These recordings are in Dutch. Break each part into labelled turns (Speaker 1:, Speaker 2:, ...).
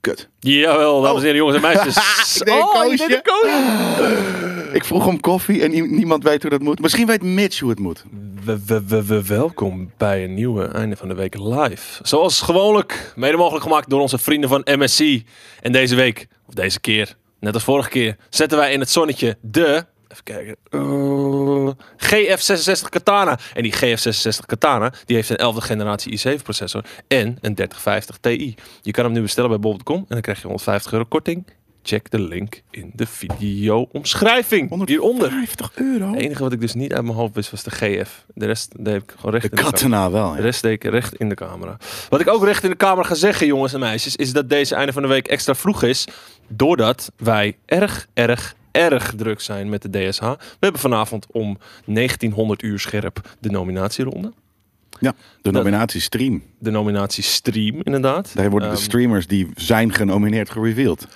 Speaker 1: Kut.
Speaker 2: Jawel, dames en heren, jongens en meisjes.
Speaker 1: Ik deed een
Speaker 2: oh, je bent
Speaker 1: koosje.
Speaker 2: een koosje.
Speaker 1: Ik vroeg om koffie en nie- niemand weet hoe dat moet. Misschien weet Mitch hoe het moet.
Speaker 2: We, we, we, we- welkom bij een nieuwe Einde van de Week live. Zoals gewoonlijk, mede mogelijk gemaakt door onze vrienden van MSC. En deze week, of deze keer, net als vorige keer, zetten wij in het zonnetje de... Even kijken. eh, GF66 Katana. En die GF66 Katana, die heeft een 11e generatie i7 processor en een 3050 Ti. Je kan hem nu bestellen bij bol.com en dan krijg je 150 euro korting. Check de link in de video-omschrijving hieronder.
Speaker 1: 50 euro?
Speaker 2: Het enige wat ik dus niet uit mijn hoofd wist was de GF. De rest deed ik gewoon recht
Speaker 1: De
Speaker 2: in de camera.
Speaker 1: katena wel.
Speaker 2: De
Speaker 1: ja.
Speaker 2: rest deed ik recht in de camera. Wat ik ook recht in de camera ga zeggen, jongens en meisjes, is dat deze einde van de week extra vroeg is. Doordat wij erg, erg, erg druk zijn met de DSH. We hebben vanavond om 1900 uur scherp de nominatieronde.
Speaker 1: Ja, de nominatie stream.
Speaker 2: De nominatie stream, inderdaad.
Speaker 1: Daar worden de
Speaker 2: Ehm,
Speaker 1: streamers die zijn genomineerd gereveeld.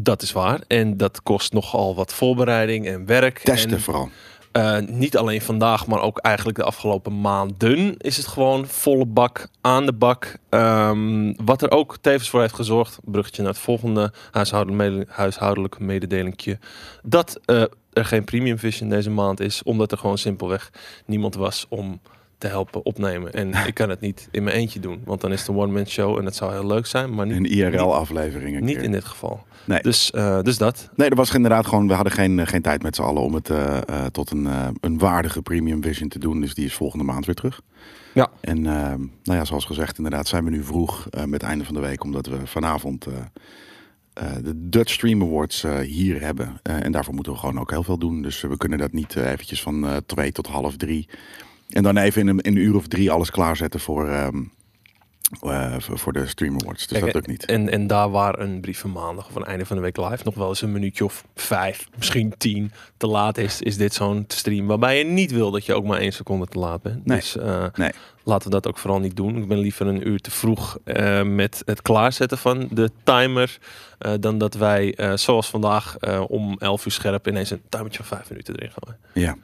Speaker 2: dat is waar. En dat kost nogal wat voorbereiding en werk.
Speaker 1: Testen
Speaker 2: en
Speaker 1: vooral.
Speaker 2: Eh, niet alleen vandaag, maar ook eigenlijk de afgelopen maanden is het gewoon volle bak aan de bak. Ehm, wat er ook tevens voor heeft gezorgd, bruggetje naar het volgende huishoudelijk, mede- huishoudelijk mededelingje, dat eh, er geen premium vision deze maand is, omdat er gewoon simpelweg niemand was om te helpen opnemen. En ik kan het niet in mijn eentje doen, want dan is het een one-man show en dat zou heel leuk zijn, maar
Speaker 1: Een
Speaker 2: niet,
Speaker 1: IRL-aflevering.
Speaker 2: niet in dit geval.
Speaker 1: Nee.
Speaker 2: Dus, eh, dus dat.
Speaker 1: Nee, dat was inderdaad gewoon. We hadden geen, eh, geen tijd met z'n allen om het eh, eh, tot een, eh, een waardige premium vision te doen. Dus die is volgende maand weer terug.
Speaker 2: Ja.
Speaker 1: En eh, nou ja, zoals gezegd, inderdaad, zijn we nu vroeg eh, met het einde van de week. Omdat we vanavond eh, eh, de Dutch Stream Awards eh, hier hebben. Eh, en daarvoor moeten we gewoon ook heel veel doen. Dus we kunnen dat niet eh, eventjes van eh, twee tot half drie. En dan even in een, in een uur of drie alles klaarzetten voor, ehm, eh, voor voor de Stream Awards. Dus
Speaker 2: Kijk, eh,
Speaker 1: dat lukt niet.
Speaker 2: En, en daar waar een brief van maandag of een einde van de week live nog wel eens een minuutje of vijf, misschien tien te laat is, is dit zo'n stream waarbij je niet wil dat je ook maar één seconde te laat bent.
Speaker 1: Nee.
Speaker 2: Dus eh,
Speaker 1: Nee.
Speaker 2: laten we dat ook vooral niet doen. Ik ben liever een uur te vroeg eh, met het klaarzetten van de timer, eh, dan dat wij eh, zoals vandaag eh, om elf uur scherp ineens een timertje van vijf minuten erin gaan.
Speaker 1: Ja.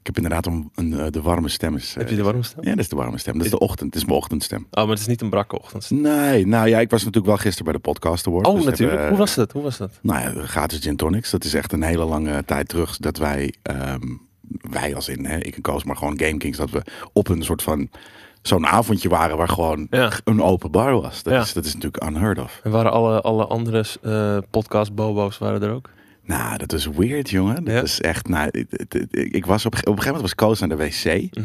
Speaker 1: Ik heb inderdaad een, een, eh, de warme stem. Is, eh,
Speaker 2: Heb je de warmste? staan?
Speaker 1: Ja, dat is de warme stem. Dat is de ochtend. Het is mijn ochtendstem.
Speaker 2: Oh, maar het is niet een brakke ochtend.
Speaker 1: Nee, nou ja, ik was natuurlijk wel gisteren bij de podcast award.
Speaker 2: Oh,
Speaker 1: dus
Speaker 2: natuurlijk.
Speaker 1: hebben-
Speaker 2: Hoe was dat? Hoe was dat?
Speaker 1: Nou ja, gratis gin tonics. Dat is echt een hele lange tijd terug dat wij, ehm, wij als in, hè, ik en Koos, maar gewoon Game Kings, dat we op een soort van zo'n avondje waren waar gewoon
Speaker 2: Ja.
Speaker 1: een open bar was. Dat,
Speaker 2: Ja.
Speaker 1: is, dat is natuurlijk unheard of.
Speaker 2: En waren alle, alle andere eh, podcast-bobo's waren er ook?
Speaker 1: Nou, dat is weird, jongen. Dat
Speaker 2: Ja.
Speaker 1: is echt, nou, ik, ik- ik- ik was op, op een gegeven moment was Koos naar de wc.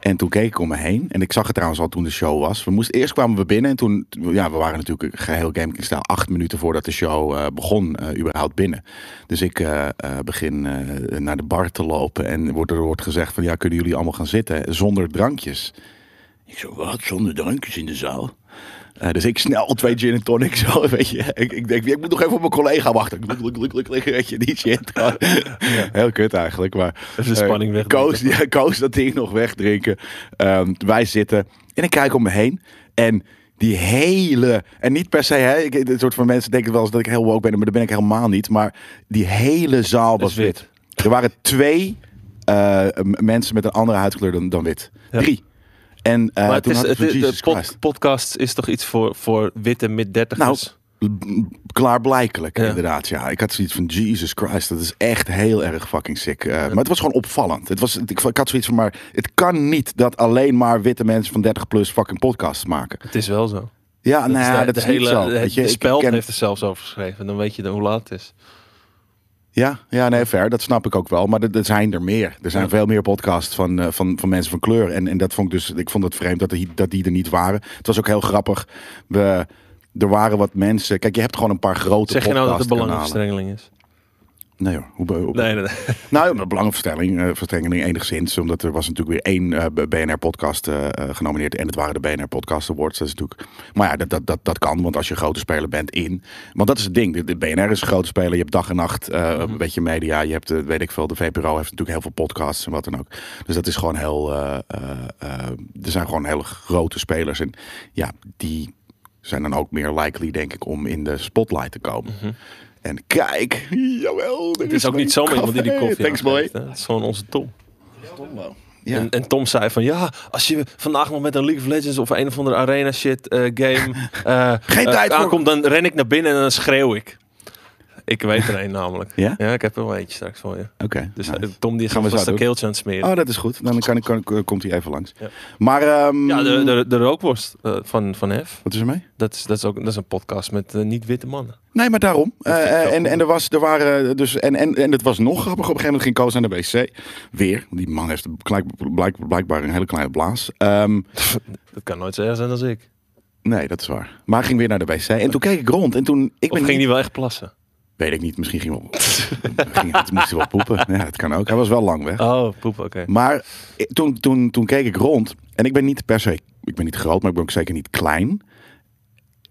Speaker 1: En toen keek ik om me heen. En ik zag het trouwens al toen de show was. We moesten, eerst kwamen we binnen. En toen, ja, we waren natuurlijk geheel Gaming Style acht minuten voordat de show eh, begon, eh, überhaupt binnen. Dus ik eh, eh, begin eh, naar de bar te lopen. En wordt, er wordt gezegd van, ja, kunnen jullie allemaal gaan zitten zonder drankjes? Ik zo, wat? Zonder drankjes in de zaal? Eh, dus ik snel twee gin en tonic zo, weet je. Ik, ik denk, ik moet nog even op mijn collega wachten. Klik, klik, klik, klik, klik, weet je, die shit. gewoon. Heel kut eigenlijk, maar...
Speaker 2: Even de
Speaker 1: eh,
Speaker 2: spanning weg.
Speaker 1: Koos, ja, Koos dat ding nog wegdrinken. Ehm, wij zitten en ik kijk om me heen en... Die hele, en niet per se, hè, ik, dit soort van mensen denken wel eens dat ik heel woke ben, maar dat ben ik helemaal niet. Maar die hele zaal was
Speaker 2: is wit.
Speaker 1: wit. Er waren twee eh, m- mensen met een andere huidskleur dan, dan wit.
Speaker 2: Ja.
Speaker 1: Drie. En eh,
Speaker 2: Maar
Speaker 1: toen had
Speaker 2: het is,
Speaker 1: ik
Speaker 2: het
Speaker 1: van
Speaker 2: is-
Speaker 1: Jesus
Speaker 2: de pod-
Speaker 1: Christ.
Speaker 2: podcast is toch iets voor, voor witte mid-dertigers?
Speaker 1: Nou, Klaarblijkelijk,
Speaker 2: Ja.
Speaker 1: inderdaad. Ja, ik had zoiets van: Jesus Christ, dat is echt heel erg fucking sick. Eh, Maar het was gewoon opvallend. Het was, ik, ik had zoiets van: maar het kan niet dat alleen maar witte mensen van 30 plus fucking podcasts maken.
Speaker 2: het is wel zo.
Speaker 1: Ja, nou ja,
Speaker 2: de-
Speaker 1: dat
Speaker 2: de
Speaker 1: is niet zo.
Speaker 2: de-
Speaker 1: weet je.
Speaker 2: de
Speaker 1: Ik
Speaker 2: speld
Speaker 1: ken-
Speaker 2: heeft er zelfs over geschreven. Dan weet je dan hoe laat het is.
Speaker 1: Ja, ja, nee, ver. Dat snap ik ook wel. Maar er er zijn er meer. Er zijn
Speaker 2: Ja.
Speaker 1: veel meer podcasts van, eh, van, van mensen van kleur. En, en dat vond ik dus, ik vond het vreemd dat die, dat die er niet waren. Het was ook heel grappig. We, er waren wat mensen. Kijk, je hebt gewoon een paar grote
Speaker 2: zeg je nou dat het
Speaker 1: podcastkanalen.
Speaker 2: belangenverstrengeling is?
Speaker 1: Nee hoor, hoe, hoe,
Speaker 2: Nee, nee, nee.
Speaker 1: Nou, een belangenverstrengeling eh, verstrengeling enigszins. Omdat er was natuurlijk weer één eh, BNR-podcast eh, genomineerd. En het waren de BNR-podcast awards. Dat is natuurlijk... Maar ja, dat, dat, dat, dat kan. Want als je een grote speler bent in... Want dat is het ding. De, de BNR is een grote speler. Je hebt dag en nacht eh, een beetje media. Je hebt, eh, weet ik veel, de VPRO heeft natuurlijk heel veel podcasts en wat dan ook. Dus dat is gewoon heel... eh, eh, eh, er zijn gewoon hele grote spelers. En ja, die zijn dan ook meer likely, denk ik, om in de spotlight te komen. En kijk, jawel.
Speaker 2: Het is ook niet zomaar iemand die die koffie
Speaker 1: Thanks, boy.
Speaker 2: aangeeft, hè. Het is gewoon onze Tom.
Speaker 1: Tom, Ja.
Speaker 2: En, en Tom zei van ja, als je vandaag nog met een League of Legends of een of andere arena shit eh, game eh,
Speaker 1: Geen
Speaker 2: eh,
Speaker 1: tijd voor-
Speaker 2: aankomt, dan ren ik naar binnen en dan schreeuw ik. Ik weet er een namelijk.
Speaker 1: Ja?
Speaker 2: ik heb er wel eentje straks voor je.
Speaker 1: Oké.
Speaker 2: Dus
Speaker 1: nice.
Speaker 2: eh, Tom die is
Speaker 1: Gaan we
Speaker 2: alvast
Speaker 1: zo
Speaker 2: de
Speaker 1: doen.
Speaker 2: keeltje aan het smeren.
Speaker 1: Oh, dat is goed. Dan kan, ik- kan, ik- eh, komt hij even langs.
Speaker 2: Ja.
Speaker 1: Maar, ehm,
Speaker 2: ja, de, de, de rookworst eh, van, van Hef.
Speaker 1: wat is er mee?
Speaker 2: Dat is, dat is ook dat is een podcast met eh, niet-witte mannen.
Speaker 1: Nee, maar daarom. Eh,
Speaker 2: vind ik wel
Speaker 1: eh, en,
Speaker 2: goed.
Speaker 1: en er was, er waren dus, en, en, en het was nog grappig. Op een gegeven moment ging Koos naar de wc. Weer. Die man heeft blijk- blijk- blijkbaar een hele kleine blaas. Ehm,
Speaker 2: Dat kan nooit zo erg zijn als ik.
Speaker 1: nee, dat is waar. Maar hij ging weer naar de wc. En toen keek ik rond. En toen, ik ben
Speaker 2: Of ging
Speaker 1: niet-
Speaker 2: die wel echt plassen?
Speaker 1: Weet ik niet. Misschien ging wel. ging, het moest hij wel poepen. Ja, dat kan ook. Hij was wel lang weg.
Speaker 2: Oh, poep, oké.
Speaker 1: Maar eh, toen, toen, toen keek ik rond. En ik ben niet per se... Ik ben niet groot, maar ik ben ook zeker niet klein.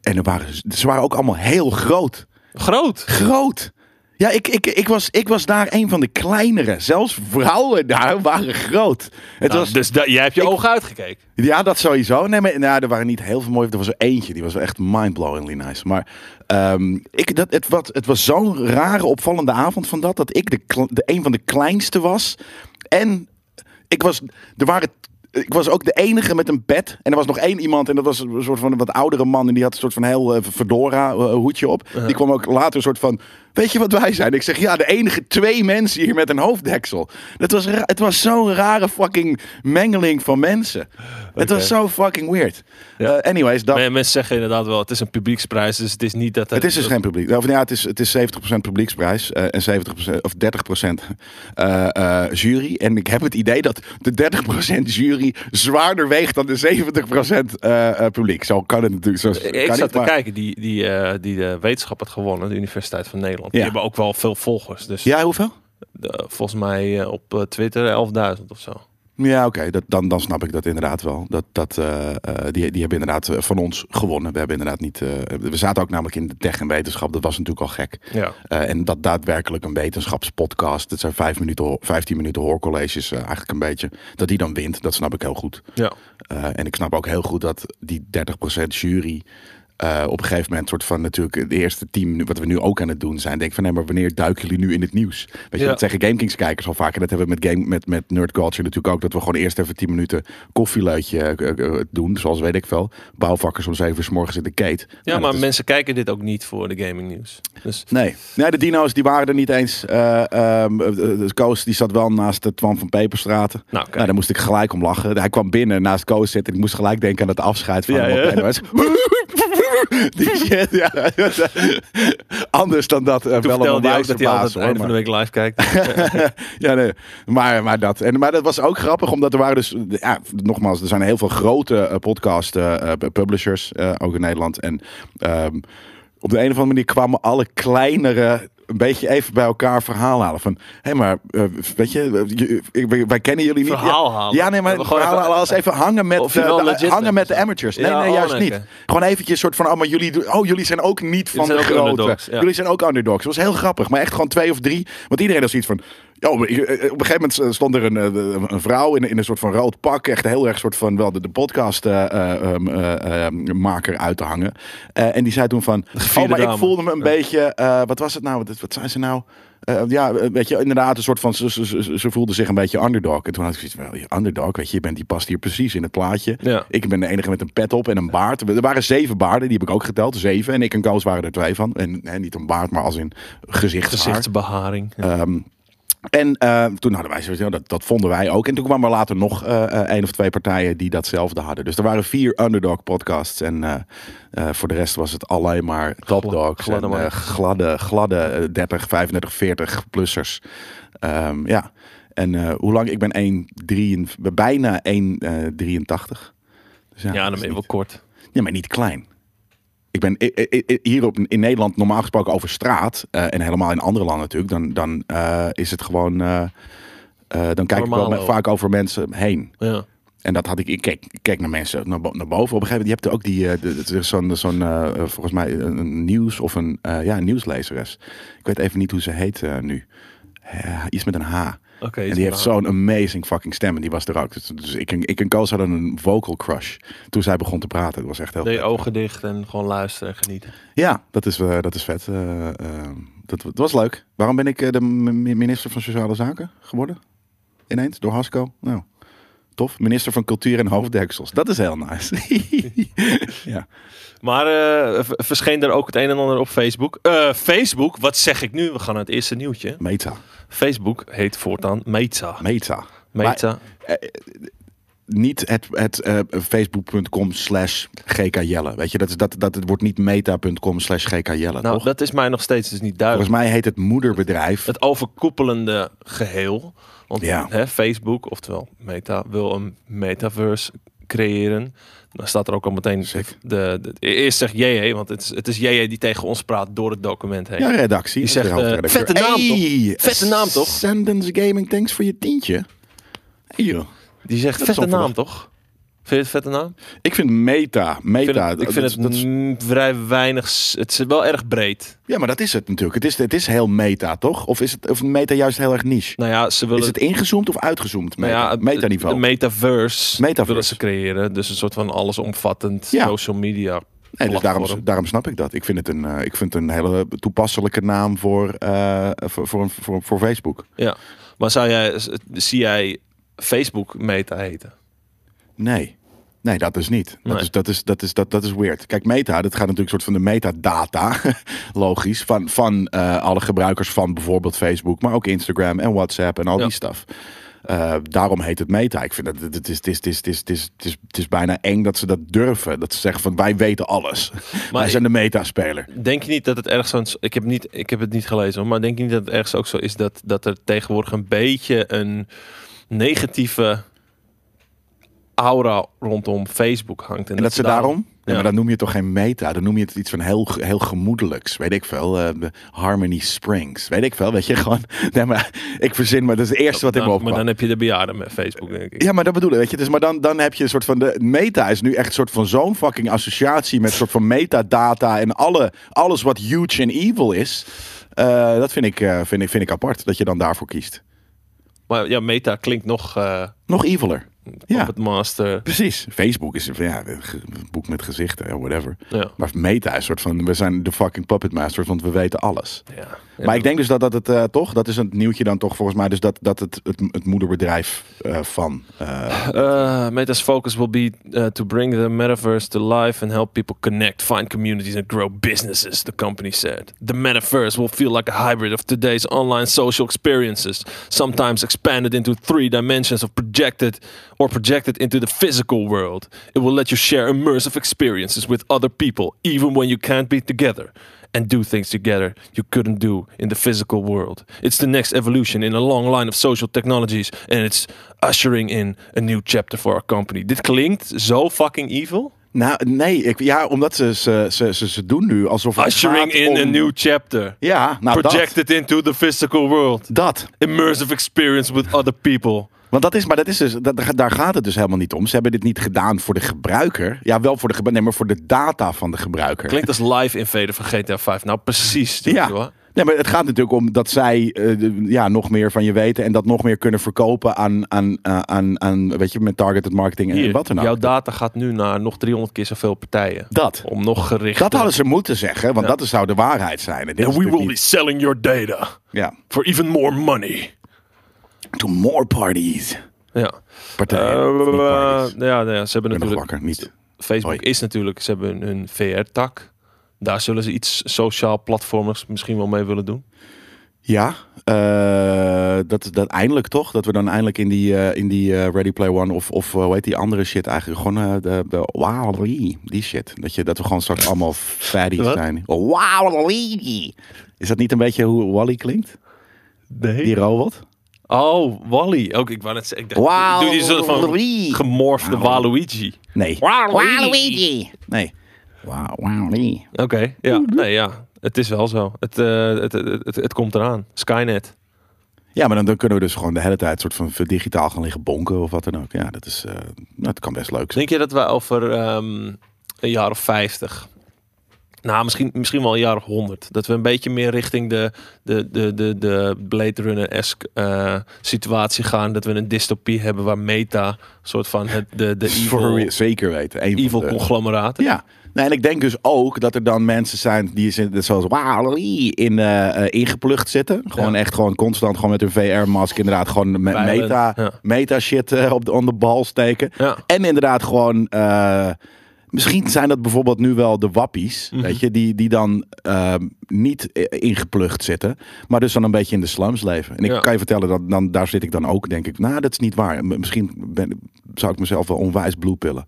Speaker 1: En er waren, ze waren ook allemaal heel groot.
Speaker 2: Groot!
Speaker 1: Groot. Ja, ik, ik, ik, was, ik was daar een van de kleinere. Zelfs vrouwen daar waren groot. Het
Speaker 2: Nou,
Speaker 1: was,
Speaker 2: Dus da- jij hebt je
Speaker 1: Ik-
Speaker 2: ogen uitgekeken.
Speaker 1: Ja, dat sowieso. Nee, maar nou, er waren niet heel veel mooie. Er was er eentje, die was wel echt mindblowingly nice. Maar ehm, ik, dat, het, wat, het was zo'n rare, opvallende avond van dat. Dat ik de, kle- de, een van de kleinste was. En ik was, er waren, ik was ook de enige met een bed. En er was nog één iemand. En dat was een soort van een wat oudere man. En die had een soort van heel eh, fedora eh, hoedje op. Die kwam ook later een soort van... Weet je wat wij zijn? Ik zeg, ja, de enige twee mensen hier met een hoofddeksel. Dat was ra- het was zo'n rare fucking mengeling van mensen. Het was zo fucking weird.
Speaker 2: Ja.
Speaker 1: Eh, anyways, dat,
Speaker 2: Nee, mensen zeggen inderdaad wel, het is een publieksprijs, dus het is niet dat...
Speaker 1: het is dus geen publiek. Of, ja, het, is, het is 70% publieksprijs eh, en 70% of 30% eh, eh, jury. En ik heb het idee dat de 30% jury zwaarder weegt dan de 70% eh, eh, publiek. Zo kan het natuurlijk. Zo kan
Speaker 2: Ik
Speaker 1: niet,
Speaker 2: zat te
Speaker 1: maar-
Speaker 2: kijken, die, die, eh, die de wetenschap had gewonnen, de Universiteit van Nederland. Die
Speaker 1: Ja.
Speaker 2: hebben ook wel veel volgers. Dus
Speaker 1: Ja, hoeveel?
Speaker 2: eh, volgens mij eh, op eh, Twitter 11.000 of zo.
Speaker 1: Ja, oké. dat- Dan, dan snap ik dat inderdaad wel. Dat, dat, eh, eh, die, die hebben inderdaad eh, van ons gewonnen. We hebben inderdaad niet. eh, we zaten ook namelijk in de tech en wetenschap. Dat was natuurlijk al gek.
Speaker 2: Ja.
Speaker 1: Eh, en dat daadwerkelijk een wetenschapspodcast. Het zijn vijf minuten, ho- 15 minuten hoorcolleges eh, eigenlijk een beetje. Dat die dan wint, dat snap ik heel goed.
Speaker 2: ja.
Speaker 1: Eh, en ik snap ook heel goed dat die 30% jury. eh, op een gegeven moment soort van natuurlijk de eerste team, wat we nu ook aan het doen zijn. Denk van nee, maar wanneer duiken jullie nu in het nieuws? Weet je,
Speaker 2: Ja.
Speaker 1: dat zeggen GameKings kijkers al vaak. En dat hebben we met, game, met, met Nerd Culture natuurlijk ook. Dat we gewoon eerst even 10 minuten koffieleutje eh, eh, eh, doen. Zoals weet ik veel. Bouwvakkers om 7 uur s morgens in de kate.
Speaker 2: Ja,
Speaker 1: Nou, dat
Speaker 2: maar
Speaker 1: is-
Speaker 2: mensen kijken dit ook niet voor de gaming nieuws. Dus
Speaker 1: Nee. nee, de dino's die waren er niet eens. Eh ehm, eh, de Koos die zat wel naast de Twan van Peperstraten.
Speaker 2: Nou, kijk.
Speaker 1: daar moest ik gelijk om lachen. Hij kwam binnen naast Koos zitten. Ik moest gelijk denken aan het afscheid van
Speaker 2: Ja,
Speaker 1: hem. op
Speaker 2: ja.
Speaker 1: de NOS. die shit, ja. Anders dan dat eh,
Speaker 2: toen
Speaker 1: wel een
Speaker 2: vertelde hij ook
Speaker 1: wijze
Speaker 2: dat hij altijd
Speaker 1: baas. Hoor,
Speaker 2: het einde
Speaker 1: maar-
Speaker 2: van de week live kijkt.
Speaker 1: ja, nee. maar, maar, dat. En, maar dat was ook grappig, omdat er waren dus... Ja, nogmaals, er zijn heel veel grote eh, podcast eh, eh, publishers, eh, ook in Nederland. En ehm, op de een of andere manier kwamen alle kleinere... Een beetje even bij elkaar verhaal halen. Van, hé, maar eh, weet je, eh, je- ik- wij- wij kennen jullie niet.
Speaker 2: Verhaal
Speaker 1: ja,
Speaker 2: halen?
Speaker 1: Ja, nee, maar
Speaker 2: Ja, maar gewoon
Speaker 1: verhaal
Speaker 2: even-
Speaker 1: halen als even hangen met,
Speaker 2: Of je
Speaker 1: eh,
Speaker 2: wel
Speaker 1: de-
Speaker 2: legit
Speaker 1: hangen
Speaker 2: bent
Speaker 1: met de
Speaker 2: of zo.
Speaker 1: amateurs. Nee,
Speaker 2: Ja,
Speaker 1: nee,
Speaker 2: oh,
Speaker 1: juist
Speaker 2: nee,
Speaker 1: niet.
Speaker 2: oké.
Speaker 1: Gewoon eventjes soort van, oh, maar jullie, doen- oh, jullie zijn ook niet van
Speaker 2: zijn
Speaker 1: de
Speaker 2: ook
Speaker 1: grote.
Speaker 2: underdogs, ja.
Speaker 1: Jullie zijn ook underdogs. Het was heel grappig, maar echt gewoon twee of drie. Want iedereen had zoiets van... Yo, maar ik- eh, op een gegeven moment eh, stond er een, eh, een vrouw in, in een soort van rood pak. Echt heel erg soort van wel de, eh, de ehm, podcastmaker eh, uit te hangen. Eh, en die zei toen van... Oh,
Speaker 2: gevierde
Speaker 1: maar ik
Speaker 2: dame."
Speaker 1: voelde me een beetje... eh, wat was het nou? Wat, wat zijn ze nou? Eh, ja, eh, weet je, inderdaad, een soort van... Ze, ze, ze- ze voelde zich een beetje underdog. En toen had ik zoiets van... "Wel, Underdog, weet je, je bent, die past hier precies in het plaatje.
Speaker 2: Ja.
Speaker 1: Ik ben de enige met een pet op en een baard. Er waren zeven baarden, die heb ik ook geteld. Zeven. En ik en Koos waren er twee van. En, hè, niet een baard, maar als in gezichtshaar.
Speaker 2: Gezichtsbeharing.
Speaker 1: Ehm, en eh, toen hadden wij zoiets, ja, dat, dat vonden wij ook. En toen kwamen er later nog eh, eh, één of twee partijen die datzelfde hadden. Dus er waren vier underdog podcasts. En eh, eh, voor de rest was het alleen maar top
Speaker 2: Gla-
Speaker 1: dogs.
Speaker 2: gladde
Speaker 1: en,
Speaker 2: mannen.
Speaker 1: eh, gladde, gladde eh, 30, 35, 40 plussers. Ehm, ja. En eh, hoe lang? Ik ben 1, bijna 1,83. dus ja, dat is
Speaker 2: Ja, dan ben je
Speaker 1: niet-
Speaker 2: wel kort.
Speaker 1: ja, maar niet klein. Ik ben i- i- i- hier op, in Nederland normaal gesproken over straat. eh, en helemaal in andere landen natuurlijk. Dan, dan eh, is het gewoon. eh, eh, dan kijk
Speaker 2: Normaal
Speaker 1: ik wel me-
Speaker 2: ook.
Speaker 1: vaak over mensen heen.
Speaker 2: Ja.
Speaker 1: En dat had ik. Ik keek, ik keek naar mensen naar, bo- naar boven. Op een gegeven moment. Je hebt ook die. eh, de- de- er is zo'n. zo'n eh, eh, volgens mij een, een nieuws of een. eh, ja, een nieuwslezeres. Ik weet even niet hoe ze heet eh, nu. Eh, iets met een H.
Speaker 2: Oké.
Speaker 1: En die heeft zo'n amazing fucking stem. En die was er ook. Dus, dus ik, en- ik en Koos hadden een vocal crush. Toen zij begon te praten. Dat was echt heel
Speaker 2: Deed
Speaker 1: vet.
Speaker 2: je ogen dicht en gewoon luisteren en genieten.
Speaker 1: Ja, dat is, eh, dat is vet. Eh, eh, dat, dat was leuk. Waarom ben ik eh, de m- minister van Sociale Zaken geworden? Ineens, door Hasco? Nou, Tof. Minister van Cultuur en Hoofddeksels. Dat is heel nice. ja.
Speaker 2: Maar eh, v- verscheen er ook het een en ander op Facebook. Eh, Facebook, wat zeg ik nu? We gaan naar het eerste nieuwtje.
Speaker 1: Meta.
Speaker 2: Facebook heet voortaan Meta.
Speaker 1: Meta.
Speaker 2: Meta.
Speaker 1: Niet het, het eh, facebook.com slash gkjelle. Weet je, dat, is- dat, dat, het wordt niet meta.com slash gkjelle,
Speaker 2: nou,
Speaker 1: toch?
Speaker 2: dat is mij nog steeds dus niet duidelijk.
Speaker 1: Volgens mij heet het moederbedrijf.
Speaker 2: Het overkoepelende geheel. Want
Speaker 1: Ja.
Speaker 2: hè, Facebook, oftewel Meta, wil een metaverse creëren. Dan staat er ook al meteen...
Speaker 1: Zeker.
Speaker 2: De, de- e-, eerst zegt JJ, want het is, het is JJ die tegen ons praat door het document heen.
Speaker 1: Ja, redactie.
Speaker 2: Die
Speaker 1: Dat is de
Speaker 2: zegt, eh,
Speaker 1: hoofdredacteur.
Speaker 2: vette naam toch? Vette naam toch?
Speaker 1: Sentence Gaming, thanks voor je tientje. Hey, joh.
Speaker 2: Die zegt,
Speaker 1: Dat is
Speaker 2: vette naam
Speaker 1: onverwacht.
Speaker 2: toch? Vind je het vette naam?
Speaker 1: Ik vind meta,
Speaker 2: Ik vind
Speaker 1: meta.
Speaker 2: het, ik
Speaker 1: dat-
Speaker 2: vind het
Speaker 1: dat is-
Speaker 2: mm, vrij weinig. s- Het is wel erg breed.
Speaker 1: ja, maar dat is het natuurlijk. Het is, het is heel meta, toch? Of is het of meta juist heel erg niche?
Speaker 2: Nou ja, ze willen.
Speaker 1: Is het ingezoomd of uitgezoomd?
Speaker 2: nou
Speaker 1: Meta,
Speaker 2: ja, het-
Speaker 1: metaniveau.
Speaker 2: De metaverse,
Speaker 1: Metaverse.
Speaker 2: willen ze creëren. Dus een soort van allesomvattend
Speaker 1: Ja.
Speaker 2: social media.
Speaker 1: nee, dus daarom,
Speaker 2: platform.
Speaker 1: daarom snap ik dat. Ik vind het een, eh, ik vind het een hele toepasselijke naam voor, eh, voor, voor, voor, voor Facebook.
Speaker 2: Ja. Maar zou jij, s- zie jij Facebook meta heten?
Speaker 1: Nee. Nee, dat is niet. Dat,
Speaker 2: Nee.
Speaker 1: is, dat, is, dat, is, dat, dat is weird. Kijk, meta, dat gaat natuurlijk soort van de metadata, logisch, van, van eh, alle gebruikers van bijvoorbeeld Facebook, maar ook Instagram en WhatsApp en al
Speaker 2: Ja.
Speaker 1: die stuff. Eh, daarom heet het meta. Ik vind dat het- het is, het is, het is, het is, het is, het is, het is bijna eng dat ze dat durven. Dat ze zeggen van wij weten alles. wij
Speaker 2: ik-
Speaker 1: zijn de metaspeler.
Speaker 2: Denk je niet dat het ergens zo'n... Ik heb, niet, ik heb het niet gelezen, hoor, maar denk je niet dat het ergens ook zo is... dat, dat er tegenwoordig een beetje een negatieve aura rondom Facebook hangt?
Speaker 1: En dat ze daarom. Ja,
Speaker 2: Ja.
Speaker 1: maar dan noem je toch geen meta. Dan noem je het iets van heel, heel gemoedelijks. Weet ik veel. eh, de Harmony Springs. Weet ik veel. Weet je gewoon. Nee, maar ik verzin maar. Dat is het eerste wat ik me
Speaker 2: Nou, maar
Speaker 1: opkwam.
Speaker 2: dan heb je de bejaarden met Facebook, denk ik.
Speaker 1: Ja, maar dat bedoel ik. Weet je? Dus, maar dan, dan heb je een soort van. De, meta is nu echt een soort van zo'n fucking associatie met een soort van metadata. En alle, alles wat huge en evil is. Eh, dat vind ik, eh, vind, ik, vind ik apart. Dat je dan daarvoor kiest.
Speaker 2: Maar ja, Meta klinkt nog eh
Speaker 1: Nog eviler. Ja,
Speaker 2: Puppet Master.
Speaker 1: precies. Facebook is ja, een ge- een boek met gezichten. ja, Whatever.
Speaker 2: Ja.
Speaker 1: Maar meta is een soort van, we zijn de fucking puppet masters, want we weten alles.
Speaker 2: Ja.
Speaker 1: maar ik denk dus dat, dat het eh, toch, dat is een nieuwtje dan toch volgens mij, dus dat, dat het, het, het moederbedrijf eh, van. eh,
Speaker 2: Uh, Meta's focus will be uh, to bring the metaverse to life and help people connect, find communities and grow businesses, the company said. The metaverse will feel like a hybrid of today's online social experiences, sometimes expanded into three dimensions of projected or projected into the physical world. It will let you share immersive experiences with other people, even when you can't be together. and do things together you couldn't do in the physical world. It's the next evolution in a long line of social technologies and it's ushering in a new chapter for our company. Dit klinkt zo fucking evil.
Speaker 1: nou, nee, ik, ja, omdat ze, ze, ze, ze, ze doen nu alsof het
Speaker 2: Ushering
Speaker 1: gaat
Speaker 2: in
Speaker 1: om-
Speaker 2: a new chapter.
Speaker 1: Ja, nou dat.
Speaker 2: Projected into the physical world.
Speaker 1: Dat.
Speaker 2: Immersive experience with other people.
Speaker 1: Want dat is, maar dat is dus, dat, daar gaat het dus helemaal niet om. Ze hebben dit niet gedaan voor de gebruiker. Ja, wel voor de gebruiker, nee, maar voor de data van de gebruiker.
Speaker 2: Klinkt als live invader van GTA 5. Nou precies.
Speaker 1: Ja.
Speaker 2: hoor.
Speaker 1: Nee, maar het gaat natuurlijk om dat zij eh, de- ja, nog meer van je weten en dat nog meer kunnen verkopen aan, aan, eh, aan, aan weet je, met targeted marketing en
Speaker 2: Hier,
Speaker 1: wat dan ook.
Speaker 2: Jouw data gaat nu naar nog 300 keer zoveel partijen.
Speaker 1: Dat.
Speaker 2: Om nog gericht
Speaker 1: Dat hadden ze moeten zeggen, want dat zou de waarheid zijn. En dit is
Speaker 2: We will be
Speaker 1: natuurlijk
Speaker 2: selling your data
Speaker 1: niet- ja.
Speaker 2: for even more money.
Speaker 1: To more parties.
Speaker 2: Ja.
Speaker 1: Partijen.
Speaker 2: Eh,
Speaker 1: niet parties.
Speaker 2: ja, nou ja, ze hebben
Speaker 1: Ik ben nog
Speaker 2: natuurlijk.
Speaker 1: wakker, niet.
Speaker 2: Facebook
Speaker 1: Hoi.
Speaker 2: is natuurlijk. Ze hebben hun VR-tak. Daar zullen ze iets sociaal platformers misschien wel mee willen doen.
Speaker 1: Ja, eh, dat, dat eindelijk toch? Dat we dan eindelijk in die, eh, in die eh, Ready Play One of, of eh, hoe heet die andere shit eigenlijk? Gewoon eh, de, de Wally, die shit. Dat, je, dat we gewoon straks allemaal fatties
Speaker 2: Wat?
Speaker 1: zijn. Wally! Is dat niet een beetje hoe Wally klinkt? Die
Speaker 2: Nee.
Speaker 1: robot?
Speaker 2: Oh, Wally. Ook ik wou net zeggen. ik dacht,
Speaker 1: Wally.
Speaker 2: Doe die soort van gemorfde Waluigi.
Speaker 1: Nee.
Speaker 3: Waluigi.
Speaker 1: Nee. Wa- Wally.
Speaker 2: Oké. Ja. Nee, ja. Het is wel zo. Het, eh, het, het, het, het komt eraan. Skynet.
Speaker 1: Ja, maar dan, dan kunnen we dus gewoon de hele tijd soort van digitaal gaan liggen bonken of wat dan ook. Ja, dat is, eh, nou, dat kan best leuk zijn.
Speaker 2: Denk je dat wij over ehm, een jaar of 50, nou misschien, misschien wel een jaar of 100, dat we een beetje meer richting de, de, de, de, de Blade Runner-esque eh, situatie gaan? Dat we een dystopie hebben waar meta, soort van het, de, de
Speaker 1: Voor
Speaker 2: evil,
Speaker 1: je zeker weten. Een van
Speaker 2: evil
Speaker 1: de-
Speaker 2: conglomeraten.
Speaker 1: eh. Ja, Nee, en ik denk dus ook dat er dan mensen zijn die zitten zoals Wally in eh, eh, ingeplucht zitten. Gewoon
Speaker 2: Ja.
Speaker 1: echt gewoon constant gewoon met hun VR-mask inderdaad gewoon me-
Speaker 2: Violent,
Speaker 1: meta,
Speaker 2: ja.
Speaker 1: meta shit eh, op de, on de bal steken.
Speaker 2: Ja.
Speaker 1: En inderdaad gewoon... eh, Misschien zijn dat bijvoorbeeld nu wel de wappies,
Speaker 2: Mhm.
Speaker 1: weet je, die, die dan ehm, niet eh, ingeplucht zitten, maar dus dan een beetje in de slums leven. En ik
Speaker 2: Ja.
Speaker 1: kan je vertellen, dat dan, daar zit ik dan ook, denk ik, nou, dat is niet waar. M- Misschien ben, zou ik mezelf wel onwijs bloedpillen.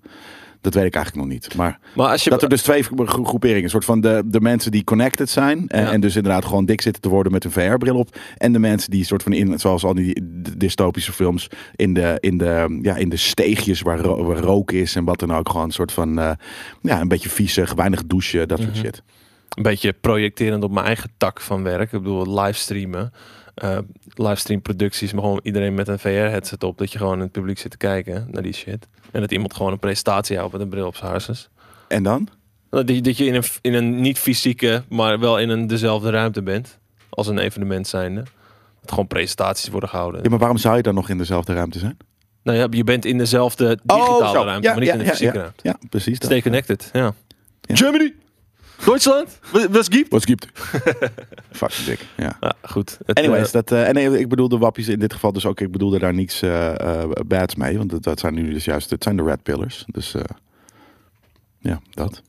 Speaker 1: Dat weet ik eigenlijk nog niet. Maar
Speaker 2: Maar als je...
Speaker 1: dat er dus twee gro- gro- groeperingen. Een soort van de, de mensen die connected zijn. En,
Speaker 2: Ja.
Speaker 1: en dus inderdaad gewoon dik zitten te worden met een VR-bril op. En de mensen die soort van in, zoals al die d- dystopische films, in de, in de, ja, in de steegjes waar, ro- waar rook is en wat dan ook. Gewoon een soort van eh, ja, een beetje viezig, weinig douchen, dat
Speaker 2: Mhm.
Speaker 1: soort shit.
Speaker 2: een beetje projecterend op mijn eigen tak van werk. Ik bedoel, livestreamen. eh livestream producties, maar gewoon iedereen met een VR-headset op. Dat je gewoon in het publiek zit te kijken naar die shit. En dat iemand gewoon een presentatie houdt met een bril op zijn harses.
Speaker 1: En dan?
Speaker 2: Dat je, dat je in, een, in een niet fysieke, maar wel in een dezelfde ruimte bent. Als een evenement zijnde. Dat gewoon presentaties worden gehouden.
Speaker 1: Ja, maar waarom zou je dan nog in dezelfde ruimte zijn?
Speaker 2: Nou ja, je bent in dezelfde digitale
Speaker 1: Oh, zo.
Speaker 2: ruimte,
Speaker 1: Ja,
Speaker 2: maar niet
Speaker 1: ja,
Speaker 2: in de
Speaker 1: ja,
Speaker 2: fysieke
Speaker 1: ja.
Speaker 2: ruimte.
Speaker 1: Ja, precies. Dat.
Speaker 2: Stay connected, ja.
Speaker 1: Ja.
Speaker 2: Germany! Duitsland! Was- Was gibt?
Speaker 1: Wat skipt? Fuck dik. Ja.
Speaker 2: Ah, goed. Het,
Speaker 1: Anyways,
Speaker 2: eh,
Speaker 1: dat, eh, en nee, ik bedoelde wappies in dit geval dus ook. Ik bedoelde daar niks eh eh, bads mee. Want dat, dat zijn nu dus juist, dat zijn de red pillars. Dus eh, ja, dat.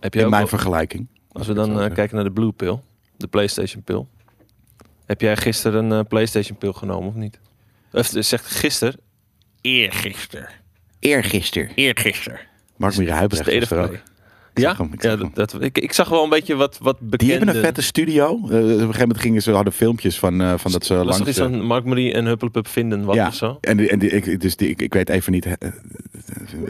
Speaker 2: heb jij
Speaker 1: In
Speaker 2: ook
Speaker 1: mijn
Speaker 2: wel-
Speaker 1: vergelijking.
Speaker 2: Als we dan
Speaker 1: Zo
Speaker 2: eh,
Speaker 1: zeggen.
Speaker 2: kijken naar de Blue Pill, de PlayStation Pill. Heb jij gisteren een eh, PlayStation Pill genomen of niet? Of eh, zegt gisteren? Eergisteren.
Speaker 1: Eergisteren.
Speaker 2: Eergisteren.
Speaker 1: Mark Mier Huibrecht
Speaker 2: De
Speaker 1: is er ook.
Speaker 2: Eredivisie.
Speaker 1: Ik
Speaker 2: Ja,
Speaker 1: zag hem, ik
Speaker 2: ja
Speaker 1: zag hem.
Speaker 2: dat, dat- ik, ik zag wel een beetje wat, wat bekende...
Speaker 1: Die hebben een vette studio. Eh, op een gegeven moment gingen ze, hadden filmpjes van, eh, van dat ze
Speaker 2: Was
Speaker 1: langs...
Speaker 2: toch iets
Speaker 1: eh,
Speaker 2: van Mark Marie en Hupplepup vinden wat
Speaker 1: ja,
Speaker 2: of zo?
Speaker 1: en, die- en die, ik, dus die, ik, ik weet even niet... eh, eh,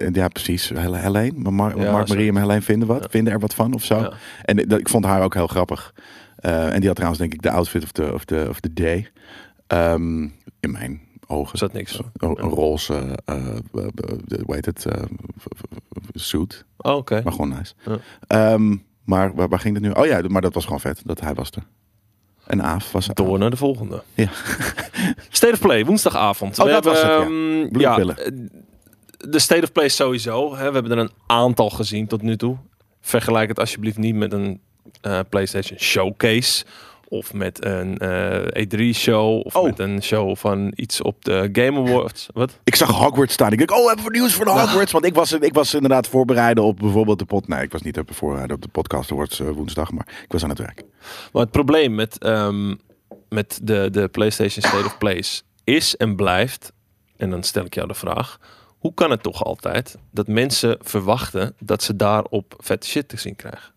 Speaker 1: eh, ja, precies. Hel- Helene. Maar Mar-
Speaker 2: Ja,
Speaker 1: Mark Marie
Speaker 2: zoiets.
Speaker 1: en Helene vinden wat.
Speaker 2: Ja.
Speaker 1: Vinden er wat van of zo.
Speaker 2: Ja.
Speaker 1: En dat- ik vond haar ook heel grappig. Eh, en die had trouwens denk ik de outfit of the, of the, of the day. Ehm, in mijn ogen.
Speaker 2: Is dat niks?
Speaker 1: Een, een roze, eh, eh, eh, hoe heet het, eh, v- v- suit.
Speaker 2: Oh, Oké.
Speaker 1: Maar gewoon nice.
Speaker 2: Ja.
Speaker 1: Ehm, maar waar, waar ging het nu? Oh ja, maar dat was gewoon vet. Dat hij was er. En Aaf was er.
Speaker 2: Door naar de volgende.
Speaker 1: Ja.
Speaker 2: State of Play, woensdagavond.
Speaker 1: Oh, dat was het, ja.
Speaker 2: ehm,
Speaker 1: Bloedpillen.
Speaker 2: eh, de State of Play sowieso. Hè, we hebben er een aantal gezien tot nu toe. Vergelijk het alsjeblieft niet met een eh, PlayStation Showcase. Of met een eh, E3-show. Of
Speaker 1: Oh.
Speaker 2: met een show van iets op de Game Awards. Wat?
Speaker 1: Ik zag Hogwarts staan. Ik denk, oh, hebben we nieuws van Hogwarts? Want ik was, ik was inderdaad voorbereiden op bijvoorbeeld de pot. Nee, ik was niet op voorbereiden op de podcast Awards eh, woensdag, maar ik was aan het werk.
Speaker 2: Maar het probleem met, ehm, met de, de PlayStation State of Plays is en blijft, en dan stel ik jou de vraag, hoe kan het toch altijd dat mensen verwachten dat ze daarop vette shit te zien krijgen?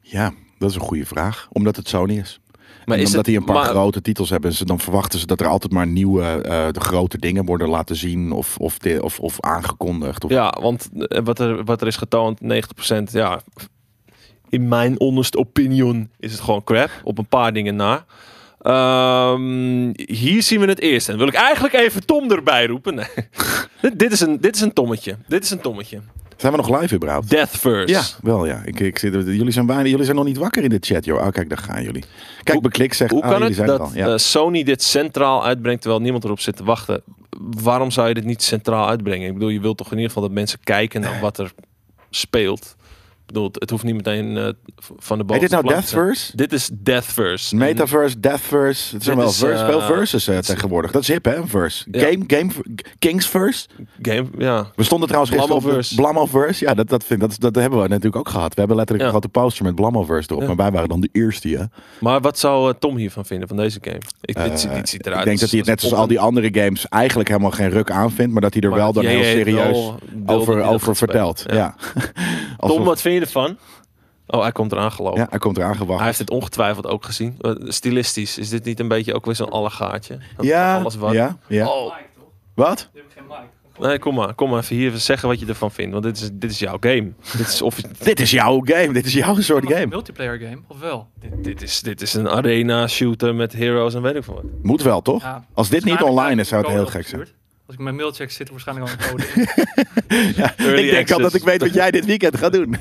Speaker 1: Ja, dat is een goede vraag. Omdat het Sony is.
Speaker 2: Maar
Speaker 1: en
Speaker 2: is
Speaker 1: omdat
Speaker 2: het-
Speaker 1: die een paar
Speaker 2: maar-
Speaker 1: grote titels hebben, ze, dan verwachten ze dat er altijd maar nieuwe eh, de grote dingen worden laten zien of, of, de, of, of aangekondigd. Of,
Speaker 2: Ja, want eh, wat er, wat er is getoond, 90%, ja, in mijn honest opinion is het gewoon crap, op een paar dingen na. Ehm, hier zien we het eerst. En wil ik eigenlijk even Tom erbij roepen. Nee. dit, dit, is een, dit is een tommetje. Dit is een tommetje.
Speaker 1: Zijn we nog live überhaupt?
Speaker 2: Death First.
Speaker 1: Ja, wel ja. Ik, ik zit, jullie, zijn weinig, jullie zijn nog niet wakker in de chat, joh. Ah, kijk, daar gaan jullie. Kijk, beklik zegt,
Speaker 2: Hoe
Speaker 1: ah,
Speaker 2: kan
Speaker 1: jullie
Speaker 2: het
Speaker 1: zijn
Speaker 2: dat
Speaker 1: er al. Ja.
Speaker 2: eh, Sony dit centraal uitbrengt terwijl niemand erop zit te wachten? Waarom zou je dit niet centraal uitbrengen? Ik bedoel, je wilt toch in ieder geval dat mensen kijken naar wat er speelt. Ik bedoel, het- het hoeft niet meteen eh, v- van de
Speaker 1: Heet
Speaker 2: bovenste
Speaker 1: dit nou
Speaker 2: plank te zijn.
Speaker 1: Deathverse?
Speaker 2: Dit is Death First.
Speaker 1: Metaverse, Deathverse. Het zijn
Speaker 2: Dit
Speaker 1: wel
Speaker 2: is,
Speaker 1: verse,
Speaker 2: eh,
Speaker 1: veel verses eh,
Speaker 2: het is-
Speaker 1: tegenwoordig. Dat is hip, hè? Een verse.
Speaker 2: Ja.
Speaker 1: Game, game, Kings verse.
Speaker 2: Game, ja.
Speaker 1: We stonden trouwens gisteren op
Speaker 2: Blammoverse.
Speaker 1: de- Blammoverse. Ja, dat, dat, vind, dat, dat hebben we natuurlijk ook gehad. We hebben letterlijk
Speaker 2: Ja.
Speaker 1: een grote poster met Blammoverse erop.
Speaker 2: Ja.
Speaker 1: Maar wij waren dan de eerste, hè?
Speaker 2: Maar wat zou eh, Tom hiervan vinden, van deze game? Ik, dit, ziet-
Speaker 1: Eh,
Speaker 2: dit ziet eruit.
Speaker 1: ik denk dat hij het net zoals al die andere games eigenlijk helemaal geen ruk aan vindt. Maar dat hij er
Speaker 2: Maar
Speaker 1: wel dan
Speaker 2: jij
Speaker 1: heel
Speaker 2: wel
Speaker 1: serieus
Speaker 2: wil dat hij
Speaker 1: over,
Speaker 2: dat
Speaker 1: over
Speaker 2: gaat
Speaker 1: vertelt. Ja.
Speaker 2: spelen.
Speaker 1: Alsof-
Speaker 2: Tom, wat vind je ervan? Oh, hij komt eraan gelopen.
Speaker 1: ja, hij komt eraan gewacht.
Speaker 2: Hij heeft het ongetwijfeld ook gezien. Eh, Stilistisch, is dit niet een beetje ook weer zo'n allegaatje? Dat
Speaker 1: Ja,
Speaker 2: Alles wat.
Speaker 1: ja, ja.
Speaker 2: Oh,
Speaker 1: Wat?
Speaker 2: nee, kom maar. Kom maar even hier even zeggen wat je ervan vindt. Want dit is, dit is jouw game. dit, is of,
Speaker 1: Dit is jouw game, dit is jouw soort
Speaker 3: Maar
Speaker 1: game.
Speaker 3: multiplayer game, of wel?
Speaker 2: dit, dit, is, dit is een arena shooter met heroes en weet ik veel wat.
Speaker 1: Moet wel, toch?
Speaker 3: Ja.
Speaker 1: Als dit niet
Speaker 3: Waarschijnlijk
Speaker 1: online is,
Speaker 3: krijg ik
Speaker 1: zou
Speaker 3: een
Speaker 1: het heel
Speaker 3: code
Speaker 1: gek zijn.
Speaker 3: opgestuurd. Als ik mijn mail check, zit er waarschijnlijk al een code in.
Speaker 1: Ik
Speaker 2: Early
Speaker 1: denk al dat ik
Speaker 2: access.
Speaker 1: weet wat jij dit weekend gaat doen.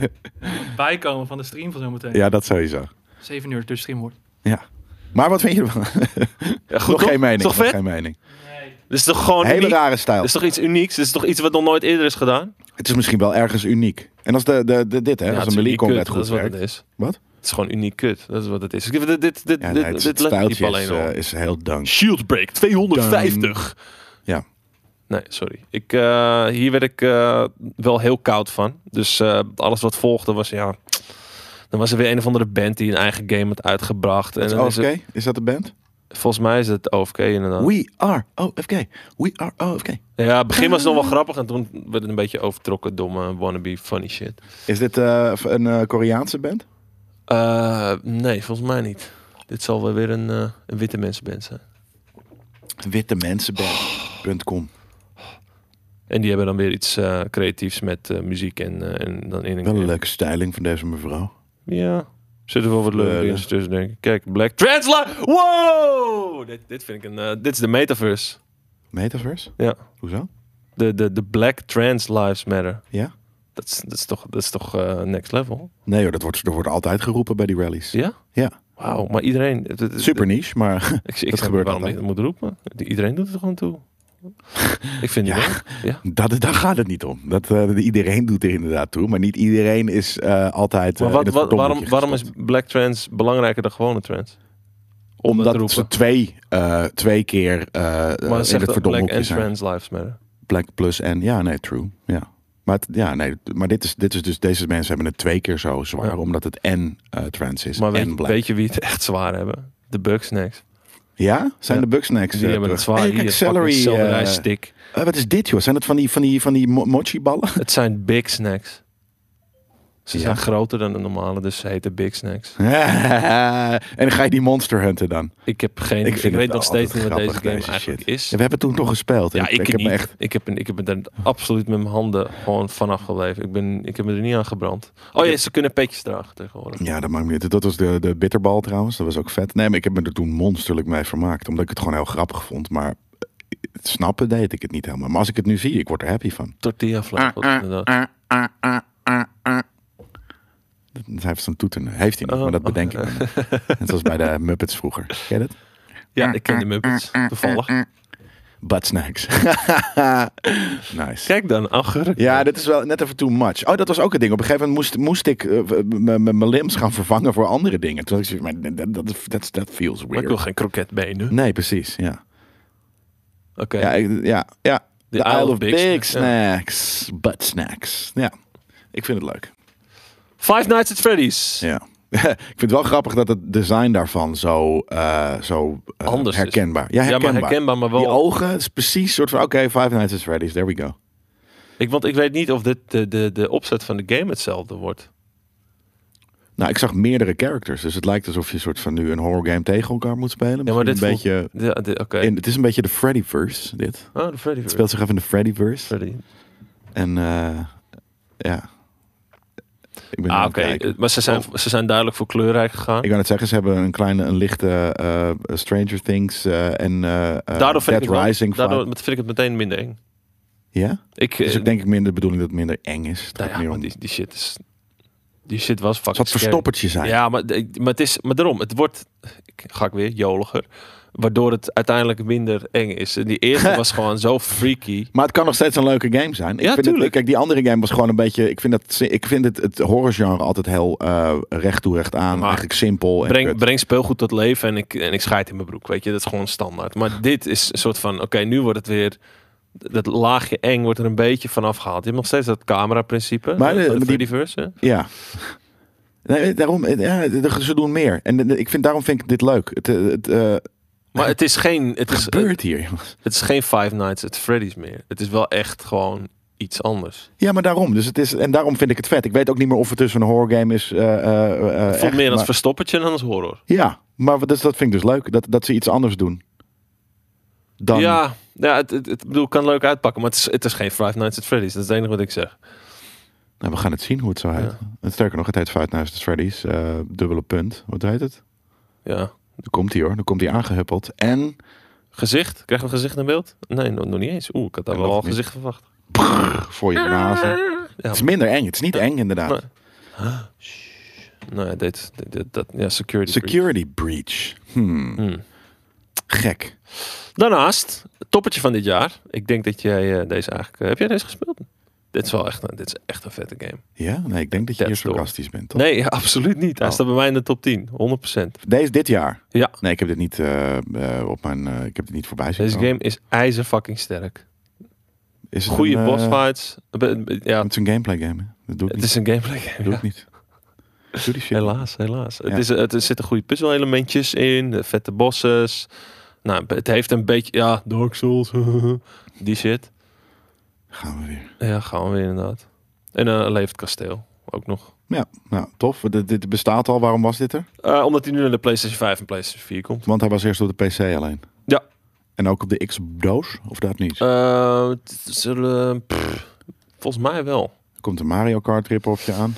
Speaker 3: Bijkomen van de stream van zometeen.
Speaker 1: Ja, dat sowieso.
Speaker 3: 7 uur, dus stream wordt.
Speaker 1: Ja. Maar wat vind je ervan?
Speaker 2: Ja, goed,
Speaker 1: nog
Speaker 2: toch?
Speaker 1: geen mening.
Speaker 2: Is toch
Speaker 1: nog
Speaker 2: vet?
Speaker 1: geen mening.
Speaker 3: Nee.
Speaker 2: Dit is toch gewoon
Speaker 1: Hele
Speaker 2: uniek? Dus
Speaker 1: rare stijl.
Speaker 2: Dit is toch iets unieks? Dit is toch iets wat nog nooit eerder is gedaan?
Speaker 1: Het is misschien wel ergens uniek. En als de, de, de, dit, hè,
Speaker 2: Ja,
Speaker 1: als
Speaker 2: het is
Speaker 1: een melee
Speaker 2: uniek
Speaker 1: combat
Speaker 2: kut,
Speaker 1: goed
Speaker 2: Dat is wat
Speaker 1: werkt.
Speaker 2: het is.
Speaker 1: Wat?
Speaker 2: Het is gewoon uniek kut. Dat is wat het is. Ik- Dit, dit, dit,
Speaker 1: Ja, nee,
Speaker 2: dit,
Speaker 1: het
Speaker 2: dit lukt niet
Speaker 1: stijltje
Speaker 2: alleen
Speaker 1: is,
Speaker 2: al.
Speaker 1: eh, is heel dank.
Speaker 2: Shield break 250.
Speaker 1: Ja.
Speaker 2: Nee, sorry. Ik, eh, hier werd ik eh, wel heel koud van. Dus eh, alles wat volgde was ja. Dan was er weer een of andere band die een eigen game had uitgebracht. En
Speaker 1: Is
Speaker 2: dan is
Speaker 1: OFK? Oh, Is dat de band?
Speaker 2: het- volgens mij is het OFK inderdaad.
Speaker 1: We are OFK. We are oh, OFK.
Speaker 2: Ja, het begin was het nog wel grappig en toen werd het een beetje overtrokken, domme wannabe funny shit.
Speaker 1: Is dit eh, een eh, Koreaanse band?
Speaker 2: Eh, nee, volgens mij niet. Dit zal wel weer een, eh, een witte mensenband zijn.
Speaker 1: Witte mensenband.com.
Speaker 2: En die hebben dan weer iets eh, creatiefs met eh, muziek en, eh, en dan in een
Speaker 1: Wel een leuke styling van deze mevrouw.
Speaker 2: Ja. Zit er wel wat
Speaker 1: Ja,
Speaker 2: leuke
Speaker 1: ja.
Speaker 2: dingen tussen, denk ik. Kijk, Black Translate. Wow! Dit, dit vind ik een... eh, dit is de metaverse.
Speaker 1: Metaverse?
Speaker 2: Ja.
Speaker 1: Hoezo?
Speaker 2: De, de, de Black Trans Lives Matter.
Speaker 1: Ja?
Speaker 2: Dat is, dat is toch, dat is toch eh, next level?
Speaker 1: Nee hoor, dat wordt, dat wordt altijd geroepen bij die rallies.
Speaker 2: Ja?
Speaker 1: Ja.
Speaker 2: Wauw, maar iedereen... het- het-
Speaker 1: Super niche, maar
Speaker 2: Ik, ik
Speaker 1: dat
Speaker 2: dat
Speaker 1: gebeurt
Speaker 2: gebeurt waarom ik
Speaker 1: altijd.
Speaker 2: het moet roepen. Iedereen doet het er gewoon toe. ik vind
Speaker 1: Ja.
Speaker 2: het wel. Ja.
Speaker 1: dat, daar gaat het niet om. Dat, eh, iedereen doet er inderdaad toe, maar niet iedereen is eh, altijd eh,
Speaker 2: Maar
Speaker 1: in
Speaker 2: wat,
Speaker 1: het
Speaker 2: wat, waarom,
Speaker 1: verdomhoekje
Speaker 2: waarom is
Speaker 1: gestopt.
Speaker 2: Black Trans belangrijker dan gewone trans? Om dat te
Speaker 1: Omdat ze
Speaker 2: roepen.
Speaker 1: twee, eh, twee keer eh eh,
Speaker 2: Maar
Speaker 1: in het
Speaker 2: zegt dat Black
Speaker 1: verdomhoekje
Speaker 2: and
Speaker 1: zijn.
Speaker 2: Trans Lives Matter.
Speaker 1: Black plus en ja, nee, true. Ja. Maar, het- ja, nee, maar dit is, dit is dus, deze mensen hebben het twee keer zo zwaar,
Speaker 2: Ja.
Speaker 1: omdat het en eh, trans is
Speaker 2: Maar
Speaker 1: en
Speaker 2: weet,
Speaker 1: black.
Speaker 2: weet je wie het echt zwaar hebben? De Bugsnacks.
Speaker 1: Ja? Zijn
Speaker 2: Ja.
Speaker 1: de Bugsnacks
Speaker 2: Die
Speaker 1: eh,
Speaker 2: hebben het
Speaker 1: terug? Hey,
Speaker 2: zwaar. Hier,
Speaker 1: kijk,
Speaker 2: fucking
Speaker 1: celery. eh,
Speaker 2: selderijstick.
Speaker 1: eh, wat is dit joh? Zijn het van die, van die, van die mo- mochi ballen?
Speaker 2: Het zijn big snacks. Ze
Speaker 1: Ja.
Speaker 2: zijn groter dan de normale, dus ze heten big snacks.
Speaker 1: en dan ga je die monster hunten dan.
Speaker 2: Ik heb geen.
Speaker 1: Ik
Speaker 2: Ik,
Speaker 1: vind het
Speaker 2: weet nog steeds
Speaker 1: altijd
Speaker 2: niet wat deze game
Speaker 1: grappig, deze
Speaker 2: eigenlijk
Speaker 1: shit.
Speaker 2: is.
Speaker 1: Ja, we hebben toen nog gespeeld.
Speaker 2: Ja, ik,
Speaker 1: ik heb
Speaker 2: niet.
Speaker 1: me echt.
Speaker 2: Ik heb, ik heb me daar absoluut met mijn handen gewoon vanaf geleefd. Ik, ben, ik heb me er niet aan gebrand. Oh ja, ze kunnen petjes dragen tegenwoordig.
Speaker 1: Ja, dat maakt me niet. uit. Dat was de, de bitterbal trouwens. Dat was ook vet. Nee, maar ik heb me er toen monsterlijk mee vermaakt. Omdat ik het gewoon heel grappig vond. Maar eh, het snappen deed ik het niet helemaal. Maar als ik het nu zie, ik word er happy van.
Speaker 2: Tortilla vlees,
Speaker 1: Ah,
Speaker 2: wat inderdaad.
Speaker 1: Dat- Hij heeft zo'n toeter. nu. Heeft hij niet,
Speaker 2: Oh,
Speaker 1: maar dat
Speaker 2: oh.
Speaker 1: bedenk ik me. Net zoals bij de Muppets vroeger. Ken je dat? ah,
Speaker 2: Ja, ik ken de Muppets, toevallig.
Speaker 1: Butt snacks. nice.
Speaker 2: Kijk dan, augurk.
Speaker 1: Ja, dit is wel net even too much. Oh, dat was ook het ding. Op een gegeven moment moest, moest ik eh, w- m- m- mijn limbs gaan vervangen voor andere dingen. Toen dacht ik, maar dat- dat- dat dat- dat feels
Speaker 2: Maar ik wil
Speaker 1: weird.
Speaker 2: geen kroketbenen.
Speaker 1: Nee, precies. Ja,
Speaker 2: Oké.
Speaker 1: Hm. ja, ik- ja. ja.
Speaker 2: The
Speaker 1: The
Speaker 2: Isle
Speaker 1: Isle
Speaker 2: of
Speaker 1: of
Speaker 2: Big
Speaker 1: Big,
Speaker 2: Snacks,
Speaker 1: Snacks. Butt snacks. Ja, ik vind het leuk.
Speaker 2: Five Nights at Freddy's.
Speaker 1: Ja. ik vind het wel grappig dat het design daarvan zo, eh, zo eh,
Speaker 2: Anders is.
Speaker 1: herkenbaar. Ja,
Speaker 2: Ja,
Speaker 1: herkenbaar.
Speaker 2: maar herkenbaar, maar wel.
Speaker 1: Die ogen, het is precies soort van, oké, Five Nights at Freddy's, there we go.
Speaker 2: Ik, want ik weet niet of dit de, de, de opzet van de game hetzelfde wordt.
Speaker 1: Nou, ik zag meerdere characters, dus het lijkt alsof je soort van nu een horror game tegen elkaar moet spelen.
Speaker 2: Ja, maar dit
Speaker 1: Misschien een
Speaker 2: voelt-
Speaker 1: beetje
Speaker 2: Ja, de- Oké.
Speaker 1: In, het is een beetje de Freddyverse, dit.
Speaker 2: Oh, de Freddy.
Speaker 1: Het speelt zich even in de Freddyverse.
Speaker 2: Freddy. Ah,
Speaker 1: En eh, ja. Ik ben
Speaker 2: Ah,
Speaker 1: aan het
Speaker 2: oké.
Speaker 1: kijken.
Speaker 2: Eh, Maar ze zijn, ze zijn duidelijk voor kleurrijk gegaan.
Speaker 1: Ik kan het zeggen, ze hebben een kleine, een lichte eh, Stranger Things eh, en eh, eh,
Speaker 2: daardoor vind
Speaker 1: Dead
Speaker 2: ik het wel-
Speaker 1: Rising vibe.
Speaker 2: daardoor vind ik het meteen minder eng.
Speaker 1: Ja?
Speaker 2: Ik,
Speaker 1: Dus
Speaker 2: eh,
Speaker 1: ik denk ik minder de bedoeling dat het minder eng is. Het
Speaker 2: nou
Speaker 1: gaat
Speaker 2: ja,
Speaker 1: meer
Speaker 2: maar
Speaker 1: om-
Speaker 2: die, die shit is... Die shit was
Speaker 1: het zal
Speaker 2: fucking
Speaker 1: het
Speaker 2: scary.
Speaker 1: verstoppertje zijn.
Speaker 2: Ja, maar, de- maar het is... Maar daarom, het wordt... Ik ga ik weer, joliger. Waardoor het uiteindelijk minder eng is. En die eerste was gewoon zo freaky.
Speaker 1: Maar het kan nog steeds een leuke game zijn. Ik
Speaker 2: Ja,
Speaker 1: vind
Speaker 2: tuurlijk.
Speaker 1: Het, kijk, die andere game was gewoon een beetje... Ik vind, dat, ik vind het, het horrorgenre altijd heel eh, recht toe, recht aan.
Speaker 2: Maar
Speaker 1: eigenlijk simpel. En
Speaker 2: Breng,
Speaker 1: kut.
Speaker 2: breng speelgoed tot leven en ik, en ik scheid in mijn broek. Weet je, dat is gewoon standaard. Maar dit is een soort van: oké, nu wordt het weer. Dat laagje eng wordt er een beetje vanaf gehaald. Je hebt nog steeds dat camera-principe.
Speaker 1: Maar
Speaker 2: eh,
Speaker 1: de-
Speaker 2: van
Speaker 1: die-
Speaker 2: Freddyverse, hè?
Speaker 1: Ja. Nee, eh, daarom, ja, d- ze doen meer. En d- ik vind, daarom vind ik dit leuk. Het, eh, het, eh,
Speaker 2: Maar het is geen. Het is, het,
Speaker 1: gebeurt hier, jongens.
Speaker 2: is geen Five Nights at Freddy's meer. Het is wel echt gewoon iets anders.
Speaker 1: Ja, maar daarom. Dus het is, en daarom vind ik het vet. Ik weet ook niet meer of het dus een horror game is. eh eh, eh,
Speaker 2: Het
Speaker 1: echt,
Speaker 2: voelt meer als
Speaker 1: maar-
Speaker 2: verstoppertje dan als horror.
Speaker 1: Ja, maar dus, dat vind ik dus leuk. Dat, dat ze iets anders doen. Dan,
Speaker 2: Ja, ja het, het, het- ik bedoel, kan leuk uitpakken, maar het is, het is geen Five Nights at Freddy's. Dat is het enige wat ik zeg.
Speaker 1: Nou, we gaan het zien hoe het zo heet. En Sterker nog, het heet Five Nights at Freddy's. eh, dubbele punt. Wat heet het?
Speaker 2: Ja.
Speaker 1: Dan komt hij hoor. Dan komt hij aangehuppeld. En
Speaker 2: Gezicht? Krijgen we gezicht in beeld? Nee, nog, nog niet eens. Oeh, ik had daar
Speaker 1: Ja,
Speaker 2: wel
Speaker 1: nog
Speaker 2: al
Speaker 1: niet.
Speaker 2: gezicht verwacht.
Speaker 1: voor je blazen.
Speaker 2: Ja,
Speaker 1: Het is minder eng. Het is niet eng inderdaad.
Speaker 2: Nee. Nou ja, dit, dit- dit- dat, ja, security. breach.
Speaker 1: Security breach. Hmm.
Speaker 2: Hmm.
Speaker 1: Gek.
Speaker 2: Daarnaast, het toppertje van dit jaar. Ik denk dat jij eh, deze eigenlijk... eh, heb jij deze gespeeld? Dit is wel echt, een- dit is echt een vette game.
Speaker 1: Ja, nee, ik denk dat je hier
Speaker 2: Death Door.
Speaker 1: sarcastisch bent. Toch?
Speaker 2: Nee, ja, absoluut niet. Hij
Speaker 1: Oh.
Speaker 2: staat bij mij in de top 10. 100%.
Speaker 1: Deze, dit jaar?
Speaker 2: Ja.
Speaker 1: Nee, ik heb dit niet eh, eh, op mijn. eh, ik heb dit niet voorbij zien.
Speaker 2: Deze
Speaker 1: komen.
Speaker 2: game is ijzerfucking sterk.
Speaker 1: Is het
Speaker 2: Goede
Speaker 1: een, eh,
Speaker 2: boss fights. Be- be- Ja,
Speaker 1: Het is een gameplay game. Hè? Dat doe ik
Speaker 2: het
Speaker 1: niet.
Speaker 2: is een gameplay game.
Speaker 1: Dat doe
Speaker 2: ja.
Speaker 1: ik niet. Doe die shit.
Speaker 2: Helaas, helaas.
Speaker 1: Ja.
Speaker 2: Het is, het, er zitten goede puzzelelementjes in, eh, vette bosses. Nou, het heeft een beetje, ja, Dark Souls, die shit.
Speaker 1: Gaan we weer.
Speaker 2: Ja, gaan we weer inderdaad. En eh, een leeft kasteel, ook nog.
Speaker 1: Nou, tof. Dit, dit bestaat al. Waarom was dit er?
Speaker 2: Eh, omdat hij nu naar de PlayStation 5 en PlayStation 4 komt.
Speaker 1: Want hij was eerst op de PC alleen.
Speaker 2: Ja.
Speaker 1: En ook op de Xbox? Of dat niet?
Speaker 2: Eh, het zullen, pff, volgens mij wel.
Speaker 1: Komt een Mario Kart rip-offje aan?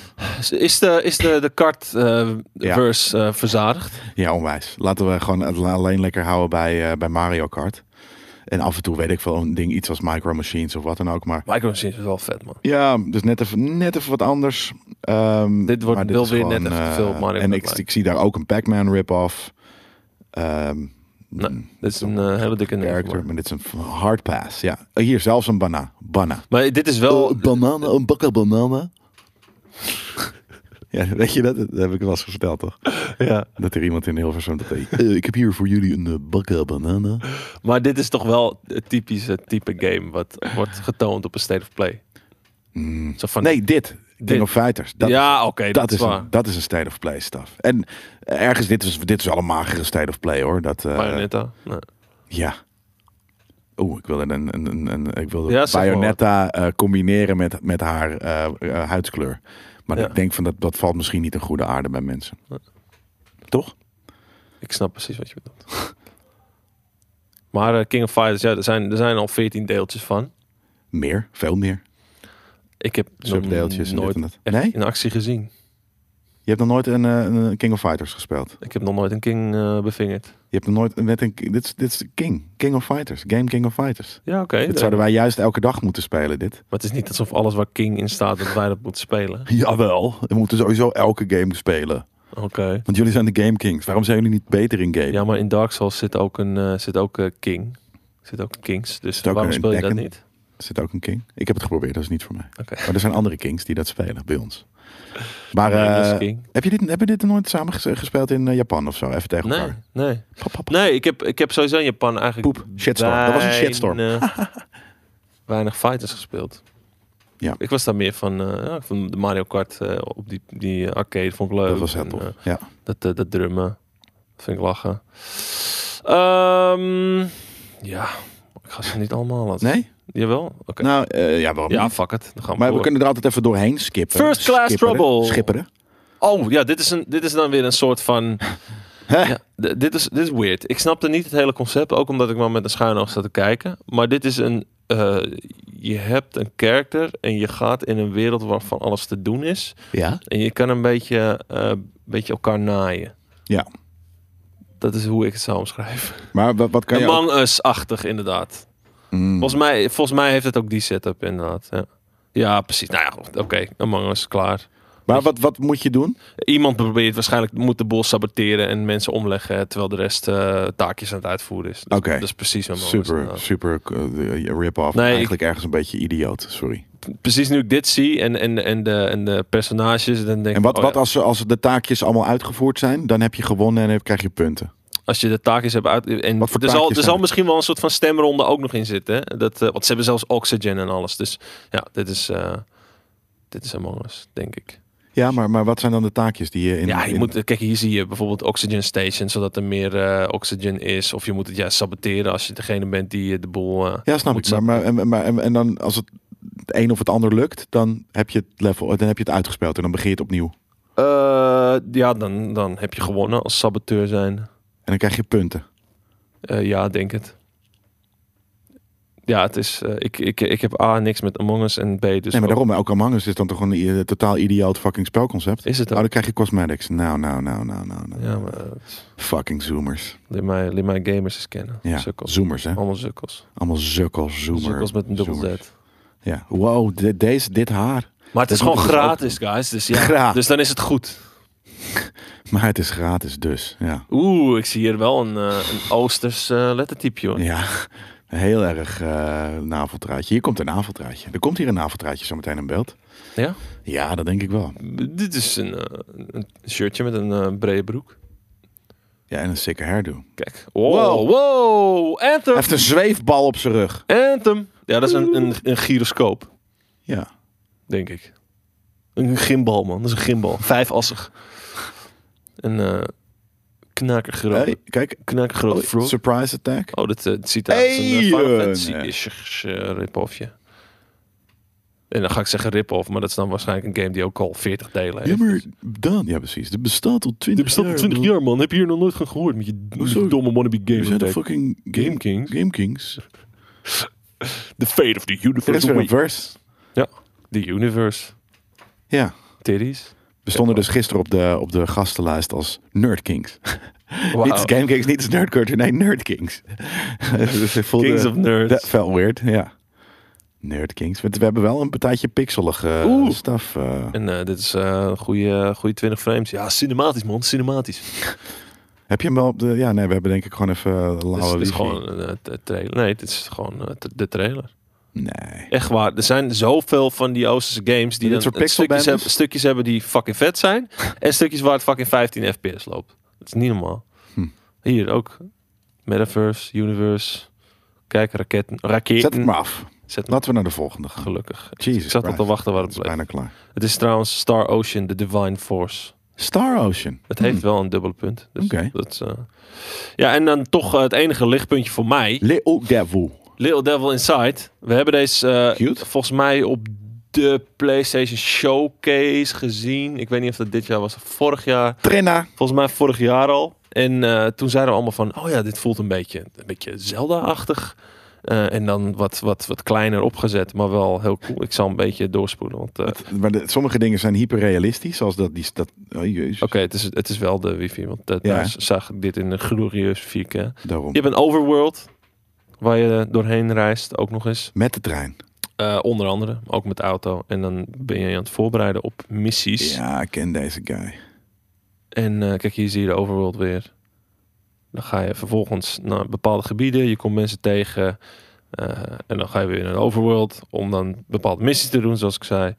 Speaker 2: Is de, is de, de kart eh,
Speaker 1: Ja.
Speaker 2: verse eh, verzadigd?
Speaker 1: Ja, onwijs. Laten we gewoon het la- alleen lekker houden bij, eh, bij Mario Kart. En af en toe weet ik wel een ding, iets als Micro Machines of wat dan ook. Maar
Speaker 2: Micro Machines is wel vet, man.
Speaker 1: ja, dus net even, net even wat anders. Ehm,
Speaker 2: Dit wordt
Speaker 1: maar
Speaker 2: wel
Speaker 1: is
Speaker 2: weer net even
Speaker 1: eh,
Speaker 2: te veel op Mario
Speaker 1: En
Speaker 2: Kart
Speaker 1: ik,
Speaker 2: lijkt.
Speaker 1: ik zie daar ook een Pac-Man rip-off. Ehm
Speaker 2: Nee, Dit is een eh, hele dikke
Speaker 1: character,
Speaker 2: nerd.
Speaker 1: maar dit is een hard pass. Ja. Eh, Hier zelfs een bana. Banna.
Speaker 2: Maar dit is wel...
Speaker 1: banana, Oh, een bakka banana. ja, weet je dat? Dat heb ik wel eens verteld, toch?
Speaker 2: ja.
Speaker 1: Dat er iemand in Hilversum dat deed. "Eh, ik heb hier voor jullie een eh, bakka
Speaker 2: Oh,
Speaker 1: banana.
Speaker 2: Maar dit is toch wel het typische type game wat wordt getoond op een State of Play.
Speaker 1: Mm.
Speaker 2: Zo van,
Speaker 1: Nee, dit. King
Speaker 2: Dit.
Speaker 1: of Fighters. Dat,
Speaker 2: ja, oké,
Speaker 1: dat,
Speaker 2: dat,
Speaker 1: is
Speaker 2: is waar.
Speaker 1: een, dat is een state of play stuff. En eh, ergens, dit is, dit is wel een magere state of play hoor. Dat, eh,
Speaker 2: Bayonetta. Nee.
Speaker 1: ja. Oeh, ik wilde, een, een, een, een- ik wilde
Speaker 2: Ja, zeg maar
Speaker 1: Bayonetta eh, combineren met, met haar eh, eh, huidskleur. Maar
Speaker 2: Ja.
Speaker 1: ik denk van dat, dat valt misschien niet in goede aarde bij mensen.
Speaker 2: Nee.
Speaker 1: Toch?
Speaker 2: Ik snap precies wat je bedoelt. maar eh, King of Fighters, ja, er zijn, er zijn al 14 deeltjes van.
Speaker 1: Meer, veel meer.
Speaker 2: Ik heb nog
Speaker 1: Subdeeltjes en dit
Speaker 2: nooit
Speaker 1: en dat.
Speaker 2: echt
Speaker 1: Nee?
Speaker 2: in actie gezien.
Speaker 1: Je hebt nog nooit een, eh, een King of Fighters gespeeld.
Speaker 2: Ik heb nog nooit een King eh, bevingerd.
Speaker 1: Je hebt nog nooit met een. Dit is, dit is King. King of Fighters. Game King of Fighters.
Speaker 2: Ja, oké.
Speaker 1: Dit
Speaker 2: nee.
Speaker 1: zouden wij juist elke dag moeten spelen, dit.
Speaker 2: Maar het is niet alsof alles waar King in staat, dat wij dat moeten spelen.
Speaker 1: Jawel, we moeten sowieso elke game spelen.
Speaker 2: Oké.
Speaker 1: Want jullie zijn de Game Kings. Waarom zijn jullie niet beter in game?
Speaker 2: Ja, maar in Dark Souls zit ook een eh, zit ook, eh, King. Zit ook Kings. Dus
Speaker 1: ook
Speaker 2: waarom
Speaker 1: een
Speaker 2: speel je dat
Speaker 1: Tekken.
Speaker 2: niet?
Speaker 1: Er zit ook een King. Ik heb het geprobeerd, dat is niet voor mij.
Speaker 2: Oké.
Speaker 1: Maar er zijn andere Kings die dat spelen bij ons. Maar
Speaker 2: Nee, dat is
Speaker 1: eh,
Speaker 2: King.
Speaker 1: heb, je dit, heb je dit nooit samen ges- gespeeld in eh, Japan of zo? Even tegen
Speaker 2: Nee,
Speaker 1: elkaar.
Speaker 2: nee.
Speaker 1: Pap, pap, pap.
Speaker 2: Nee, ik heb, ik heb sowieso in Japan eigenlijk...
Speaker 1: Poep. Shitstorm. Dat was een shitstorm.
Speaker 2: weinig- weinig fighters gespeeld.
Speaker 1: Ja.
Speaker 2: Ik was daar meer van, eh, ja, van de Mario Kart eh, op die, die arcade. Vond ik leuk.
Speaker 1: Dat was heel
Speaker 2: En,
Speaker 1: tof.
Speaker 2: eh,
Speaker 1: ja.
Speaker 2: dat, eh, dat drummen. Vind ik lachen. Ehm, ja, ik ga ze niet allemaal laten.
Speaker 1: Nee?
Speaker 2: Jawel? Oké.
Speaker 1: Nou, eh, ja, waarom
Speaker 2: ja,
Speaker 1: niet?
Speaker 2: fuck it. Dan gaan we
Speaker 1: Maar we
Speaker 2: door.
Speaker 1: kunnen er altijd even doorheen skippen.
Speaker 2: First class
Speaker 1: Skipperen.
Speaker 2: trouble.
Speaker 1: Schipperen.
Speaker 2: Oh ja, dit is, een, dit is dan weer een soort van. ja, d- dit, is, dit is weird. Ik snapte niet het hele concept, ook omdat ik maar met een schuin oog zat te kijken. Maar dit is een. eh, je hebt een karakter en je gaat in een wereld waarvan alles te doen is.
Speaker 1: Ja.
Speaker 2: En je kan een beetje, eh, beetje elkaar naaien.
Speaker 1: Ja.
Speaker 2: Dat is hoe ik het zou omschrijven.
Speaker 1: Maar wa- wat kan
Speaker 2: Een
Speaker 1: je... ook-
Speaker 2: man achtig inderdaad.
Speaker 1: Mm.
Speaker 2: Volgens, mij, volgens mij heeft het ook die setup, inderdaad. Ja, ja precies. Nou ja, goed, oké. Among Us, klaar.
Speaker 1: Maar wat, wat moet je doen?
Speaker 2: Iemand probeert waarschijnlijk moet de boel saboteren en mensen omleggen, hè, terwijl de rest eh, taakjes aan het uitvoeren is. Dus,
Speaker 1: Oké.
Speaker 2: Dat is precies wat Among Us
Speaker 1: Super,
Speaker 2: inderdaad.
Speaker 1: super eh, rip-off.
Speaker 2: Nee,
Speaker 1: Eigenlijk ergens een beetje idioot, sorry.
Speaker 2: Precies nu ik dit zie en, en, en, de, en de personages, dan denk
Speaker 1: En wat,
Speaker 2: ik, oh
Speaker 1: wat
Speaker 2: ja,
Speaker 1: als, ze- als de taakjes allemaal uitgevoerd zijn, dan heb je gewonnen en dan krijg je punten.
Speaker 2: als je de taakjes hebt uit... En
Speaker 1: Wat voor
Speaker 2: er
Speaker 1: taakjes
Speaker 2: zal, er
Speaker 1: zijn
Speaker 2: zal
Speaker 1: het?
Speaker 2: misschien wel een soort van stemronde ook nog in zitten. Hè? Dat, eh, want ze hebben zelfs oxygen en alles. Dus ja, dit is, eh dit is Among Us, denk ik.
Speaker 1: Ja, maar, maar wat zijn dan de taakjes die je in...
Speaker 2: ja, je
Speaker 1: in-
Speaker 2: moet, kijk, hier zie je bijvoorbeeld oxygen station, zodat er meer eh, oxygen is. Of je moet het juist saboteren als je degene bent die eh, de boel... eh,
Speaker 1: ja snap
Speaker 2: moet
Speaker 1: ik. Maar, maar, en, maar, en, en dan als het het een of het ander lukt, dan heb je het level, dan heb je het uitgespeeld en dan begin je het opnieuw.
Speaker 2: Eh, ja, dan, dan heb je gewonnen als saboteur zijn.
Speaker 1: En dan krijg je
Speaker 2: Dus
Speaker 1: punten.
Speaker 2: Eh, ja, denk het. Ja, het is. eh, ik, ik, ik heb A niks met Among Us en B. Dus
Speaker 1: nee, maar
Speaker 2: ook-
Speaker 1: daarom, maar ook Among Us is dan toch een i- totaal idioot fucking spelconcept.
Speaker 2: is het
Speaker 1: Oh,
Speaker 2: ook.
Speaker 1: dan krijg je cosmetics. Nou, nou, nou, nou, nou. nou.
Speaker 2: Ja, maar het-
Speaker 1: Fucking zoomers.
Speaker 2: leer mij, leer mij gamers eens kennen.
Speaker 1: Ja,
Speaker 2: Sukkels.
Speaker 1: zoomers hè.
Speaker 2: Allemaal sukkels.
Speaker 1: Allemaal zukkels, zoomers.
Speaker 2: Sukkels met een dubbel Z.
Speaker 1: zoomers. Ja, wow, de- deze, dit haar.
Speaker 2: Maar het
Speaker 1: Dat
Speaker 2: is gewoon
Speaker 1: moeten ze
Speaker 2: gratis, guys. Dus, ja,
Speaker 1: Gratis.
Speaker 2: dus dan is het goed.
Speaker 1: Maar het is gratis dus, ja.
Speaker 2: Oeh, ik zie hier wel een, eh, een Oosters eh, lettertype, joh.
Speaker 1: Ja, heel erg eh naveltraadje. Hier komt een naveltraadje. Er komt hier een naveltraadje zometeen in beeld.
Speaker 2: Ja?
Speaker 1: Ja, dat denk ik wel.
Speaker 2: Dit is een, eh, een shirtje met een eh, brede broek.
Speaker 1: Ja, en een sikke hairdo.
Speaker 2: Kijk. Wow,
Speaker 1: Wow.
Speaker 2: wow,
Speaker 1: Hij
Speaker 2: Anthem.
Speaker 1: heeft een zweefbal op zijn rug.
Speaker 2: Anthem. Ja, dat is een, een, een gyroscoop,
Speaker 1: Ja.
Speaker 2: denk ik. Een gimbal, man. Dat is een gimbal. Vijfassig. Een eh knakergroot,
Speaker 1: Hey, kijk, Oh,
Speaker 2: knakergroot frog.
Speaker 1: surprise attack.
Speaker 2: Oh, dat eh, het ziet eruit als een eh,
Speaker 1: Eén.
Speaker 2: Final Fantasy-ish eh, rip-offje. En dan ga ik zeggen rip-off, maar dat is dan waarschijnlijk een game die ook al 40 delen heeft. dus-
Speaker 1: Ja, maar dan, ja precies. Dit bestaat al 20 jaar. man.
Speaker 2: man. Heb je hier nog nooit van gehoord met je,
Speaker 1: Hoezo? je
Speaker 2: domme wannabe
Speaker 1: We zijn de fucking
Speaker 2: Game
Speaker 1: Game
Speaker 2: Kings.
Speaker 1: Game Kings.
Speaker 2: The fate of the
Speaker 1: Er is
Speaker 2: universe.
Speaker 1: weer een verse.
Speaker 2: The universe.
Speaker 1: Ja.
Speaker 2: Titties.
Speaker 1: We stonden dus gisteren op de, op de gastenlijst als Nerd Kings.
Speaker 2: Wow.
Speaker 1: Niet Game Kings, niet Nerd Culture, nee, Nerd Kings. Dus ik voelde-
Speaker 2: Kings of nerds.
Speaker 1: Dat felt weird, ja. Nerd Kings. Want We hebben wel een partijtje pixelige
Speaker 2: Oeh.
Speaker 1: Oeh. staf. eh.
Speaker 2: En eh, dit is eh, een goede, goede 20 frames. Ja, cinematisch man, cinematisch.
Speaker 1: Heb je hem wel op de... Ja, nee, we hebben denk ik gewoon even eh, lauwe
Speaker 2: Dit is, dit is
Speaker 1: wifi.
Speaker 2: gewoon een eh, t- trailer. Nee, dit is gewoon eh, t- de trailer.
Speaker 1: Nee.
Speaker 2: Echt waar. Er zijn zoveel van die Oosterse games die
Speaker 1: Dit
Speaker 2: dan
Speaker 1: soort
Speaker 2: een stukjes,
Speaker 1: pixelbenders?
Speaker 2: hebben, stukjes hebben die fucking vet zijn. en stukjes waar het fucking 15 fps loopt. Dat is niet normaal.
Speaker 1: Hm.
Speaker 2: Hier ook. Metaverse, Universe. Kijk, raketten.
Speaker 1: Zet het
Speaker 2: raketten.
Speaker 1: maar af.
Speaker 2: Mm. Zet hem-
Speaker 1: Laten we naar de volgende gaan.
Speaker 2: Gelukkig.
Speaker 1: Jesus
Speaker 2: ik zat al
Speaker 1: Christ.
Speaker 2: te wachten waar
Speaker 1: Het
Speaker 2: het
Speaker 1: is
Speaker 2: bleef.
Speaker 1: bijna klaar.
Speaker 2: Het is trouwens Star Ocean, The Divine Force.
Speaker 1: Star Ocean.
Speaker 2: Het
Speaker 1: Hmm.
Speaker 2: heeft wel een dubbele punt. Dus
Speaker 1: Oké.
Speaker 2: dat, eh, ja, en dan toch eh, het enige lichtpuntje voor mij.
Speaker 1: Little Devil.
Speaker 2: Little Devil Inside. We hebben deze eh,
Speaker 1: Cute.
Speaker 2: volgens mij op de PlayStation Showcase gezien. Ik weet niet of dat dit jaar was of vorig jaar.
Speaker 1: Trina.
Speaker 2: Volgens mij vorig jaar al. En eh, toen zeiden we allemaal van, oh ja, dit voelt een beetje, een beetje Zelda-achtig. Eh, en dan wat, wat, wat kleiner opgezet, maar wel heel cool. Ik zal een beetje doorspoelen. Want, eh,
Speaker 1: Het- Maar de- sommige dingen zijn hyperrealistisch, zoals dat... Die, dat oh, jezus.
Speaker 2: Oké, het, is, het is wel de wifi, want dat
Speaker 1: Ja.
Speaker 2: daar zag ik dit in een glorieus 4K.
Speaker 1: Daarom.
Speaker 2: Je hebt een overworld, waar je doorheen reist, ook nog eens.
Speaker 1: Met de trein.
Speaker 2: Eh, onder andere, ook met de auto. En dan ben je je aan het voorbereiden op missies.
Speaker 1: Ja, ik ken deze guy.
Speaker 2: En eh, kijk, hier zie je de overworld weer. Dan ga je vervolgens naar bepaalde gebieden. Je komt mensen tegen. eh, en dan ga je weer in een overworld om dan bepaalde missies te doen, zoals ik zei.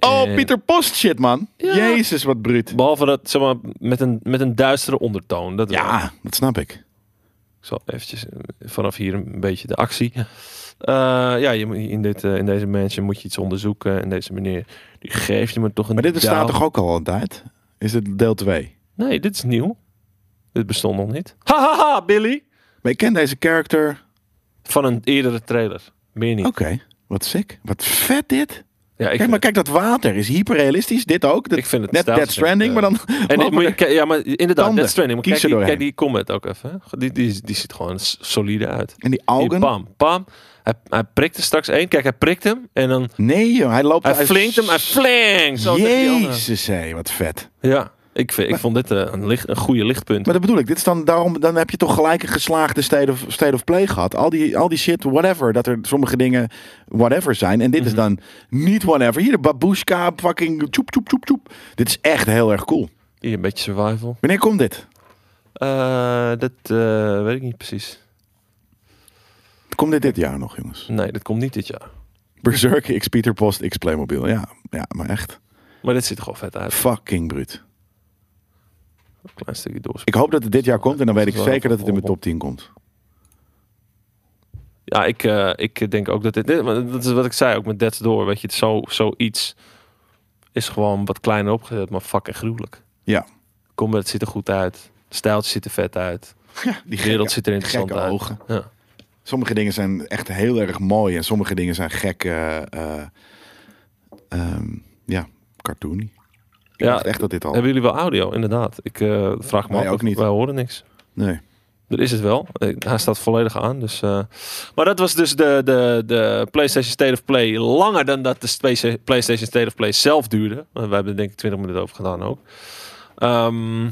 Speaker 1: Oh,
Speaker 2: En-
Speaker 1: Pieter Post shit, man.
Speaker 2: Eh. Ja.
Speaker 1: Jezus, wat bruut.
Speaker 2: Behalve dat, zeg maar, met een, met een duistere ondertoon. Dat wel.
Speaker 1: Ja, dat snap ik.
Speaker 2: Ik zal eventjes eh, vanaf hier een beetje de actie. Eh, ja, je moet in, dit, eh, in deze mansion moet je iets onderzoeken. En deze meneer, die geeft je me toch een
Speaker 1: Maar dit bestaat
Speaker 2: douw.
Speaker 1: toch ook al een tijd? Is het deel 2?
Speaker 2: Nee, dit is nieuw. Dit bestond nog niet. Hahaha, Billy!
Speaker 1: Maar ik ken deze character.
Speaker 2: Van een eerdere trailer. Meer niet.
Speaker 1: Oké, wat sick. Wat vet dit.
Speaker 2: Ja, ik,
Speaker 1: Oh, kijk, maar
Speaker 2: vind,
Speaker 1: kijk, dat water is hyperrealistisch. Dit ook. Dat,
Speaker 2: ik vind het
Speaker 1: net
Speaker 2: stijlvol.
Speaker 1: Dead Stranding, maar dan...
Speaker 2: En dit moet je, kijk, ja, maar inderdaad,
Speaker 1: Tanden.
Speaker 2: Death Stranding. Maar kijk,
Speaker 1: Kies er
Speaker 2: die,
Speaker 1: doorheen.
Speaker 2: kijk die comment ook even. hè. Die, die, die ziet gewoon s- solide uit.
Speaker 1: En die
Speaker 2: Hier,
Speaker 1: augen.
Speaker 2: Pam, pam. Hij, hij prikt er straks één. Kijk, hij prikt hem. En dan,
Speaker 1: Nee, joh, hij loopt...
Speaker 2: hij flinkt hem. Hij flankt. Zo tegen die andere.
Speaker 1: Jezus, hé, wat vet.
Speaker 2: Ja, ik, vind, ik vond dit eh, een, licht, een goede lichtpunt.
Speaker 1: Maar dat bedoel ik, dit is dan, daarom, dan heb je toch gelijk een geslaagde state of, state of play gehad. Al die, al die shit, whatever, dat er sommige dingen whatever zijn. En dit
Speaker 2: Mhm.
Speaker 1: is dan niet whatever. Hier de babushka, fucking tjoep, tjoep, tjoep, tjoep. Dit is echt heel erg cool.
Speaker 2: Hier een beetje survival.
Speaker 1: Wanneer komt dit?
Speaker 2: Eh, dat eh, weet ik niet precies.
Speaker 1: Komt dit dit jaar nog, jongens?
Speaker 2: Nee, dat komt niet dit jaar.
Speaker 1: Berserk, X Peter Post, X Playmobil. Ja, ja, maar echt
Speaker 2: Maar dit ziet er gewoon vet uit.
Speaker 1: fucking bruut.
Speaker 2: Een klein stukje door.
Speaker 1: Ik hoop dat het dit jaar komt en dan weet ik
Speaker 2: Dat is wel
Speaker 1: zeker dat het in mijn
Speaker 2: heel
Speaker 1: top 10 komt.
Speaker 2: Ja, ik, eh, ik denk ook dat dit... dit- want Dat is wat ik zei, ook met Dead's Door. Weet je, het is zo, zoiets is gewoon wat kleiner opgezet, maar fucking gruwelijk.
Speaker 1: Ja.
Speaker 2: Kom, het ziet er goed uit. Stijltje ziet er vet uit.
Speaker 1: Die
Speaker 2: De wereld ziet er interessant
Speaker 1: gekke
Speaker 2: uit.
Speaker 1: ogen.
Speaker 2: Ja.
Speaker 1: Sommige dingen zijn echt heel erg mooi en sommige dingen zijn gek. eh, eh, ehm, ja, cartoony. Ik
Speaker 2: Ja,
Speaker 1: dacht echt dat dit al.
Speaker 2: Hebben jullie wel audio? Inderdaad. Ik eh, vraag me
Speaker 1: Wij
Speaker 2: af,
Speaker 1: ook niet.
Speaker 2: Wij horen niks.
Speaker 1: Nee.
Speaker 2: Er is het wel. Eh, Hij staat volledig aan. Dus, eh. Maar dat was dus de, de, de PlayStation State of Play. Langer dan dat de Space- PlayStation State of Play zelf duurde. Eh, We hebben er denk ik 20 minuten over gedaan ook. Ehm,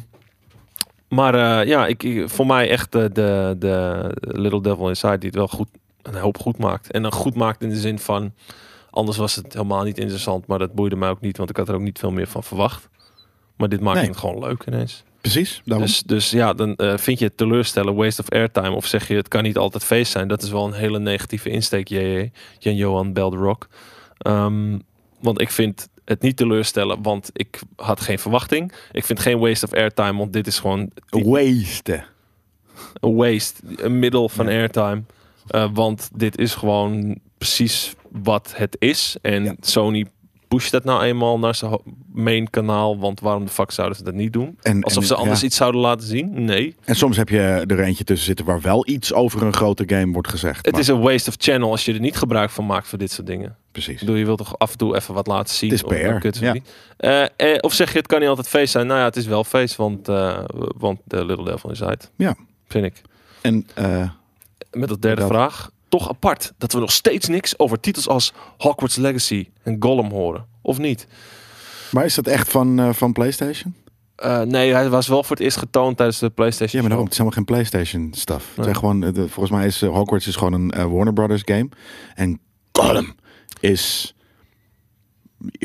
Speaker 2: maar eh, ja, ik, ik- voor mij echt eh, de, de Little Devil Inside die het wel goed, een hoop goed maakt. En dan goed maakt in de zin van... Anders was het helemaal niet interessant. Maar dat boeide mij ook niet. Want ik had er ook niet veel meer van verwacht. Maar dit maakt
Speaker 1: Nee.
Speaker 2: het gewoon leuk ineens.
Speaker 1: Precies. Daarom.
Speaker 2: Dus, dus ja, dan eh, vind je het teleurstellen, waste of airtime. Of zeg je het kan niet altijd feest zijn. Dat is wel een hele negatieve insteek, JJ. Jan-Johan Belderok. Ehm, want ik vind het niet teleurstellen, want ik had geen verwachting. Ik vind geen waste of airtime, want dit is gewoon die-
Speaker 1: Waste.
Speaker 2: een waste, een middel van airtime. Eh, want dit is gewoon precies wat het is. En
Speaker 1: Ja.
Speaker 2: Sony pusht dat nou eenmaal naar zijn ho- main kanaal. Want waarom de fuck zouden ze dat niet doen?
Speaker 1: En,
Speaker 2: Alsof
Speaker 1: en-
Speaker 2: ze anders
Speaker 1: ja.
Speaker 2: iets zouden laten zien? Nee.
Speaker 1: En soms heb je er eentje tussen zitten waar wel iets over een grote game wordt gezegd.
Speaker 2: Het
Speaker 1: maar-
Speaker 2: is een waste of channel als je er niet gebruik van maakt voor dit soort dingen.
Speaker 1: precies.
Speaker 2: Ik bedoel, je wilt toch af en toe even wat laten zien.
Speaker 1: Het is
Speaker 2: of dan
Speaker 1: PR,
Speaker 2: kutten ze
Speaker 1: ja.
Speaker 2: niet. Eh, eh, of zeg je, het kan niet altijd feest zijn. Nou ja, het is wel feest, want, eh, want de Little Devil is uit.
Speaker 1: Ja.
Speaker 2: Vind ik.
Speaker 1: En eh,
Speaker 2: Met als derde
Speaker 1: Dat-
Speaker 2: vraag, toch apart dat we nog steeds niks over titels als Hogwarts Legacy en Gollum horen. Of niet?
Speaker 1: maar is dat echt van, eh, van PlayStation?
Speaker 2: Eh, nee, hij was wel voor het eerst getoond tijdens de PlayStation.
Speaker 1: Ja, maar daarom. Het
Speaker 2: Show.
Speaker 1: is helemaal geen PlayStation stuff. Het
Speaker 2: Nee.
Speaker 1: zijn gewoon, eh, de- volgens mij is eh, Hogwarts is gewoon een eh, Warner Brothers game. En Gollum is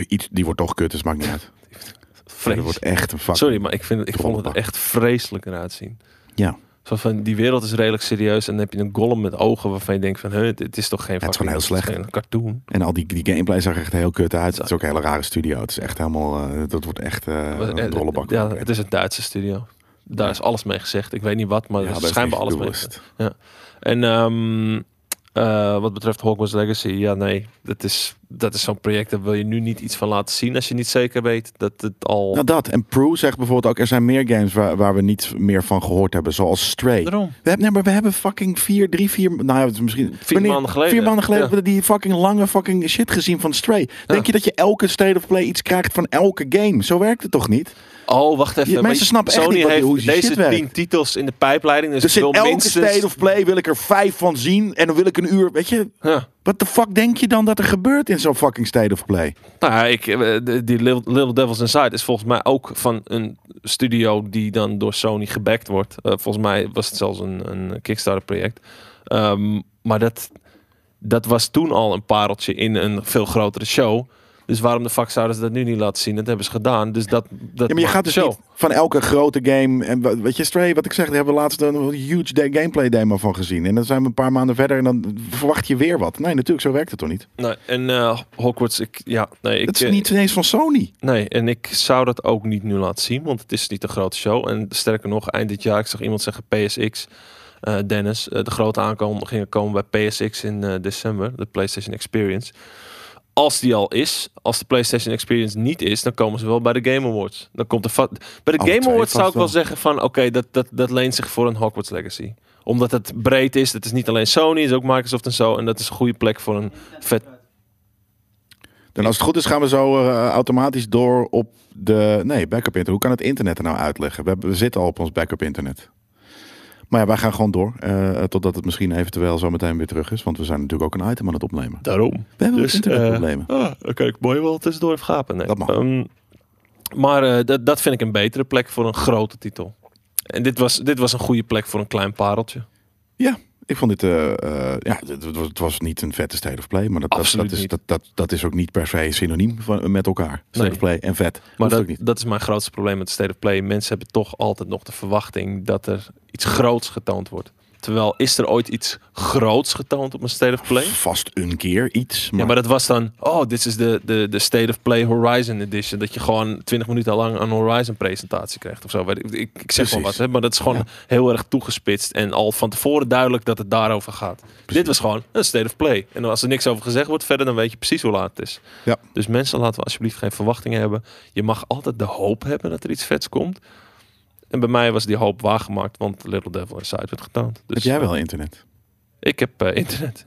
Speaker 1: iets die wordt toch kut, dus maakt niet uit. Dat
Speaker 2: Vreselijk.
Speaker 1: wordt echt een fuck.
Speaker 2: Sorry, maar ik, vind, ik vond het er
Speaker 1: Rollenbak.
Speaker 2: echt vreselijk eruit zien.
Speaker 1: Ja.
Speaker 2: Zo van, die wereld is redelijk serieus. En dan heb je een golem met ogen waarvan je denkt van... Huh, dit is toch geen
Speaker 1: het is
Speaker 2: fucking-
Speaker 1: gewoon heel
Speaker 2: dit is geen cartoon.
Speaker 1: En al die, die gameplay zag er echt heel kut uit. Het is ook een hele rare studio. Het is echt helemaal, eh, dat wordt echt eh
Speaker 2: Eh, eh,
Speaker 1: een rollenbak.
Speaker 2: Ja, het is een Duitse studio. Daar is alles mee gezegd. Ik weet niet wat, maar er
Speaker 1: Ja,
Speaker 2: is
Speaker 1: dat is
Speaker 2: schijnbaar
Speaker 1: niet
Speaker 2: alles mee
Speaker 1: bewust.
Speaker 2: gezegd. En ehm, eh, wat betreft Hogwarts Legacy, ja nee. Dat is, dat is zo'n project, daar wil je nu niet iets van laten zien... als je niet zeker weet dat het al...
Speaker 1: Nou dat, en Prue zegt bijvoorbeeld ook, er zijn meer games waar, waar we niet meer van gehoord hebben, zoals Stray.
Speaker 2: Daarom.
Speaker 1: We hebben, nee, maar we hebben fucking vier, drie, vier, nou ja, het is misschien...
Speaker 2: Vier maanden geleden.
Speaker 1: Vier maanden geleden
Speaker 2: Ja.
Speaker 1: hebben we die fucking lange fucking shit gezien van Stray. Denk je dat je elke State of Play iets krijgt van elke game? Zo werkt het toch niet?
Speaker 2: Oh, wacht even.
Speaker 1: Ja,
Speaker 2: maar
Speaker 1: mensen snappen echt
Speaker 2: Sony
Speaker 1: niet wat-
Speaker 2: heeft
Speaker 1: hoe die
Speaker 2: deze
Speaker 1: shit
Speaker 2: tien
Speaker 1: werkt.
Speaker 2: titels in de pijpleiding. Dus,
Speaker 1: Dus
Speaker 2: ik
Speaker 1: in
Speaker 2: wil
Speaker 1: elke
Speaker 2: minstens...
Speaker 1: State of Play wil ik er vijf van zien en dan wil ik een uur, weet je...
Speaker 2: Ja.
Speaker 1: Wat de fuck denk je dan dat er gebeurt in zo'n fucking State of Play?
Speaker 2: Nou, ja, ik, eh, de- die Little, Little Devils Inside is volgens mij ook van een studio die dan door Sony gebackt wordt. Eh, volgens mij was het zelfs een, een Kickstarter project. Ehm, maar dat, dat was toen al een pareltje in een veel grotere show. Dus waarom de fuck zouden ze dat nu niet laten zien? Dat hebben ze gedaan. Dus dat, dat
Speaker 1: Ja, maar je gaat dus
Speaker 2: zo.
Speaker 1: niet van elke grote game. En wa- weet je, Stray, wat ik zeg, daar hebben we laatst een huge de- gameplay demo van gezien. En dan zijn we een paar maanden verder en dan verwacht je weer wat. Nee, natuurlijk, zo werkt het toch niet?
Speaker 2: Nee, en eh, Hogwarts, ik, ja, nee, ik,
Speaker 1: Het
Speaker 2: eh,
Speaker 1: is niet ineens van Sony.
Speaker 2: Nee, en ik zou dat ook niet nu laten zien, want het is niet een grote show. En sterker nog, eind dit jaar, ik zag iemand zeggen PSX, eh, Dennis, eh, de grote aankondigingen komen bij PSX in eh, december, de PlayStation Experience. Als die al is, als de PlayStation Experience niet is, dan komen ze wel bij de Game Awards. Dan komt de va- bij de
Speaker 1: Alle
Speaker 2: Game
Speaker 1: twee
Speaker 2: Awards zou
Speaker 1: vast
Speaker 2: ik wel,
Speaker 1: wel.
Speaker 2: zeggen van, oké, dat, dat, dat leent zich voor een Hogwarts Legacy. Omdat het breed is, het is niet alleen Sony, het is ook Microsoft en zo. En dat is een goede plek voor een vet...
Speaker 1: En als het goed is, gaan we zo eh, automatisch door op de. Nee, backup internet. Hoe kan het internet er nou uitleggen? We, hebben- we zitten al op ons backup internet. Maar ja, wij gaan gewoon door. eh, totdat het misschien eventueel zo meteen weer terug is. Want we zijn natuurlijk ook een item aan het opnemen.
Speaker 2: Daarom.
Speaker 1: We hebben
Speaker 2: Dus,
Speaker 1: ook internetproblemen.
Speaker 2: Ah, dan kan ik mooi wel tussendoor even gapen. Nee.
Speaker 1: Dat mag.
Speaker 2: Ehm, maar eh, dat, dat vind ik een betere plek voor een grote titel. En dit was, dit was een goede plek voor een klein pareltje.
Speaker 1: Ik vond dit, eh, eh, ja, het, was- het was niet een vette state of play, maar dat, dat,
Speaker 2: Absoluut
Speaker 1: dat, is,
Speaker 2: niet.
Speaker 1: dat, dat, dat is ook niet per se synoniem van, met elkaar. State
Speaker 2: Nee.
Speaker 1: of play en vet.
Speaker 2: Maar
Speaker 1: Hoeft
Speaker 2: dat,
Speaker 1: ook niet.
Speaker 2: dat is mijn grootste probleem met State of Play. Mensen hebben toch altijd nog de verwachting dat er iets groots getoond wordt. Terwijl, is er ooit iets groots getoond op een State of Play?
Speaker 1: Vast een keer iets. Maar,
Speaker 2: Ja, maar dat was dan, oh, dit is de, de, de State of Play Horizon Edition. Dat je gewoon 20 minuten lang een Horizon presentatie krijgt of zo. Weet Ik, ik, ik zeg wel wat,
Speaker 1: Precies.
Speaker 2: hè, maar dat is gewoon
Speaker 1: Ja.
Speaker 2: heel erg toegespitst. En al van tevoren duidelijk dat het daarover gaat. Dit was gewoon een State of Play. En als er niks over gezegd wordt verder, dan weet je precies hoe laat het is.
Speaker 1: Ja.
Speaker 2: Dus mensen, laten we alsjeblieft geen verwachtingen hebben. Je mag altijd de hoop hebben dat er iets vets komt. En bij mij was die hoop waargemaakt, want Little Devil Inside werd getoond.
Speaker 1: heb
Speaker 2: Dus
Speaker 1: jij wel internet?
Speaker 2: Ik heb eh, internet.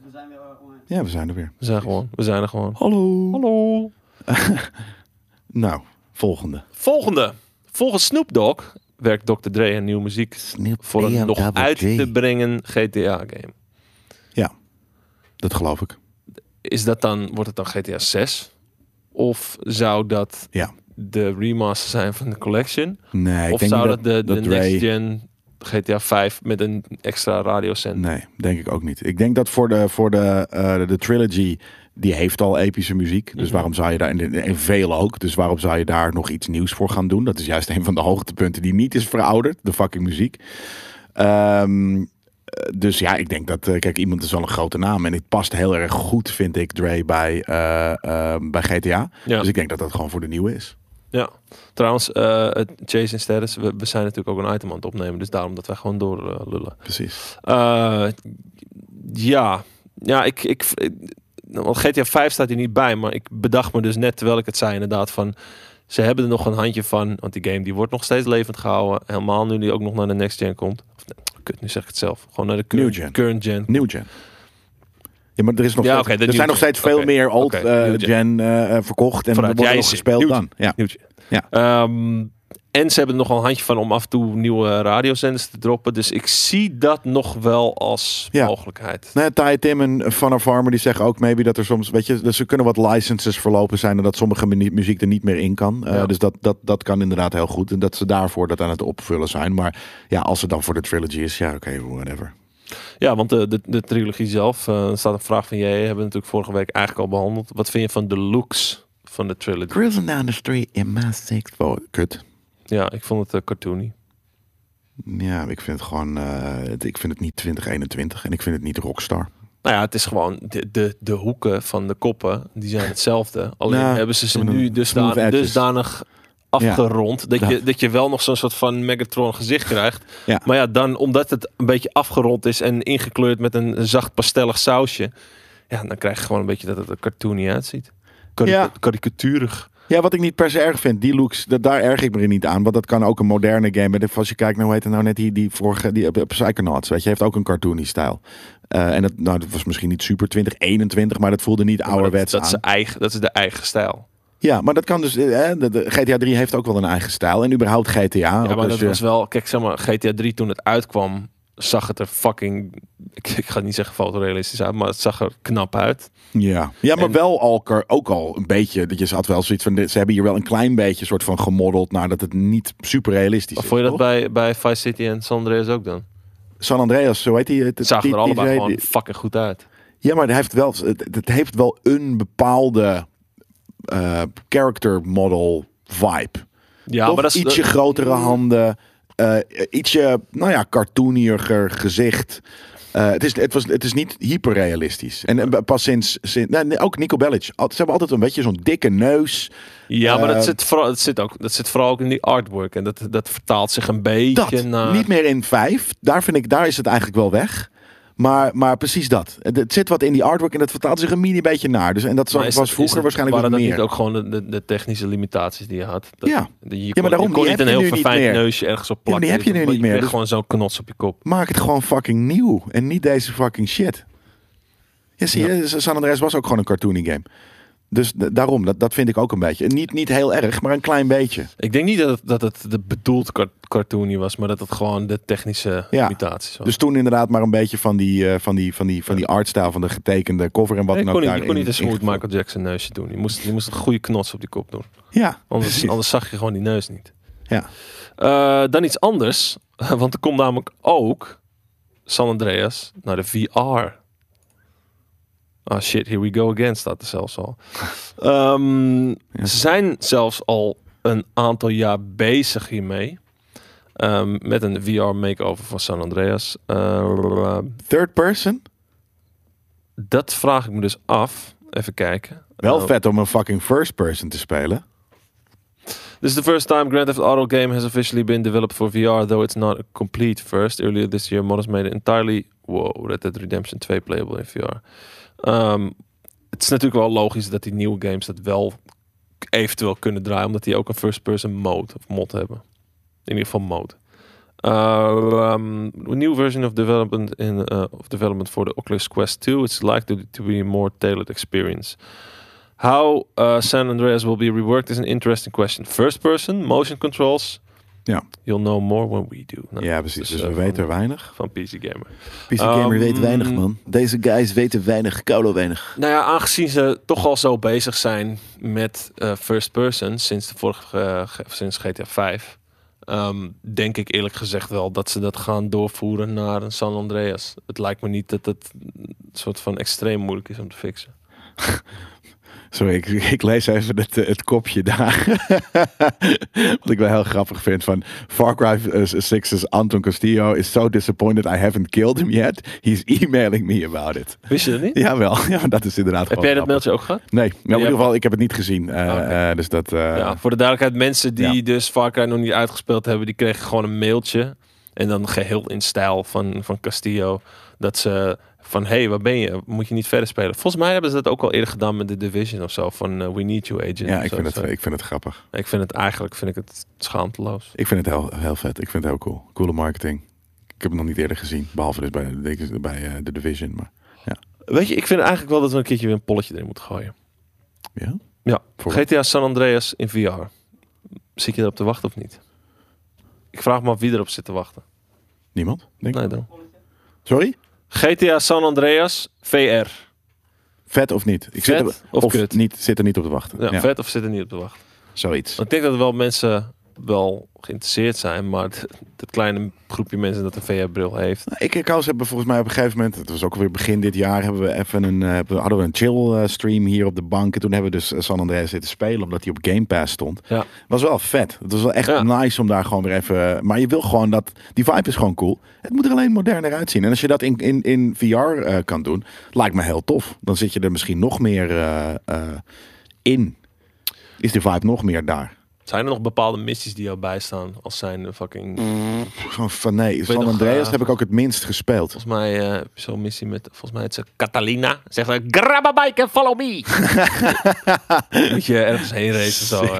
Speaker 1: Ja, we zijn er weer.
Speaker 2: We zijn, gewoon, we zijn er gewoon.
Speaker 1: Hallo.
Speaker 2: Hallo.
Speaker 1: Nou, volgende.
Speaker 2: Volgende. Volgens Snoop Dogg werkt Dr. Dre aan nieuwe muziek voor een nog uit te brengen GTA-game.
Speaker 1: Dat geloof ik.
Speaker 2: Is dat dan, wordt het dan GTA 6? Of zou dat
Speaker 1: Ja.
Speaker 2: de remaster zijn van de collection?
Speaker 1: Nee,
Speaker 2: of
Speaker 1: ik denk
Speaker 2: zou dat,
Speaker 1: niet
Speaker 2: de, de
Speaker 1: dat Dre-
Speaker 2: next gen GTA 5 met een extra radiocent?
Speaker 1: Nee, denk ik ook niet. Ik denk dat voor de, voor de, eh, de trilogy die heeft al epische muziek.
Speaker 2: Mhm.
Speaker 1: Dus waarom zou je daar, en, en veel ook, dus waarom zou je daar nog iets nieuws voor gaan doen? Dat is juist een van de hoogtepunten die niet is verouderd, de fucking muziek. Ehm, eh, dus ja, ik denk dat, eh, kijk, iemand is wel een grote naam. En het past heel erg goed, vind ik, Dre bij, eh, ehm, bij GTA.
Speaker 2: Ja.
Speaker 1: Dus ik denk dat dat gewoon voor de nieuwe is.
Speaker 2: Ja, trouwens, eh, het Chase en Status, we, we zijn natuurlijk ook een item aan het opnemen, dus daarom dat wij gewoon door eh, lullen.
Speaker 1: Precies.
Speaker 2: Eh, ja, ja ik, ik, ik- want GTA 5 staat hier niet bij, maar ik bedacht me dus net terwijl ik het zei inderdaad van, ze hebben er nog een handje van, want die game die wordt nog steeds levend gehouden, helemaal nu die ook nog naar de next gen komt. Of, nee, kut, nu zeg ik het zelf. Gewoon naar de current
Speaker 1: New gen.
Speaker 2: current gen.
Speaker 1: New gen. Ja, maar er, is nog
Speaker 2: Ja,
Speaker 1: steeds-
Speaker 2: oké, de
Speaker 1: er
Speaker 2: new
Speaker 1: zijn nog
Speaker 2: gen.
Speaker 1: steeds veel
Speaker 2: Oké,
Speaker 1: meer old
Speaker 2: oké,
Speaker 1: eh,
Speaker 2: new
Speaker 1: gen eh, eh, verkocht. En er
Speaker 2: Vanuit
Speaker 1: wordt
Speaker 2: jij
Speaker 1: nog
Speaker 2: zin.
Speaker 1: gespeeld
Speaker 2: New
Speaker 1: dan. Ja.
Speaker 2: Nieuwtje. Ehm, en ze hebben er nogal een handje van om af en toe nieuwe radiozenders te droppen. Dus ik zie dat nog wel als
Speaker 1: Ja.
Speaker 2: mogelijkheid.
Speaker 1: Nee, Eh, Ty Tim en Vanna Farmer die zeggen ook maybe dat er soms, weet je, dus er kunnen wat licenses verlopen zijn en dat sommige mu- muziek er niet meer in kan. Eh,
Speaker 2: Ja.
Speaker 1: Dus dat, dat, dat kan inderdaad heel goed en dat ze daarvoor dat aan het opvullen zijn. Maar ja, als het dan voor de trilogy is, ja oké, whatever.
Speaker 2: Ja, want de, de, de trilogie zelf, eh, er staat een vraag van jij, hebben we natuurlijk vorige week eigenlijk al behandeld. Wat vind je van de looks van de trilogie?
Speaker 1: Grills down the street in my sixth floor. Oh, Kut.
Speaker 2: Ja, ik vond het eh, cartoony.
Speaker 1: Ja, ik vind het gewoon, eh, het- ik vind het niet 2021 en ik vind het niet rockstar.
Speaker 2: Nou ja, het is gewoon de, de, de hoeken van de koppen, die zijn hetzelfde. Alleen
Speaker 1: Nou,
Speaker 2: hebben ze ze
Speaker 1: smooth-
Speaker 2: nu
Speaker 1: smooth
Speaker 2: dusdanig,
Speaker 1: edges.
Speaker 2: dusdanig afgerond. Dat, je, dat je wel nog zo'n soort van Megatron gezicht krijgt.
Speaker 1: Ja.
Speaker 2: Maar ja, dan omdat het een beetje afgerond is en ingekleurd met een zacht pastellig sausje. Ja, dan krijg je gewoon een beetje dat het er cartoony uitziet. Karik
Speaker 1: Ja.
Speaker 2: Karikaturig.
Speaker 1: Ja, wat ik niet per se erg vind, die looks, dat, daar erg ik me er niet aan. Want dat kan ook een moderne game. En Als je kijkt naar, hoe heet het nou net, die, die vorige, die eh, Psychonauts, weet je, heeft ook een cartoony stijl. Eh, en dat, nou, dat was misschien niet super 2021, maar dat voelde niet
Speaker 2: dat,
Speaker 1: ouderwets
Speaker 2: dat, is
Speaker 1: aan.
Speaker 2: eigen, dat is de eigen stijl.
Speaker 1: Ja, maar dat kan dus, eh, de, de GTA 3 heeft ook wel een eigen stijl. En überhaupt GTA. ook
Speaker 2: ja, maar
Speaker 1: als
Speaker 2: dat
Speaker 1: je-
Speaker 2: was wel... Kijk, zeg maar, GTA 3 toen het uitkwam, zag het er fucking... Ik, ik ga niet zeggen fotorealistisch uit, maar het zag er knap uit.
Speaker 1: ja. ja, maar
Speaker 2: En-
Speaker 1: wel al, ker- ook al een beetje, dat je had wel zoiets van, dit- ze hebben hier wel een klein beetje soort van gemodeld naar dat het niet super realistisch
Speaker 2: Of
Speaker 1: is.
Speaker 2: vond je dat
Speaker 1: toch?
Speaker 2: bij, bij Vice City en San Andreas ook dan?
Speaker 1: San Andreas, zo heet die. eh,
Speaker 2: Het zag
Speaker 1: die-
Speaker 2: er
Speaker 1: die-
Speaker 2: allemaal
Speaker 1: die-
Speaker 2: gewoon fucking goed uit.
Speaker 1: Ja, maar het heeft wel, het, het heeft wel een bepaalde eh, character model vibe.
Speaker 2: Ja,
Speaker 1: Toch ietsje grotere handen, eh, ietsje, nou ja, cartooniger gezicht. Eh, het, is, het, was, het is niet hyperrealistisch. En, eh, pas sinds, sinds nee, nee, ook Nico Bellic. Al- Ze hebben altijd een beetje zo'n dikke neus.
Speaker 2: Ja, maar
Speaker 1: eh,
Speaker 2: dat zit, vooral, dat, zit ook, dat zit vooral ook in die artwork. En dat, dat vertaalt zich een
Speaker 1: Dat,
Speaker 2: beetje naar...
Speaker 1: niet meer in vijf. Daar, vind ik, daar is het eigenlijk wel weg. Maar, maar precies dat. Het, het zit wat in die artwork en dat vertaalt zich een mini beetje naar. Dus, en dat
Speaker 2: Maar
Speaker 1: was
Speaker 2: is dat- is
Speaker 1: vroeger
Speaker 2: dat-
Speaker 1: waarschijnlijk wat
Speaker 2: Waren dat
Speaker 1: meer.
Speaker 2: niet ook gewoon de, de, de technische limitaties die je had? Dat-
Speaker 1: Ja.
Speaker 2: de- je kon,
Speaker 1: maar daarom,
Speaker 2: je kon
Speaker 1: die
Speaker 2: niet
Speaker 1: heb je
Speaker 2: een heel
Speaker 1: nu niet
Speaker 2: verfijnd
Speaker 1: meer.
Speaker 2: neusje ergens op
Speaker 1: Ja, maar
Speaker 2: plakken.
Speaker 1: die heb je nu
Speaker 2: Je
Speaker 1: niet meer,
Speaker 2: kreeg
Speaker 1: dus-
Speaker 2: gewoon zo'n knots op je kop.
Speaker 1: Maak het gewoon fucking nieuw. En niet deze fucking shit. Ja, zie je, San Andreas was ook gewoon een cartoony game. Dus d- daarom, dat, dat vind ik ook een beetje. Niet, niet heel erg, maar een klein beetje.
Speaker 2: Ik denk niet dat het, dat het de bedoeld car- cartoony was, maar dat het gewoon de technische
Speaker 1: Ja.
Speaker 2: limitaties was.
Speaker 1: Dus toen inderdaad maar een beetje van die, eh, van die, van die, van die artstyle, van de getekende cover en wat dan
Speaker 2: Nee, je
Speaker 1: ook
Speaker 2: kon niet, je kon
Speaker 1: daarin
Speaker 2: niet een smooth
Speaker 1: ingevoerd.
Speaker 2: Michael Jackson neusje doen. Je moest, je moest een goede knots op die kop doen.
Speaker 1: Ja,
Speaker 2: Anders,
Speaker 1: precies.
Speaker 2: anders zag je gewoon die neus niet.
Speaker 1: Ja.
Speaker 2: Eh, dan iets anders, want er komt namelijk ook San Andreas naar de VR. Ah shit, here we go again staat er zelfs al. Ehm, Ze zijn zelfs al een aantal jaar bezig hiermee. Ehm, met een VR makeover van San Andreas. Eh,
Speaker 1: Third person?
Speaker 2: dat vraag ik me dus af. Even kijken.
Speaker 1: Wel
Speaker 2: Eh,
Speaker 1: vet om een fucking first person te spelen.
Speaker 2: This is the first time Grand Theft Auto game has officially been developed for VR, though it's not a complete first. Earlier this year, Modus made it entirely wow, Red Dead Redemption 2 playable in VR. Ehm, het is natuurlijk wel logisch dat die nieuwe games dat wel eventueel kunnen draaien, omdat die ook een first-person mode of mod hebben. In ieder geval mode. Uh, um, a new version of development in uh, of development for the Oculus Quest 2. It's likely to be a more tailored experience. How uh, San Andreas will be reworked is an interesting question. First person, motion controls.
Speaker 1: Ja.
Speaker 2: You'll know more when we do. Nou,
Speaker 1: ja, precies. Dus
Speaker 2: eh,
Speaker 1: we
Speaker 2: van-
Speaker 1: weten weinig.
Speaker 2: Van PC Gamer.
Speaker 1: PC
Speaker 2: Gamer Ehm, weet weinig, man.
Speaker 1: Deze guys weten weinig, koude weinig.
Speaker 2: Nou ja, aangezien ze toch al zo bezig zijn met eh, first person sinds, de vorige, eh, ge- sinds GTA 5, ehm, denk ik eerlijk gezegd wel dat ze dat gaan doorvoeren naar een San Andreas. Het lijkt me niet dat het een soort van extreem moeilijk is om te fixen.
Speaker 1: Sorry, ik, ik lees even het, eh, het kopje daar. Wat ik wel heel grappig vind van Far Cry 6's Anton Castillo is so disappointed I haven't killed him yet. He's emailing me about it.
Speaker 2: Wist je dat niet?
Speaker 1: Jawel, ja, dat is inderdaad
Speaker 2: Heb
Speaker 1: gewoon
Speaker 2: jij dat
Speaker 1: grappig.
Speaker 2: mailtje ook gehad?
Speaker 1: Nee, maar in
Speaker 2: Ja. Ah,
Speaker 1: ieder geval, ik heb het niet gezien. Eh,
Speaker 2: Oké.
Speaker 1: eh, dus dat... eh,
Speaker 2: ja, voor de duidelijkheid, mensen die
Speaker 1: ja.
Speaker 2: dus Far Cry nog niet uitgespeeld hebben, die kregen gewoon een mailtje. En dan geheel in stijl van, van Castillo. Dat ze van, hé, hey, waar ben je? Moet je niet verder spelen? Volgens mij hebben ze dat ook al eerder gedaan met The Division of zo. Van, eh, we need you, agent.
Speaker 1: ja,
Speaker 2: of
Speaker 1: ik,
Speaker 2: zo.
Speaker 1: vind het,
Speaker 2: Zo.
Speaker 1: ik vind het grappig.
Speaker 2: Ik vind het eigenlijk vind ik het schaamteloos.
Speaker 1: Ik vind het heel, heel vet. Ik vind het heel cool. Coole marketing. Ik heb het nog niet eerder gezien. Behalve dus bij, bij eh, The Division. Maar,
Speaker 2: Weet je, ik vind eigenlijk wel dat we een keertje weer een polletje erin moeten gooien.
Speaker 1: ja.
Speaker 2: Ja,
Speaker 1: Voor-
Speaker 2: GTA San Andreas in VR. Zit je erop te wachten of niet? Ik vraag me af wie erop zit te wachten.
Speaker 1: Niemand? Denk ik.
Speaker 2: Nee, dan.
Speaker 1: Sorry?
Speaker 2: GTA San Andreas VR.
Speaker 1: Vet of niet? Ik
Speaker 2: Vet
Speaker 1: zit er,
Speaker 2: of kut?
Speaker 1: Niet, zit er niet op te wachten.
Speaker 2: Ja,
Speaker 1: Ja,
Speaker 2: Vet of zit er niet op te wachten?
Speaker 1: Zoiets.
Speaker 2: Want ik denk dat wel mensen wel geïnteresseerd zijn, maar het, het kleine groepje mensen dat een VR-bril heeft.
Speaker 1: Nou, Ik en Kous hebben volgens mij op een gegeven moment, het was ook alweer begin dit jaar, hebben we even een, eh, hebben- hadden we een chill eh, stream hier op de bank. En toen hebben we dus eh, San Andreas zitten spelen, omdat hij op Game Pass stond.
Speaker 2: Ja.
Speaker 1: Was wel vet. Het was wel echt
Speaker 2: Ja.
Speaker 1: nice om daar gewoon weer even... eh, Maar je wil gewoon dat... Die vibe is gewoon cool. Het moet er alleen moderner uitzien. En als je dat in, in, in VR eh, kan doen, lijkt me heel tof. Dan zit je er misschien nog meer eh, eh, in. Is de vibe nog meer daar?
Speaker 2: Zijn er nog bepaalde missies die jou bijstaan als zijn de fucking...
Speaker 1: Gewoon van nee, San
Speaker 2: nog,
Speaker 1: Andreas
Speaker 2: eh,
Speaker 1: heb ik ook het minst gespeeld.
Speaker 2: Volgens mij eh, heb je zo'n missie met, volgens mij heet ze Catalina. Zegt ze, grab a bike and follow me. Moet je ergens heen racen zo. eh.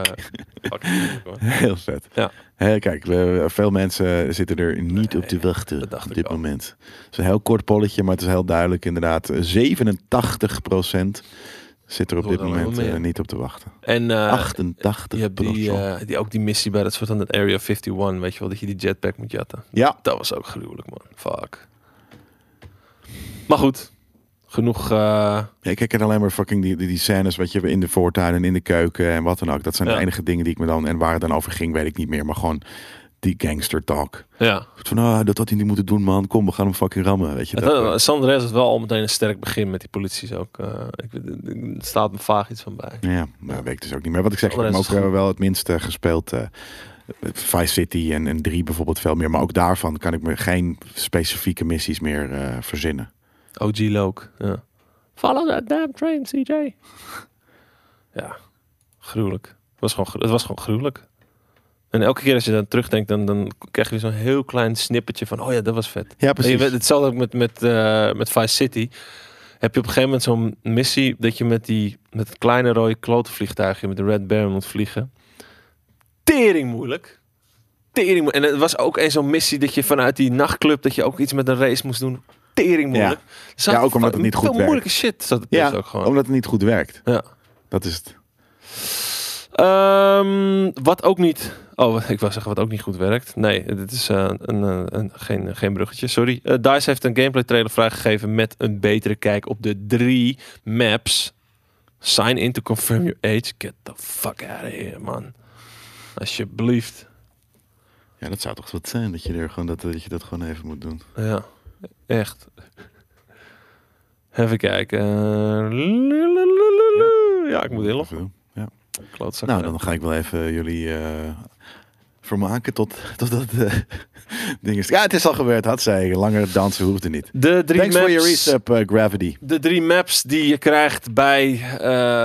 Speaker 2: Fucking moeilijk, hoor.
Speaker 1: Heel vet.
Speaker 2: Ja.
Speaker 1: Hè, kijk, we, veel mensen zitten er niet op te wachten
Speaker 2: dat dacht
Speaker 1: op
Speaker 2: ik
Speaker 1: dit
Speaker 2: al.
Speaker 1: moment. Het is een heel kort polletje, maar het is heel duidelijk inderdaad. 87% zit er op
Speaker 2: Door
Speaker 1: dit
Speaker 2: dan
Speaker 1: moment
Speaker 2: wel meer.
Speaker 1: eh, niet op te wachten.
Speaker 2: en eh
Speaker 1: 88%.
Speaker 2: je hebt die, eh, die, ook die missie bij dat soort van dat Area 51, weet je wel, dat je die jetpack moet jatten.
Speaker 1: ja,
Speaker 2: Dat was ook gruwelijk, man. Fuck. Maar goed, genoeg. eh,
Speaker 1: Ja, ik ken alleen maar fucking die, die, die scènes wat je in de voortuin en in de keuken en wat dan ook. Dat zijn
Speaker 2: Ja.
Speaker 1: de enige dingen die ik me dan en waar het dan over ging, weet ik niet meer. Maar gewoon die gangster talk.
Speaker 2: ja.
Speaker 1: Van, ah, dat had hij niet moeten doen, man. Kom, we gaan hem fucking rammen, weet je.
Speaker 2: Het,
Speaker 1: Dat,
Speaker 2: eh,
Speaker 1: eh,
Speaker 2: San is wel al meteen een sterk begin met die polities ook. eh. ik, weet- er staat me vaag iets van bij.
Speaker 1: Ja, maar weet ik dus ook niet meer. Wat ik zeg, ik
Speaker 2: Oh,
Speaker 1: heb
Speaker 2: dat
Speaker 1: hem ook
Speaker 2: is goed.
Speaker 1: wel het minste gespeeld. eh Vice City en, en 3 bijvoorbeeld veel meer. Maar ook daarvan kan ik me geen specifieke missies meer eh, verzinnen.
Speaker 2: OG Loke. Ja. Follow that damn train, CJ. ja, gruwelijk. Het was, gewoon, gru- het was gewoon gruwelijk. En elke keer als je dan terugdenkt, dan, dan krijg je weer zo'n heel klein snippertje van... Oh ja, dat was vet.
Speaker 1: Ja,
Speaker 2: En
Speaker 1: precies.
Speaker 2: Je weet, hetzelfde ook met, met, eh, met Vice City. Heb je op een gegeven moment zo'n missie dat je met, die, met het kleine rode klote vliegtuigje, met de Red Baron moet vliegen. Tering moeilijk. Tering moeilijk. En het was ook eens zo'n missie dat je vanuit die nachtclub, dat je ook iets met een race moest doen. Tering moeilijk. Zat
Speaker 1: Ja, ook omdat
Speaker 2: va-
Speaker 1: het niet goed
Speaker 2: veel
Speaker 1: werkt.
Speaker 2: moeilijke shit zat het
Speaker 1: ja,
Speaker 2: dus ook gewoon.
Speaker 1: omdat het niet goed werkt.
Speaker 2: Ja.
Speaker 1: Dat is het.
Speaker 2: Ehm, wat ook niet. Oh, wat- ik wou zeggen wat ook niet goed werkt. Nee, dit is eh, een, eh, een- geen, geen bruggetje. Sorry. Eh, DICE heeft een gameplay trailer vrijgegeven met een betere kijk op de drie maps. Sign in to confirm your age. Get the fuck out of here, man. Alsjeblieft.
Speaker 1: Ja, dat zou toch wat zijn dat je, er gewoon, dat, dat je dat gewoon even moet doen.
Speaker 2: Ja, echt. Even kijken. Eh, lululululu. Ja, ik moet
Speaker 1: Even
Speaker 2: inloggen.
Speaker 1: doen.
Speaker 2: Klootzak.
Speaker 1: Nou, dan ga ik wel even jullie eh, vermaken tot, tot dat eh, ding is. Ja, het is al gebeurd, had zij. Langer dansen hoefde niet.
Speaker 2: De drie
Speaker 1: Thanks
Speaker 2: maps.
Speaker 1: for your resub, eh, Gravity.
Speaker 2: De drie maps die je krijgt bij eh,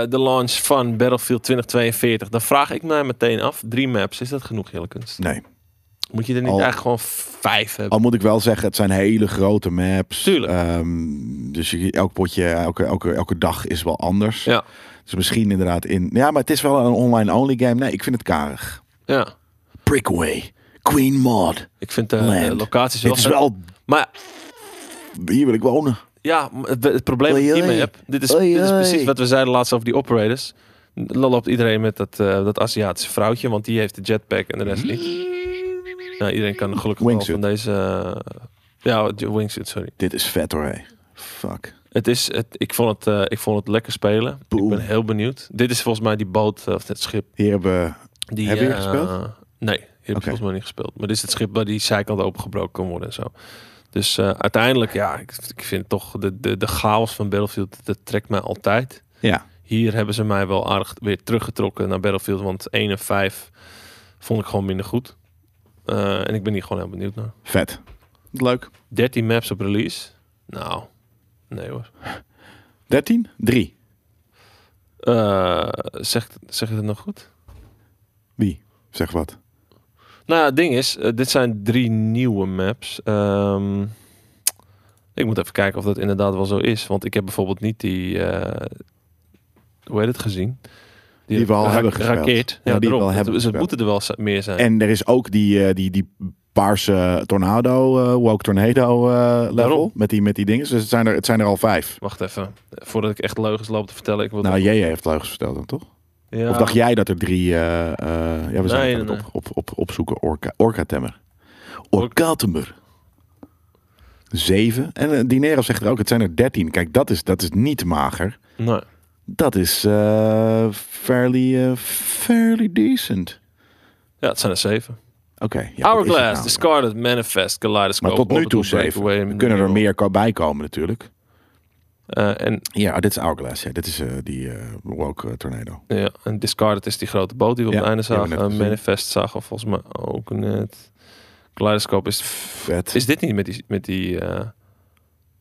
Speaker 2: de launch van Battlefield 2042. Dan vraag ik mij meteen af. Drie maps, is dat genoeg Hillekunst?
Speaker 1: Nee.
Speaker 2: Moet je er niet
Speaker 1: Al-
Speaker 2: eigenlijk gewoon vijf hebben?
Speaker 1: Al moet ik wel zeggen, het zijn hele grote maps.
Speaker 2: Tuurlijk.
Speaker 1: Ehm, dus je- elk potje, elke, elke, elke dag is wel anders.
Speaker 2: Ja.
Speaker 1: Dus misschien inderdaad in... Ja, maar het is wel een online-only game. Nee, ik vind het karig.
Speaker 2: ja.
Speaker 1: Brickway. Queen Mod.
Speaker 2: Ik vind de
Speaker 1: Land.
Speaker 2: eh, locaties wel...
Speaker 1: Dit is wel...
Speaker 2: Maar
Speaker 1: Hier wil ik wonen.
Speaker 2: ja, m- het, het probleem dat
Speaker 1: Oei,
Speaker 2: ik hiermee
Speaker 1: oei.
Speaker 2: heb... Dit is,
Speaker 1: Oei,
Speaker 2: dit is precies
Speaker 1: oei.
Speaker 2: wat we zeiden laatst over die operators. Dan loopt iedereen met dat, eh, dat Aziatische vrouwtje. Want die heeft de jetpack en de rest niet. Nou, iedereen kan gelukkig wel
Speaker 1: Wingsuit.
Speaker 2: van deze... eh, ja, de wingsuit, sorry.
Speaker 1: Dit is vet hoor, hé. Fuck.
Speaker 2: Het is, het, ik, vond het, eh, ik vond het lekker spelen.
Speaker 1: Boom.
Speaker 2: Ik ben heel benieuwd. Dit is volgens mij die boot, eh, of het schip.
Speaker 1: Hier hebben we...
Speaker 2: Die,
Speaker 1: Heb je hier
Speaker 2: eh,
Speaker 1: gespeeld?
Speaker 2: Nee, hier heb ik
Speaker 1: Oké.
Speaker 2: volgens mij niet gespeeld. Maar dit is het schip waar die zijkant opengebroken kan worden en zo. Dus eh, uiteindelijk, ja, ik, ik vind toch de, de, de chaos van Battlefield, dat trekt mij altijd.
Speaker 1: Ja.
Speaker 2: Hier hebben ze mij wel aardig weer teruggetrokken naar Battlefield. Want 1 en 5 vond ik gewoon minder goed. Eh, en ik ben hier gewoon heel benieuwd naar.
Speaker 1: Vet. Leuk.
Speaker 2: 13 maps op release. Nou, nee hoor.
Speaker 1: 13? 3.
Speaker 2: Eh, zegt, zeg ik het nog goed?
Speaker 1: Wie? Zeg wat.
Speaker 2: Nou ja, het ding is, eh, dit zijn drie nieuwe maps. Ehm, ik moet even kijken of dat inderdaad wel zo is. Want ik heb bijvoorbeeld niet die... eh, hoe heet het gezien?
Speaker 1: Die we al
Speaker 2: ra-
Speaker 1: hebben gespeeld.
Speaker 2: Rakeert.
Speaker 1: Ja, die
Speaker 2: Ja,
Speaker 1: we
Speaker 2: daarom.
Speaker 1: al hebben
Speaker 2: Ze
Speaker 1: gespeeld.
Speaker 2: moeten er wel z- meer zijn.
Speaker 1: En er is ook die, eh, die, die paarse tornado, eh, woke tornado eh, level.
Speaker 2: Waarom?
Speaker 1: Met die, met die dingen. Dus het zijn er, het zijn er al vijf.
Speaker 2: Wacht even. Voordat ik echt leugens loop te vertellen. Ik wil
Speaker 1: Nou,
Speaker 2: dat-
Speaker 1: jij heeft leugens verteld dan, toch?
Speaker 2: Ja.
Speaker 1: Of dacht jij dat er drie... eh, eh, ja, we zijn
Speaker 2: Nee,
Speaker 1: het
Speaker 2: nee,
Speaker 1: op, op, op, opzoeken. Orca, Orcatemmer. Orcatemmer. Zeven. En eh, Dinero zegt er ook, het zijn er dertien. Kijk, dat is, dat is niet mager.
Speaker 2: Nee.
Speaker 1: Dat is eh, fairly, eh, fairly decent.
Speaker 2: Ja, het zijn er zeven.
Speaker 1: Oké. ja, dat is het
Speaker 2: Hourglass,
Speaker 1: nou.
Speaker 2: Discarded, Manifest, Kaleidoscope.
Speaker 1: Maar tot nu toe
Speaker 2: Orbital
Speaker 1: zeven.
Speaker 2: Breakaway,
Speaker 1: Er kunnen er
Speaker 2: Neural.
Speaker 1: meer ko- bij komen natuurlijk.
Speaker 2: Eh, en,
Speaker 1: Ja, dit is Hourglass. Ja, dit is eh, die eh, woke eh, tornado.
Speaker 2: ja, en Discarded is die grote boot die we
Speaker 1: Ja,
Speaker 2: op het einde
Speaker 1: die hebben we
Speaker 2: zagen.
Speaker 1: net
Speaker 2: Eh,
Speaker 1: gezien.
Speaker 2: Manifest zagen we volgens mij ook net. Kaleidoscope is...
Speaker 1: Vet.
Speaker 2: Is dit niet met die... Met die eh,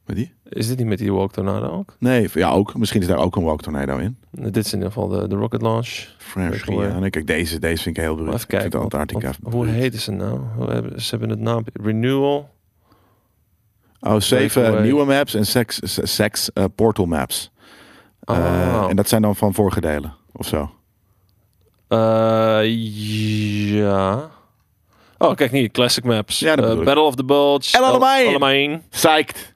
Speaker 1: Met die?
Speaker 2: is dit niet met die Walk Tornado ook?
Speaker 1: Nee, v- ja, ook. Misschien is daar ook een woke tornado in.
Speaker 2: Nee, dit is in ieder geval de, de Rocket Launch.
Speaker 1: French
Speaker 2: Breakaway.
Speaker 1: Guiana. Kijk, deze, deze vind ik heel
Speaker 2: Maar
Speaker 1: bruut.
Speaker 2: even
Speaker 1: Ik vind
Speaker 2: kijken. wat-
Speaker 1: Antarctica.
Speaker 2: wat- hoe
Speaker 1: bruut.
Speaker 2: heten ze nou? Hoe hebben, ze hebben het naam... Renewal.
Speaker 1: Oh, zeven
Speaker 2: Breakaway.
Speaker 1: nieuwe maps en seks, se- seks eh, portal maps.
Speaker 2: Oh,
Speaker 1: Eh,
Speaker 2: wauw.
Speaker 1: En dat zijn dan van vorige delen of zo.
Speaker 2: Eh, ja. Oh, kijk hier. Classic Maps.
Speaker 1: Ja, dat
Speaker 2: Eh,
Speaker 1: bedoel ik.
Speaker 2: Battle of the Bulge.
Speaker 1: El Alamein.
Speaker 2: El Alamein.
Speaker 1: Psyched.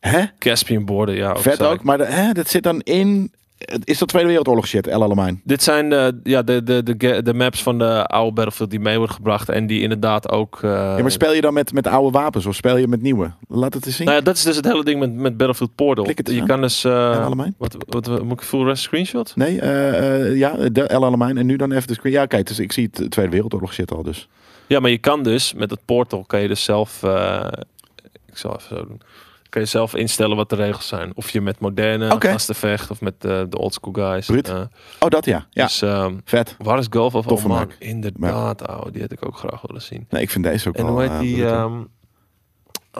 Speaker 1: Hè?
Speaker 2: Caspian Border, ja.
Speaker 1: Vet
Speaker 2: zei
Speaker 1: ook.
Speaker 2: ik.
Speaker 1: Maar de, hè, dat zit dan in... het- Is dat Tweede Wereldoorlog shit, El Alamein?
Speaker 2: Dit zijn de, ja, de, de, de, ge- de maps van de oude Battlefield die mee worden gebracht. En die inderdaad ook... eh,
Speaker 1: Ja, maar speel je dan met, met oude wapens of speel je met nieuwe? Laat het eens zien.
Speaker 2: nou ja, dat is dus het hele ding met, met Battlefield Portal.
Speaker 1: Klik het
Speaker 2: je
Speaker 1: aan.
Speaker 2: kan dus... eh,
Speaker 1: El Alamein?
Speaker 2: wat, wat, wat- moet ik full rest screenshot?
Speaker 1: Nee, eh, eh, ja, de El Alamein. En nu dan even de screen. Ja, oké, dus ik zie het Tweede Wereldoorlog shit al dus.
Speaker 2: Ja, maar je kan dus met het portal kan je dus zelf. eh, ik zal even zo doen. Kan je zelf instellen wat de regels zijn. Of je met moderne
Speaker 1: Oké.
Speaker 2: gasten vecht of met eh, de oldschool guys.
Speaker 1: Bruut.
Speaker 2: Eh,
Speaker 1: Oh, dat ja. Ja,
Speaker 2: Dus ehm,
Speaker 1: vet.
Speaker 2: waar is golf of
Speaker 1: Toffe
Speaker 2: oh, man,
Speaker 1: maak.
Speaker 2: Inderdaad, ouwe, die had ik ook graag willen zien.
Speaker 1: Nee, ik vind deze ook
Speaker 2: En
Speaker 1: wel...
Speaker 2: hoe heet
Speaker 1: eh,
Speaker 2: die?
Speaker 1: bruut, hoor.
Speaker 2: ehm,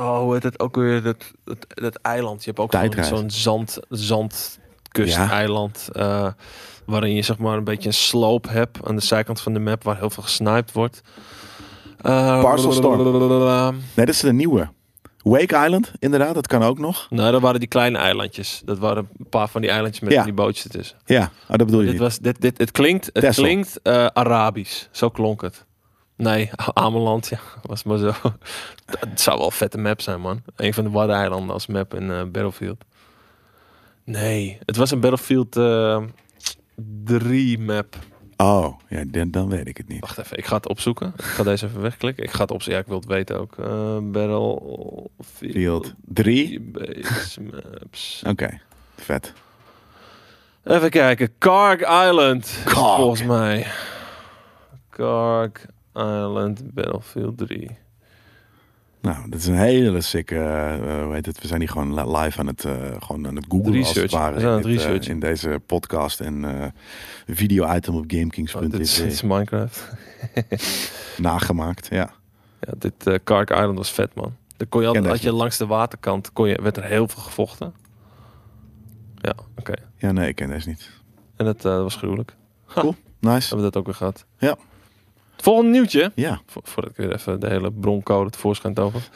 Speaker 2: oh, hoe heet het ook weer? Dat, dat, dat eiland. Je hebt ook zo'n-
Speaker 1: Tijdreis.
Speaker 2: zo'n zand, zandkusteiland. eh, waarin je zeg maar een beetje een sloop hebt aan de zijkant van de map waar heel veel gesniped wordt. Eh,
Speaker 1: Parcel Storm. Nee, dat is de nieuwe. Wake Island, inderdaad, dat kan ook nog.
Speaker 2: Nou, dat waren die kleine eilandjes. Dat waren een paar van die eilandjes met
Speaker 1: Ja.
Speaker 2: die bootjes ertussen.
Speaker 1: Ja, oh, dat bedoel je
Speaker 2: Dit
Speaker 1: niet.
Speaker 2: was, dit, dit, het klinkt, het
Speaker 1: Texel.
Speaker 2: klinkt eh, Arabisch. Zo klonk het. Nee, Ameland, ja, was maar zo. Het zou wel een vette map zijn, man. Een van de Waddeneilanden als map in eh, Battlefield. Nee, het was een Battlefield eh, 3 map.
Speaker 1: Oh, ja, dan, dan weet ik het niet.
Speaker 2: Wacht even, ik ga het opzoeken. Ik ga deze even wegklikken. Ik ga het opzoeken. Ja, ik wil het weten ook. Eh, Battlefield
Speaker 1: Field 3.
Speaker 2: 3 base maps.
Speaker 1: Oké, vet.
Speaker 2: Even kijken. Karg Island.
Speaker 1: Karg.
Speaker 2: Volgens mij. Karg Island Battlefield 3.
Speaker 1: Nou, dat is een hele sikke... eh, hoe heet het? We zijn hier gewoon li- live aan het, eh, gewoon aan het googlen als het
Speaker 2: Research.
Speaker 1: ware.
Speaker 2: We zijn aan
Speaker 1: in
Speaker 2: het
Speaker 1: dit, eh,
Speaker 2: researchen.
Speaker 1: in deze podcast en eh video-item op
Speaker 2: Oh, dit, is,
Speaker 1: gamekings.nl
Speaker 2: dit is Minecraft.
Speaker 1: eh, nagemaakt. Ja.
Speaker 2: Ja, dit eh Karg Island was vet, man. Daar kon je altijd,
Speaker 1: Ken
Speaker 2: als je
Speaker 1: deze.
Speaker 2: langs de waterkant kon je, werd er heel veel gevochten. Ja, oké.
Speaker 1: ja, nee, ik ken deze niet.
Speaker 2: En dat eh, was gruwelijk.
Speaker 1: Cool, nice.
Speaker 2: Hebben we dat ook weer gehad.
Speaker 1: Ja.
Speaker 2: Het volgende nieuwtje.
Speaker 1: Ja,
Speaker 2: Vo- voordat ik weer even de hele broncode tevoorschijn tover.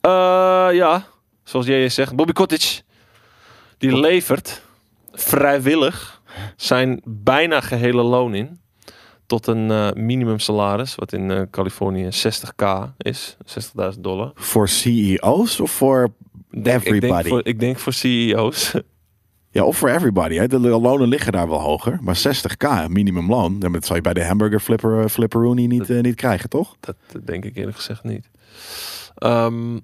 Speaker 2: Eh ja, zoals jij zegt, Bobby Cottage. Die levert vrijwillig zijn bijna gehele loon in. Tot een eh minimumsalaris, wat in eh, Californië 60k is. 60.000 dollar.
Speaker 1: voor CEO's of voor
Speaker 2: Ik denk
Speaker 1: everybody?
Speaker 2: voor, ik denk voor E CEO's.
Speaker 1: Ja, of voor everybody. Hè. De lonen liggen daar wel hoger. Maar 60k minimumloon, ja, maar dat zou je bij de hamburger flipper, eh, flipperoony niet, eh, niet krijgen, toch?
Speaker 2: Dat denk ik eerlijk gezegd niet. Ehm,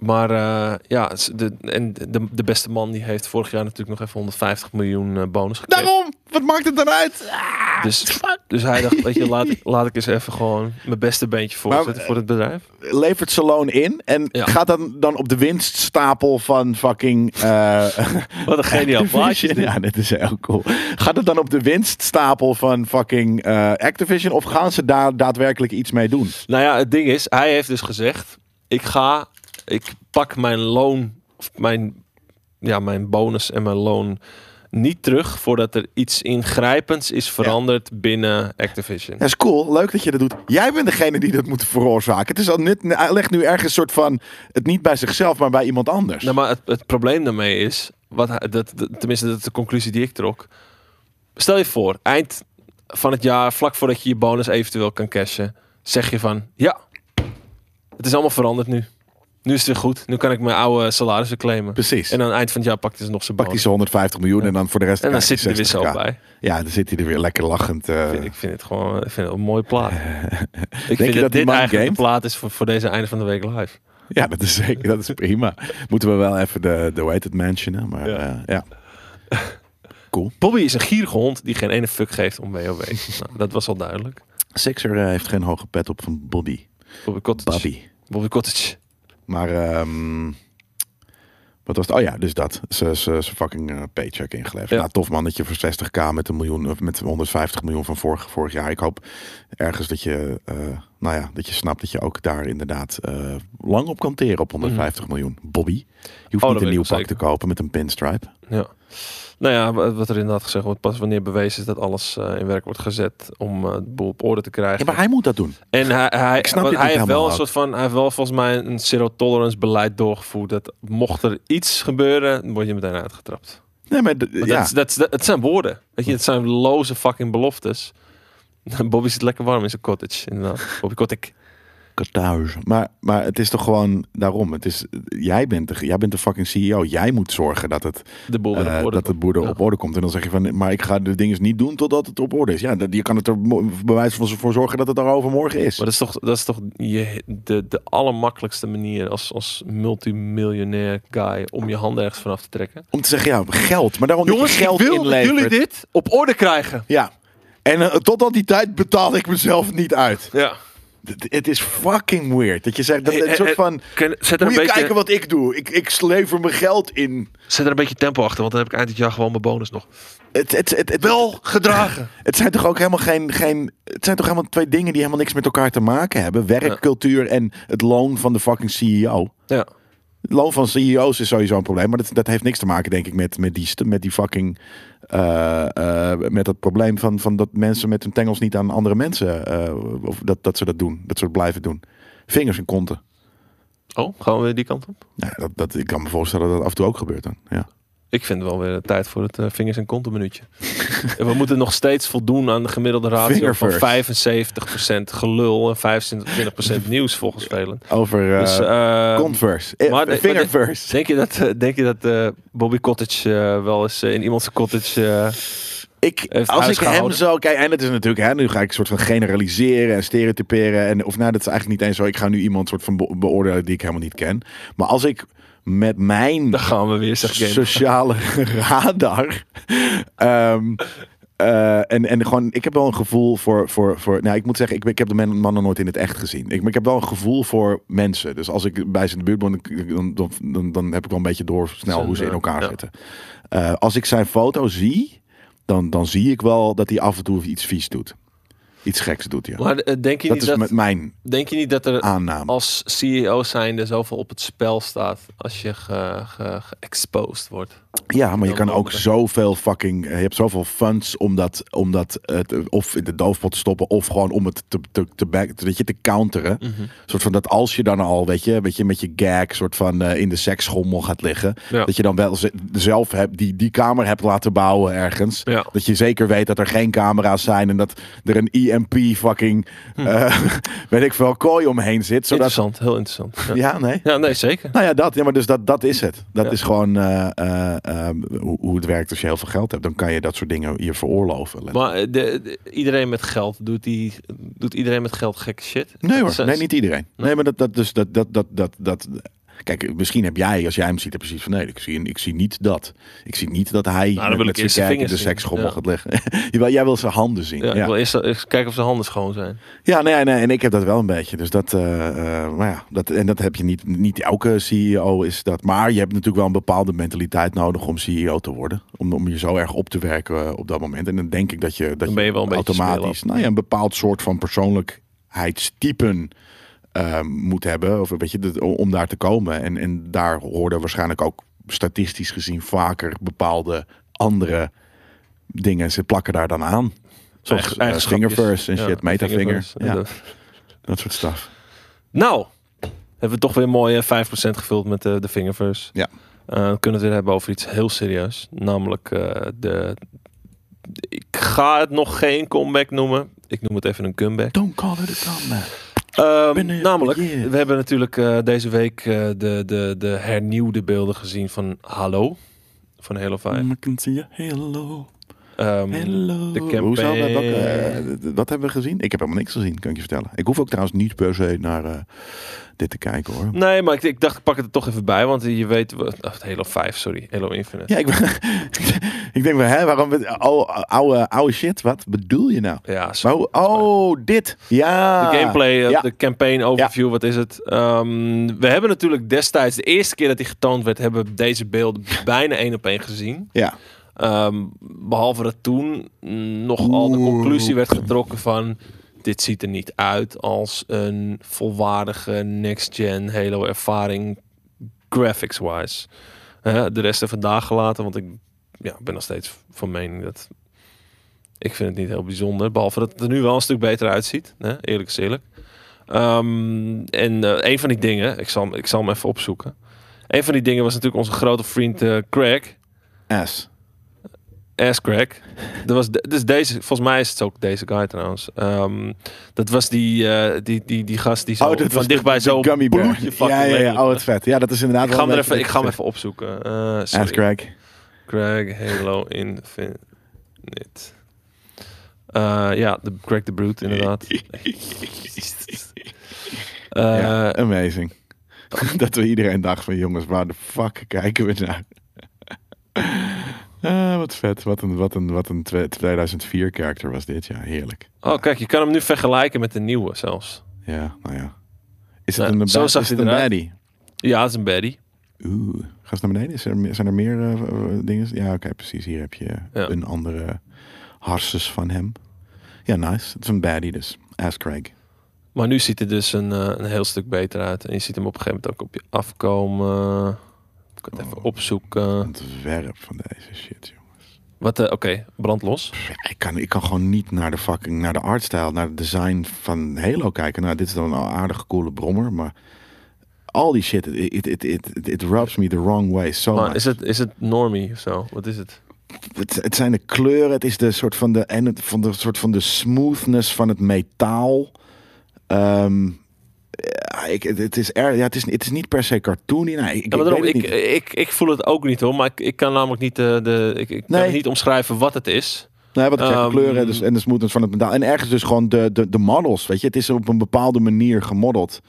Speaker 2: Maar eh, ja, het is de, en de, de beste man die heeft vorig jaar natuurlijk nog even 150 miljoen eh, bonus gekregen.
Speaker 1: Daarom! Wat maakt het dan uit? Ah,
Speaker 2: Dus, dus hij dacht, weet je, laat, laat ik eens even gewoon mijn beste beentje voorzetten
Speaker 1: eh,
Speaker 2: voor het bedrijf.
Speaker 1: Levert zijn loon in en
Speaker 2: Ja.
Speaker 1: gaat dan, dan op de winststapel van fucking... eh,
Speaker 2: Wat een geniaal
Speaker 1: Activision.
Speaker 2: plaatje. is dit.
Speaker 1: Ja, dit is heel cool. Gaat het dan op de winststapel van fucking eh, Activision of gaan ze daar daadwerkelijk iets mee doen?
Speaker 2: Nou ja, het ding is, hij heeft dus gezegd: ik ga, ik pak mijn loon, of mijn, ja, mijn bonus en mijn loon niet terug voordat er iets ingrijpends is veranderd binnen Activision.
Speaker 1: Dat is cool, leuk dat je dat doet. Jij bent degene die dat moet veroorzaken. Het is al net, hij legt nu ergens een soort van het niet bij zichzelf, maar bij iemand anders.
Speaker 2: Nou, maar het, het probleem daarmee is, wat hij- dat, dat- tenminste dat is de conclusie die ik trok. Stel je voor, eind van het jaar, vlak voordat je je bonus eventueel kan cashen, zeg je van, ja, het is allemaal veranderd nu. Nu is het weer goed. Nu kan ik mijn oude salaris weer claimen.
Speaker 1: Precies.
Speaker 2: En aan het eind van het jaar pakt hij ze nog zijn
Speaker 1: Pakt
Speaker 2: bonus.
Speaker 1: hij zo'n 150 miljoen en dan voor de rest.
Speaker 2: En dan
Speaker 1: krijgt
Speaker 2: zit hij
Speaker 1: hij
Speaker 2: er weer zo
Speaker 1: 60k.
Speaker 2: bij.
Speaker 1: Ja, dan zit hij er weer lekker lachend. eh.
Speaker 2: Ik vind het gewoon ik vind het een mooi plaat. ik vind
Speaker 1: je dat
Speaker 2: dat
Speaker 1: die
Speaker 2: dit
Speaker 1: man
Speaker 2: eigenlijk
Speaker 1: game-
Speaker 2: de plaat is voor, voor deze einde van de week live.
Speaker 1: Ja, dat is zeker. Dat is prima. Moeten we wel even de, de hoe heet het, mentionen. Maar
Speaker 2: Ja.
Speaker 1: eh, ja.
Speaker 2: Bobby is een gierige hond die geen ene fuck geeft om WoW. nou, dat was al duidelijk.
Speaker 1: Sixer eh, heeft geen hoge pet op van Bobby.
Speaker 2: Bobby Cottage.
Speaker 1: Bobby.
Speaker 2: Bobby Cottage.
Speaker 1: Maar ehm, wat was het? Oh ja, dus dat. Ze ze ze fucking eh, paycheck ingeleverd.
Speaker 2: Ja.
Speaker 1: Nou, tof mannetje voor 60k met een miljoen, of met 150 miljoen van vorig, vorig jaar. Ik hoop ergens dat je, eh, nou ja, dat je snapt dat je ook daar inderdaad eh, lang op kan teren op 150 miljoen. Bobby, je hoeft
Speaker 2: Mhm.
Speaker 1: niet
Speaker 2: Oh, dat weet
Speaker 1: een
Speaker 2: ik
Speaker 1: nieuw
Speaker 2: wel
Speaker 1: pak
Speaker 2: zeker.
Speaker 1: te kopen met een pinstripe.
Speaker 2: Ja. Nou ja, wa- wat er inderdaad gezegd wordt, pas wanneer bewezen is dat alles eh, in werk wordt gezet om eh het boel op orde te krijgen.
Speaker 1: Ja, maar hij moet dat doen.
Speaker 2: En hij, hij,
Speaker 1: Ik snap
Speaker 2: want
Speaker 1: dit
Speaker 2: hij
Speaker 1: niet
Speaker 2: heeft wel
Speaker 1: helemaal
Speaker 2: een soort van, hij heeft wel volgens mij een zero tolerance beleid doorgevoerd. Dat mocht er iets gebeuren, dan word je meteen uitgetrapt.
Speaker 1: Nee, maar d-
Speaker 2: Maar
Speaker 1: ja.
Speaker 2: dat, is- dat, is- dat- het zijn woorden. Weet je, het zijn loze fucking beloftes. Bobby zit lekker warm in zijn cottage. Inderdaad. Bobby Kotick.
Speaker 1: Thuis. Maar, maar het is toch gewoon daarom. Het is, jij, bent de, jij bent de fucking CEO. Jij moet zorgen dat het
Speaker 2: De boel weer op
Speaker 1: Eh,
Speaker 2: orde
Speaker 1: dat de
Speaker 2: komt.
Speaker 1: boerder
Speaker 2: Ja.
Speaker 1: op orde komt. En dan zeg je van, maar ik ga de dingen niet doen totdat het op orde is. Ja, dat- je kan het er mo- bij wijze van voor zorgen dat het er overmorgen is.
Speaker 2: Maar dat is toch, dat is toch je, de, de allermakkelijkste manier als, als multimiljonair guy om je handen ergens vanaf te trekken.
Speaker 1: Om te zeggen, ja, geld. Maar daarom moet
Speaker 2: Jongens,
Speaker 1: je geld
Speaker 2: ik wil dat
Speaker 1: inleveren.
Speaker 2: jullie dit op orde krijgen.
Speaker 1: Ja. En eh, totdat die tijd betaal ik mezelf niet uit.
Speaker 2: Ja.
Speaker 1: Het- Het is fucking weird. Dat je zegt, dat,
Speaker 2: Hey,
Speaker 1: een
Speaker 2: hey,
Speaker 1: soort
Speaker 2: hey,
Speaker 1: van...
Speaker 2: Ken- zet, er
Speaker 1: Moet
Speaker 2: een
Speaker 1: je kijken
Speaker 2: beetje,
Speaker 1: wat ik doe. Ik, ik lever mijn geld in.
Speaker 2: zet er een beetje tempo achter, want dan heb ik eind dit jaar gewoon mijn bonus nog.
Speaker 1: Het, het, het, het,
Speaker 2: Wel gedragen.
Speaker 1: Het zijn toch ook helemaal geen, geen. Het zijn toch helemaal twee dingen die helemaal niks met elkaar te maken hebben: werkcultuur en het loon van de fucking E CEO.
Speaker 2: Ja.
Speaker 1: Het loon van CEO's is sowieso een probleem, maar dat, dat heeft niks te maken, denk ik, met, met, die, st- met die fucking. eh, eh, met dat probleem van, van dat mensen met hun tengels niet aan andere mensen. eh, of dat, dat ze dat doen, dat ze het blijven doen. Vingers en konten.
Speaker 2: Oh, gaan we weer die kant op?
Speaker 1: Nou, dat, dat, ik kan me voorstellen dat dat af en toe ook gebeurt dan. Ja.
Speaker 2: Ik vind wel weer tijd voor het eh, vingers- en kontenminuutje. En we moeten nog steeds voldoen aan de gemiddelde ratio
Speaker 1: Finger
Speaker 2: van
Speaker 1: first.
Speaker 2: 75% gelul en 25% nieuws volgens velen.
Speaker 1: Over eh,
Speaker 2: Dus, eh,
Speaker 1: converse. Eh,
Speaker 2: maar de-
Speaker 1: Vingerverse.
Speaker 2: denk je dat, eh, denk je dat eh, Bobby Cottage eh, wel eens eh, in iemands cottage... eh,
Speaker 1: Ik,
Speaker 2: Heeft
Speaker 1: als ik
Speaker 2: huis
Speaker 1: hem
Speaker 2: gehouden.
Speaker 1: zo kijk, en het is natuurlijk, hè, nu ga ik een soort van generaliseren en stereotyperen. En, of nou, dat is eigenlijk niet eens zo. Ik ga nu iemand soort van be- beoordelen die ik helemaal niet ken. Maar als ik met mijn
Speaker 2: daar gaan we weer, zeg ik. even.
Speaker 1: sociale radar. ehm, eh, en, en gewoon, ik heb wel een gevoel voor. voor, voor nou, ik moet zeggen, ik, ben- ik heb de men- mannen nooit in het echt gezien. Ik, maar ik heb wel een gevoel voor mensen. Dus als ik bij ze in de buurt ben, dan, dan, dan, dan heb ik wel een beetje door snel
Speaker 2: Zijn,
Speaker 1: hoe ze in
Speaker 2: eh,
Speaker 1: elkaar
Speaker 2: ja.
Speaker 1: zitten. Eh, als ik zijn foto zie, dan, dan zie ik wel dat hij af en toe iets vies doet. Iets geks doet, ja.
Speaker 2: Maar eh, denk, je
Speaker 1: dat
Speaker 2: niet
Speaker 1: is
Speaker 2: dat,
Speaker 1: met mijn
Speaker 2: denk je niet dat er
Speaker 1: aanname.
Speaker 2: als CEO zijnde zoveel op het spel staat als je ge- ge- geëxposed wordt?
Speaker 1: Ja, maar je
Speaker 2: dan
Speaker 1: kan ook
Speaker 2: andere.
Speaker 1: zoveel fucking. eh, Je hebt zoveel funds om dat, om dat eh, te- of in de doofpot te stoppen. Of gewoon om het te, te, te, back- te- weet je, te counteren.
Speaker 2: Mhm.
Speaker 1: soort van dat als je dan al, weet je, weet je met je gag. soort van eh, in de sekschommel gaat liggen.
Speaker 2: Ja.
Speaker 1: Dat je dan wel ze- zelf hebt, die, die kamer hebt laten bouwen ergens.
Speaker 2: Ja.
Speaker 1: Dat je zeker weet dat er geen camera's zijn. En dat er een EMP fucking.
Speaker 2: Hm.
Speaker 1: eh, weet ik veel, kooi omheen zit. Zodat.
Speaker 2: Interessant, heel interessant. Ja,
Speaker 1: Ja, nee.
Speaker 2: ja nee, zeker.
Speaker 1: Nou ja, dat, ja maar dus dat, dat is het. Dat
Speaker 2: Ja.
Speaker 1: is gewoon eh, eh, ehm, hoe, hoe het werkt als je heel veel geld hebt. Dan kan je dat soort dingen je veroorloven.
Speaker 2: Maar eh, de, de- iedereen met geld doet, die, doet iedereen met geld gekke shit.
Speaker 1: nee hoor,
Speaker 2: Ze-
Speaker 1: nee, niet iedereen. Nee, maar dat, dat, dus, dat, dat, dat, dat, dat, Kijk, misschien heb jij, als jij hem ziet, er precies van nee, ik zie, ik zie niet dat. Ik zie niet dat hij
Speaker 2: Nou, dan
Speaker 1: met-
Speaker 2: wil
Speaker 1: met
Speaker 2: ik eerst
Speaker 1: zijn
Speaker 2: zijn
Speaker 1: kijker de
Speaker 2: vingers zien.
Speaker 1: seksgommel
Speaker 2: Ja.
Speaker 1: gaat leggen. Jawel, jij wil zijn handen zien.
Speaker 2: Ja,
Speaker 1: ja.
Speaker 2: Ik wil eerst, eerst kijken of zijn handen schoon zijn.
Speaker 1: Ja, nee, nee, en ik heb dat wel een beetje. Dus dat, eh, eh, maar ja, dat, en dat heb je niet, niet elke CEO is dat. Maar je hebt natuurlijk wel een bepaalde mentaliteit nodig om CEO te worden. Om, om je zo erg op te werken eh, op dat moment. En dan denk ik dat je, dat
Speaker 2: Dan ben je wel een beetje
Speaker 1: automatisch
Speaker 2: smeerlap.
Speaker 1: nou ja, een bepaald soort van persoonlijkheidstypen eh, moet hebben. Of weet je, dat, om daar te komen. En, en daar hoorden waarschijnlijk ook statistisch gezien vaker bepaalde andere dingen. Ze plakken daar dan aan. Zoals eh,
Speaker 2: Eigenschapjes.
Speaker 1: fingerverse en
Speaker 2: Ja,
Speaker 1: shit, metafinger.
Speaker 2: fingerverse.
Speaker 1: Ja.
Speaker 2: Dat-
Speaker 1: Dat soort staf.
Speaker 2: Nou, hebben we toch weer mooi eh, 5% gevuld met eh, de fingerverse.
Speaker 1: Ja.
Speaker 2: Eh, dan kunnen we het weer hebben over iets heel serieus. Namelijk eh, de... Ik ga het nog geen comeback noemen. Ik noem het even een comeback.
Speaker 1: Don't call it a comeback.
Speaker 2: Ehm,
Speaker 1: Ben er-
Speaker 2: namelijk,
Speaker 1: yeah.
Speaker 2: we hebben natuurlijk eh, deze week eh, de, de, de hernieuwde beelden gezien van Hallo. Van Halo 5.
Speaker 1: I can see you. Hello,
Speaker 2: Ehm,
Speaker 1: hello.
Speaker 2: de campaign.
Speaker 1: Hoezo? Wat, wat, eh, d- wat hebben we gezien? Ik heb helemaal niks gezien, kan ik je vertellen. Ik hoef ook trouwens niet per se naar eh, dit te kijken hoor.
Speaker 2: Nee, maar ik, ik dacht, ik pak het er toch even bij. Want je weet... wat- Of Halo 5, sorry. Halo Infinite.
Speaker 1: Ja, ik, ik denk wel, hè, waarom... Oh, oude, oude shit, wat bedoel je nou?
Speaker 2: Ja, zo.
Speaker 1: Maar hoe- oh, dit. Ja.
Speaker 2: De gameplay, eh,
Speaker 1: Ah. Ja.
Speaker 2: de campaign overview, wat is het? Ehm, we hebben natuurlijk destijds, de eerste keer dat die getoond werd, hebben we deze beelden bijna één op één gezien.
Speaker 1: Ja.
Speaker 2: Ehm, behalve dat toen nogal de
Speaker 1: Oeh.
Speaker 2: conclusie werd getrokken van... Dit ziet er niet uit als een volwaardige next-gen Halo ervaring graphics-wise. Eh, de rest even vandaag gelaten, want ik ja, ben nog steeds van mening dat... Ik vind het niet heel bijzonder, behalve dat het er nu wel een stuk beter uitziet. Hè? Eerlijk is eerlijk. Ehm, en eh, een van die dingen, ik zal, hem- ik zal hem even opzoeken. Een van die dingen was natuurlijk onze grote vriend eh, Craig.
Speaker 1: S.
Speaker 2: Asscrack. Dat was de- dus deze, volgens mij is het ook deze guy trouwens. Ehm, dat was die, eh, die, die, die gast die zo van
Speaker 1: Oh, was de-
Speaker 2: dichtbij
Speaker 1: de
Speaker 2: zo
Speaker 1: gummy bear.
Speaker 2: bloedje fucking
Speaker 1: Ja, ja,
Speaker 2: lelijk
Speaker 1: ja. Oh,
Speaker 2: was.
Speaker 1: het vet. Ja, dat is inderdaad
Speaker 2: Ik ga hem,
Speaker 1: wel
Speaker 2: er
Speaker 1: een
Speaker 2: even, ik
Speaker 1: beetje-
Speaker 2: ga hem even opzoeken. Eh sorry.
Speaker 1: Ass crack.
Speaker 2: Craig Halo Infinite. Eh, ja, de, Craig the Brute inderdaad. Eh,
Speaker 1: Ja, amazing. dat we iedereen dacht van jongens, waar de fuck kijken we naar? Ah, wat vet. Wat een, wat een, wat een twe- 2004 karakter was dit. Ja, heerlijk.
Speaker 2: Oh, kijk, je kan hem nu vergelijken met de nieuwe zelfs.
Speaker 1: Ja, nou ja. Is
Speaker 2: Nou,
Speaker 1: het een,
Speaker 2: zo
Speaker 1: ba- is
Speaker 2: zag
Speaker 1: het
Speaker 2: hij
Speaker 1: een
Speaker 2: eruit.
Speaker 1: baddie?
Speaker 2: Ja, het is een baddie.
Speaker 1: Oeh. Ga eens naar beneden. Is er me- zijn er meer eh, eh, dingen? Ja, oké, precies. Hier heb je
Speaker 2: Ja.
Speaker 1: een andere harses van hem. Ja, nice. Het is een baddie dus. Ass Craig.
Speaker 2: Maar nu ziet het dus een, eh, een heel stuk beter uit. En je ziet hem op een gegeven moment ook op je afkomen. Ik kan het even
Speaker 1: Oh.
Speaker 2: opzoeken.
Speaker 1: Ontwerp van deze shit, joh.
Speaker 2: Wat, eh, oké, brand los.
Speaker 1: Ik kan, ik kan gewoon niet naar de fucking, naar de artstyle, naar het design van Halo kijken. Nou, dit is dan een aardig coole brommer, maar al die shit, it, it, it, it, it rubs me the wrong way so
Speaker 2: maar
Speaker 1: much.
Speaker 2: is het, is het normie of zo? Wat is het?
Speaker 1: Het, het zijn de kleuren, het is de soort van de, en het, van de, soort van de smoothness van het metaal. Ehm, ja, ik, het, het is er, ja, het, is, het is niet per se cartoony. Nou, ik,
Speaker 2: Ja, maar
Speaker 1: ik
Speaker 2: daarom,
Speaker 1: weet
Speaker 2: ik,
Speaker 1: het
Speaker 2: ik,
Speaker 1: niet.
Speaker 2: ik, voel het ook niet hoor. Maar ik, ik kan namelijk niet, eh, de, ik, ik
Speaker 1: Nee.
Speaker 2: kan niet omschrijven wat het is.
Speaker 1: Nee, wat ik zeg, de
Speaker 2: Ehm,
Speaker 1: kleuren dus, en de smoothness van het metaal. En ergens dus gewoon de, de, de models, weet je. Het is op een bepaalde manier gemodeld.